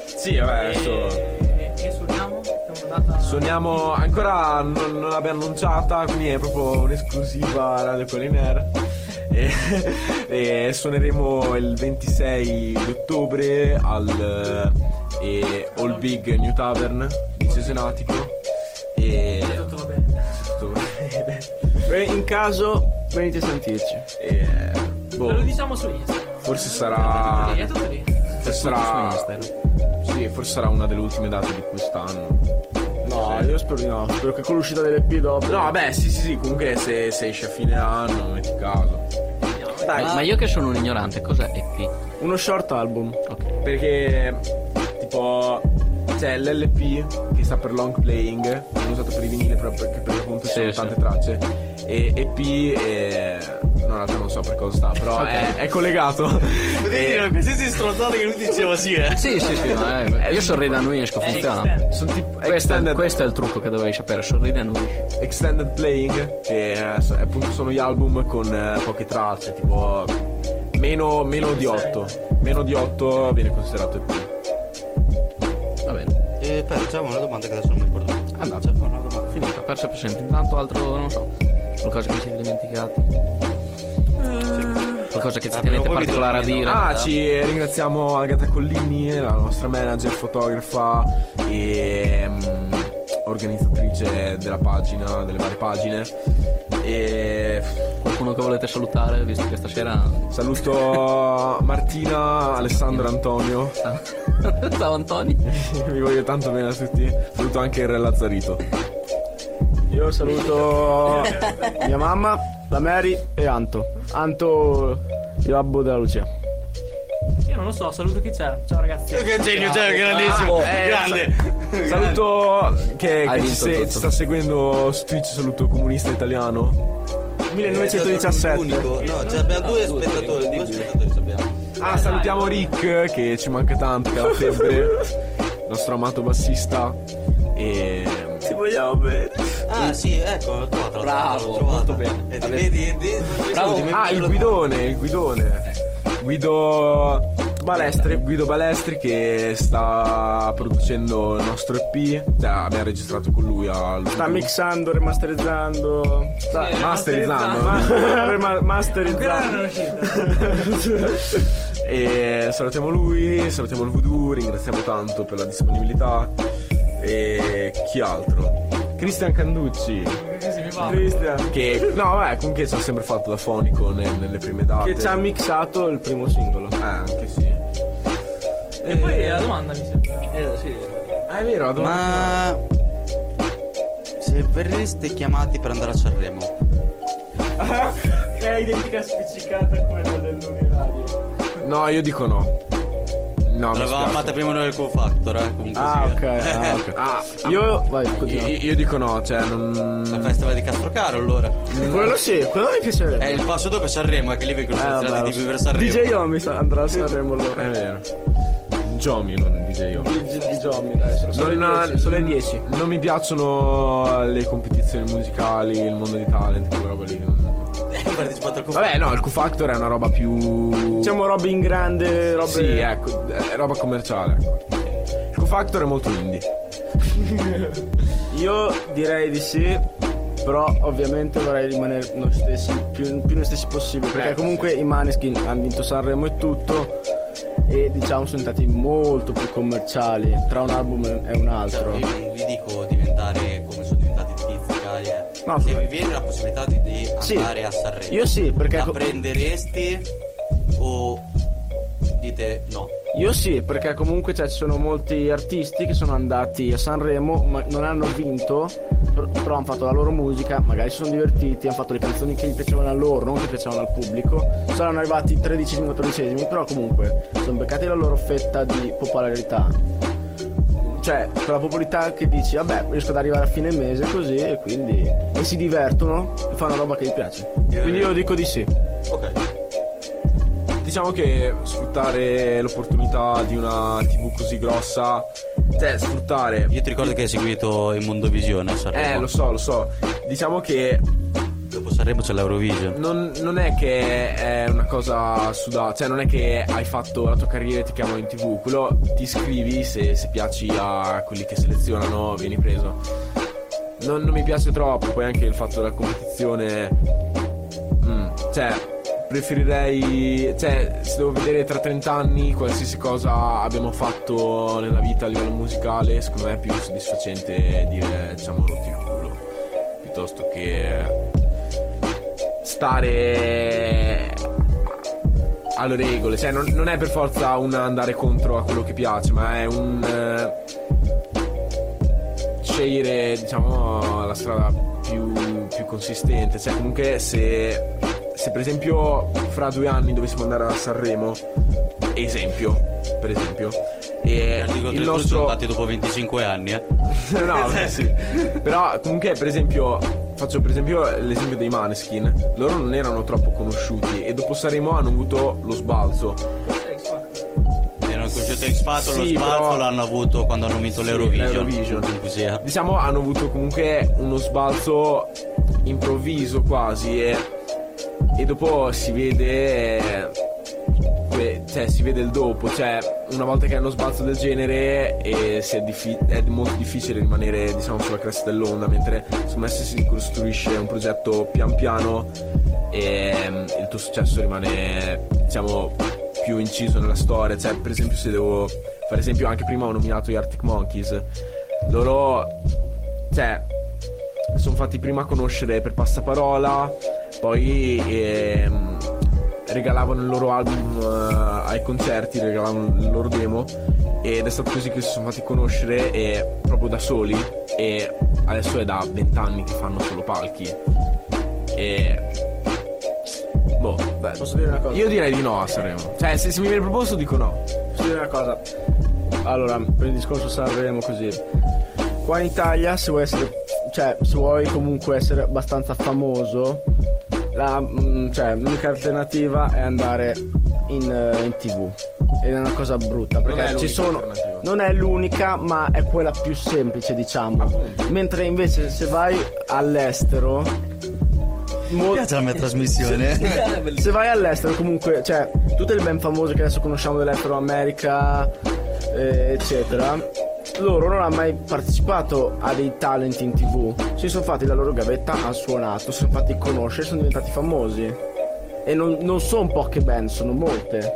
Sì, vabbè, adesso. E, e suoniamo? eh, Siamo andata... Suoniamo ancora non, non l'abbiamo annunciata, quindi è proprio un'esclusiva Radio Colinair. E, e suoneremo il 26 di ottobre al eh, All Big New Tavern di Cesenatico. E Tutto va bene. tutto <laughs> Beh, In caso, venite a sentirci. e, Ve lo boh, diciamo su Instagram. forse Ah. sarà. È tutto lì. Forse sarà. Sì, forse sarà una delle ultime date di quest'anno. No, Sì. io spero di no. Spero che con l'uscita dell'EP dopo. No, vabbè, sì, sì, sì, comunque se, se esce a fine anno, metti caso. dai, Ma io che sono un ignorante, cos'è EP? uno short album. Perché tipo c'è l'LP che sta per long playing, viene usato per i vinili proprio perché per l'appunto ci Sì, sono sì. tante tracce. E EP eh, no, in realtà non so per cosa sta, però è, è collegato. Dire qualsiasi stronzata che lui diceva sì, eh. Sì, sì, sì, no, eh, io sorrido a Nuisco, funziona. Eh, sono tipo Questo è, extended, questo è il trucco che dovevi sapere, sorride a Nuisco. extended playing, che eh, so- appunto sono gli album con eh, poche tracce, tipo meno, meno di 8. Meno di 8 viene considerato EP. Va bene, Eh, però c'è una domanda che adesso non mi ricordo. Ah, no, c'è una domanda. finita, persa per sempre. Intanto altro, non so, qualcosa che vi siete dimenticati. Qualcosa che ci Ah, tenete prima o poi vi particolare a tornano. dire. Ah, ci ringraziamo Agata Collini, la nostra manager, fotografa e mm, organizzatrice della pagina, delle varie pagine. E Qualcuno che volete salutare, visto che stasera... <laughs> saluto Martina, Alessandro, Antonio. Ciao Antoni. Vi voglio tanto bene a tutti. Saluto anche il Re Lazzarito. Io <laughs> saluto mia mamma, la Mary e Anto. Anto, il babbo della Lucia. Io non lo so, saluto chi c'è. Ciao ragazzi. Che genio, cioè, grandissimo. grande. Grande. Saluto che, Hai che ci, vinto se- tutto. ci sta seguendo su Twitch, saluto comunista italiano. Eh, 1917. Unico. No, cioè, abbiamo due spettatori, due spettatori abbiamo. Ah, salutiamo Rick che ci manca tanto, che ha la <laughs> febbre. nostro amato bassista. E. Ti vogliamo bene. Ah, sì, ecco, l'ho trovata. l'ho Bravo, trovata, l'ho trovata. molto bene. Eh, ti vedi, vedi, Bravo. Scusi, mi- Ah, il guidone, il guidone. Guido Balestri, Guido Balestri che sta producendo il nostro EP, cioè abbiamo registrato con lui al Sta mixando, remasterizzando. Sta masterizzando. <laughs> ma- rema- Quella non è masterizzando. <laughs> uscita. E salutiamo lui, salutiamo il voodoo, ringraziamo tanto per la disponibilità. E chi altro? Cristian Canducci, Così mi va. Christian. che no, vabbè, comunque ci ha sempre fatto da fonico ne- nelle prime date. Che ci ha mixato il primo singolo. Eh, anche sì. E poi la domanda mi sembra. Ah, è vero, la Ma domanda- se verreste chiamati per andare a Sanremo, È identica spiccicata a quella del Luniradio. No, io dico no. No, mi L'avevamo spiace. amata prima noi del Co-Factor, eh. Comunque Ah, sì, ok. eh. <laughs> Ah, ok. Ah, Io, vai, io, continua. io dico no, cioè La non... festival di Castrocaro, allora. Quello sì, quello mi È piacerebbe. il passo dopo è Sanremo, è che lì vengono Eh, Cioè, vabbè, selezionati lo i tipi per so. Sanremo. DJ Yomi sa- andrà a Sanremo allora. È vero. Giomi, non dice io. Sono Non- le 10, sono le 10. Non mi piacciono le competizioni musicali, il mondo di talent, quella roba lì. non- Eh, Ho partecipato al Co-Factor. Vabbè, no, il Q-Factor è una roba più... Diciamo robe in grande, robe... Sì, ecco, è roba commerciale. Il Q-Factor è molto indie. Io direi di sì, però ovviamente vorrei rimanere noi stessi, più, più noi stessi possibile, perché Ecco, comunque i Maneskin hanno vinto Sanremo e tutto e diciamo sono stati molto più commerciali tra un album e un altro. cioè, io non vi dico diventare come sono diventati Tizi Gali, eh. No, se sì. vi viene la possibilità di, di Sì. andare a Sanremo, Io sì, perché la co- prendereste o dite no? Io sì, perché comunque cioè, ci sono molti artisti che sono andati a Sanremo, ma non hanno vinto, pr- però hanno fatto la loro musica, magari si sono divertiti, hanno fatto le canzoni che gli piacevano a loro, non che piacevano al pubblico. Saranno arrivati 13 14 però comunque sono beccati la loro fetta di popolarità. Cioè, quella popolarità che dici, vabbè, riesco ad arrivare a fine mese così e quindi... E si divertono e fanno roba che gli piace. Quindi io dico di sì. Diciamo che sfruttare l'opportunità di una TV così grossa, cioè sfruttare Io ti ricordo che hai seguito il Mondovisione a Sanremo. Eh, lo so, lo so. Diciamo che Dopo Sanremo c'è l'Eurovision. Non, non è che è una cosa sudata, cioè non è che hai fatto la tua carriera e ti chiamano in tv, quello ti iscrivi se, se piaci a quelli che selezionano vieni preso. Non, non mi piace troppo, poi anche il fatto della competizione... mm, cioè, preferirei... Cioè, se devo vedere tra 30 anni qualsiasi cosa abbiamo fatto nella vita a livello musicale, secondo me è più soddisfacente dire, diciamo, rotti il culo, piuttosto che stare alle regole, cioè non, non è per forza un andare contro a quello che piace, ma è un eh, scegliere diciamo la strada più, più consistente, cioè comunque se, se per esempio fra due anni dovessimo andare a Sanremo, esempio, per esempio, e L'articolo 31 il sono nostro andati dopo 25 anni, eh. no, vabbè, sì. Però comunque per esempio faccio per esempio l'esempio dei Maneskin. Loro non erano troppo conosciuti e dopo Saremo hanno avuto lo sbalzo. Erano conosciuti X Factor, lo Sì, sbalzo però- l'hanno avuto quando hanno vinto Sì, l'Eurovision. l'Eurovision. Comunque sia. Diciamo hanno avuto comunque uno sbalzo improvviso quasi e, e dopo si vede eh, que- cioè si vede il dopo, cioè una volta che hai uno sbalzo del genere eh, si è, diffi- è molto difficile rimanere diciamo sulla cresta dell'onda, mentre secondo me se si costruisce un progetto pian piano ehm, il tuo successo rimane diciamo più inciso nella storia, cioè per esempio se devo per esempio anche prima ho nominato gli Arctic Monkeys, loro cioè sono fatti prima conoscere per passaparola, poi ehm, regalavano il loro album eh, ai concerti, regalavano il loro demo ed è stato così che si sono fatti conoscere e, proprio da soli e adesso è da vent'anni che fanno solo palchi. E... Boh, beh, Posso dire una cosa? Io direi di no a Sanremo. Cioè, se, se mi viene proposto dico no. Posso dire una cosa? Allora, per il discorso Sanremo così. Qua in Italia, se vuoi essere. Cioè, se vuoi comunque essere abbastanza famoso, la, mm, cioè, l'unica alternativa è andare in, eh, in tv. Ed è una cosa brutta, Non è perché ci l'unica sono. alternativa. Non è l'unica, ma è quella più semplice, diciamo. Mentre invece se vai all'estero. mo- Mi piace la mia trasmissione. se vai all'estero comunque, cioè, tutte le band famose che adesso conosciamo dell'estero, America, eh, eccetera, loro non hanno mai partecipato a dei talent in tv. Si sono fatti la loro gavetta, hanno suonato, si sono fatti conoscere, sono diventati famosi. E non, non sono poche band, sono molte.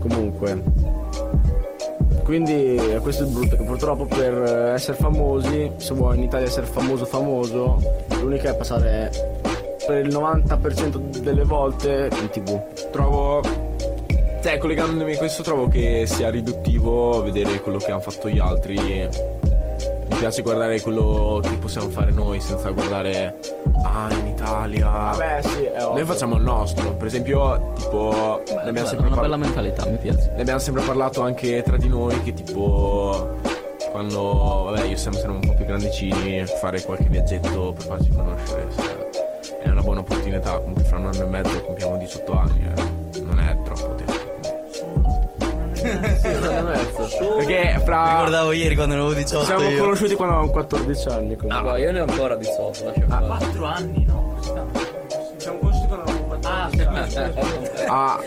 Comunque. Quindi eh, questo è il brutto, che purtroppo per eh, essere famosi, se vuoi in Italia essere famoso famoso, l'unica è passare per il 90% delle volte in tv. Trovo. Cioè, collegandomi a questo, trovo che sia riduttivo vedere quello che hanno fatto gli altri. Mi piace guardare quello che possiamo fare noi senza guardare. Ah, in Italia. Vabbè, sì, è ovvio. Noi facciamo il nostro. Per esempio, tipo. ne abbiamo sempre una par- bella mentalità, mi piace. ne abbiamo sempre parlato anche tra di noi che tipo quando vabbè io e Sam saremo un po' più grandicini fare qualche viaggetto per farci conoscere se- è una buona opportunità comunque fra un anno e mezzo compiamo 18 anni eh. non è troppo tempo perché fra Mi guardavo ieri quando ne avevo 18 Siamo io. conosciuti quando avevamo 14 anni. comunque. Ah, ma io ne ho ancora 18, lascia fare. 4 anni, no. Siamo conosciuti quando avevo 14 anni. Ah, ah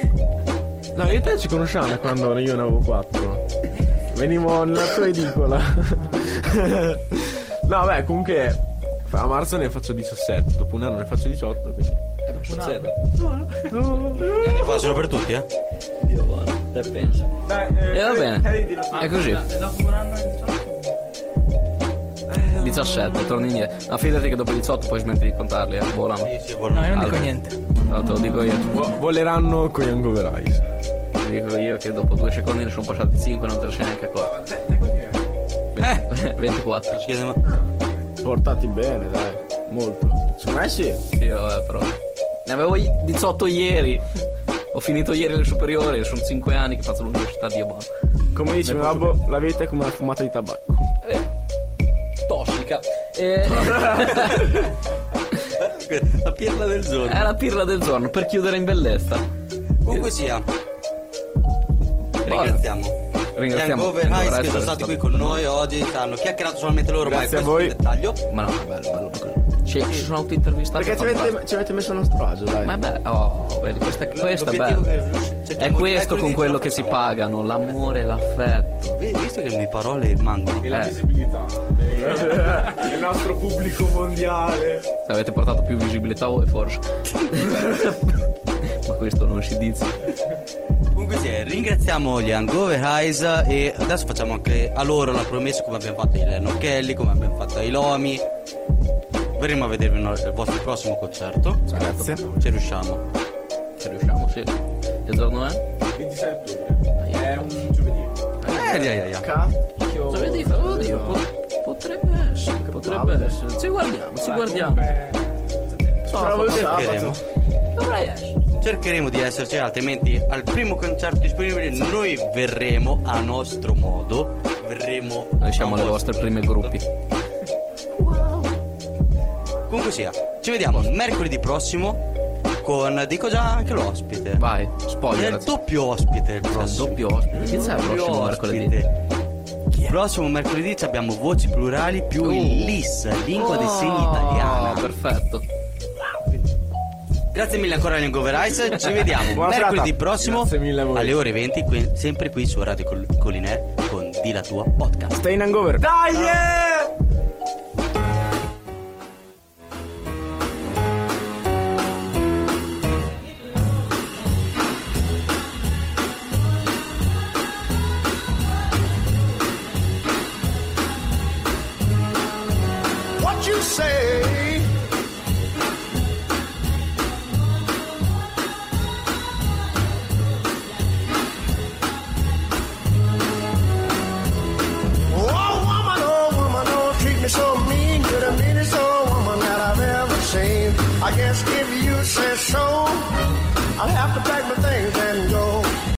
No, io e te ci conosciamo da quando io ne avevo 4. Venivo nella tua edicola. no vabbè comunque a marzo ne faccio 17 dopo un anno ne faccio 18 quindi Zero. Qua sono per tutti, eh? Dio buono, te pensa. eh, E va bene, è così. Dopo un anno e 18. 17, torni indietro. Ma fidati che dopo 18 poi smetti di contarli, eh. Vola. No, No, io non dico niente. No, te lo dico io. Vo- voleranno con gli Angoverais Ti dico io che dopo due secondi ne sono passati 5 non te ne sei neanche accorto. Eh, 24. Portati bene, dai. Molto. Secondo me sì. Io, eh, però. Ne avevo i- 18 ieri. Ho finito ieri le superiori, sono 5 anni che faccio l'università, Dio buono. Come dice mio babbo, la vita è come una fumata di tabacco. Eh, Tossica. Eh, E... La pirla del giorno. <laughs> È la pirla del giorno per chiudere in bellezza. Comunque sia. Ringraziamo. Ringraziamo. Gli Angover Ice Dovrebbe che sono essere stati stato- qui con noi oggi, hanno chiacchierato solamente loro, ma Grazie questo a è il dettaglio. Ma no, è bello, bello. Ci Ci, ci sono autointervistato. Perché ci avete, ci avete messo a nostro agio, dai. Ma beh, oh, vedi, questa, questa è L'obiettivo bella. che- È questo con quello che si pagano, l'amore, l'affetto. Visto che le mie parole rimangono. Eh, se visibilità. <laughs> Il nostro pubblico mondiale. avete portato più visibilità voi forse. <laughs> Ma questo non si dice. Comunque sì, ringraziamo gli Hangover Eyes e adesso facciamo anche a loro la promessa come abbiamo fatto ai Leno Kelly, come abbiamo fatto ai Lomi. Verremo a vedervi no- al vostro prossimo concerto. Grazie. Ci riusciamo. Ci riusciamo, sì. Che giorno è? 26 ottobre. È un giovedì. Eh, dai, dai, dai. Cacchio. Giovedì, oddio, po- potrebbe essere. Potrebbe essere. Ci guardiamo, ci guardiamo. Bravo, No, Cercheremo. Dovrai essere. Cercheremo di esserci, altrimenti al primo concerto disponibile noi verremo a nostro modo. Verremo. Lasciamo le vostre prime gruppi. Comunque sia, ci vediamo mercoledì prossimo con, dico già anche l'ospite. Vai, È spoiler. il doppio ospite il prossimo. doppio ospite. Chi c'è il prossimo mercoledì? Il prossimo mercoledì ci abbiamo voci plurali più Oh. il LIS, lingua dei segni italiana. Perfetto. Grazie mille ancora agli Hangover Eyes, <laughs> ci vediamo Buona mercoledì serata. prossimo Grazie mille a voi. alle ore 20, qui- sempre qui su Radio Col- Collinè con Di la tua podcast. Stai in hangover. Dai! what you say. Oh, woman, oh, woman, oh, treat me so mean. You're the meanest old woman that I've ever seen. I guess if you say so, I'll have to pack my things and go.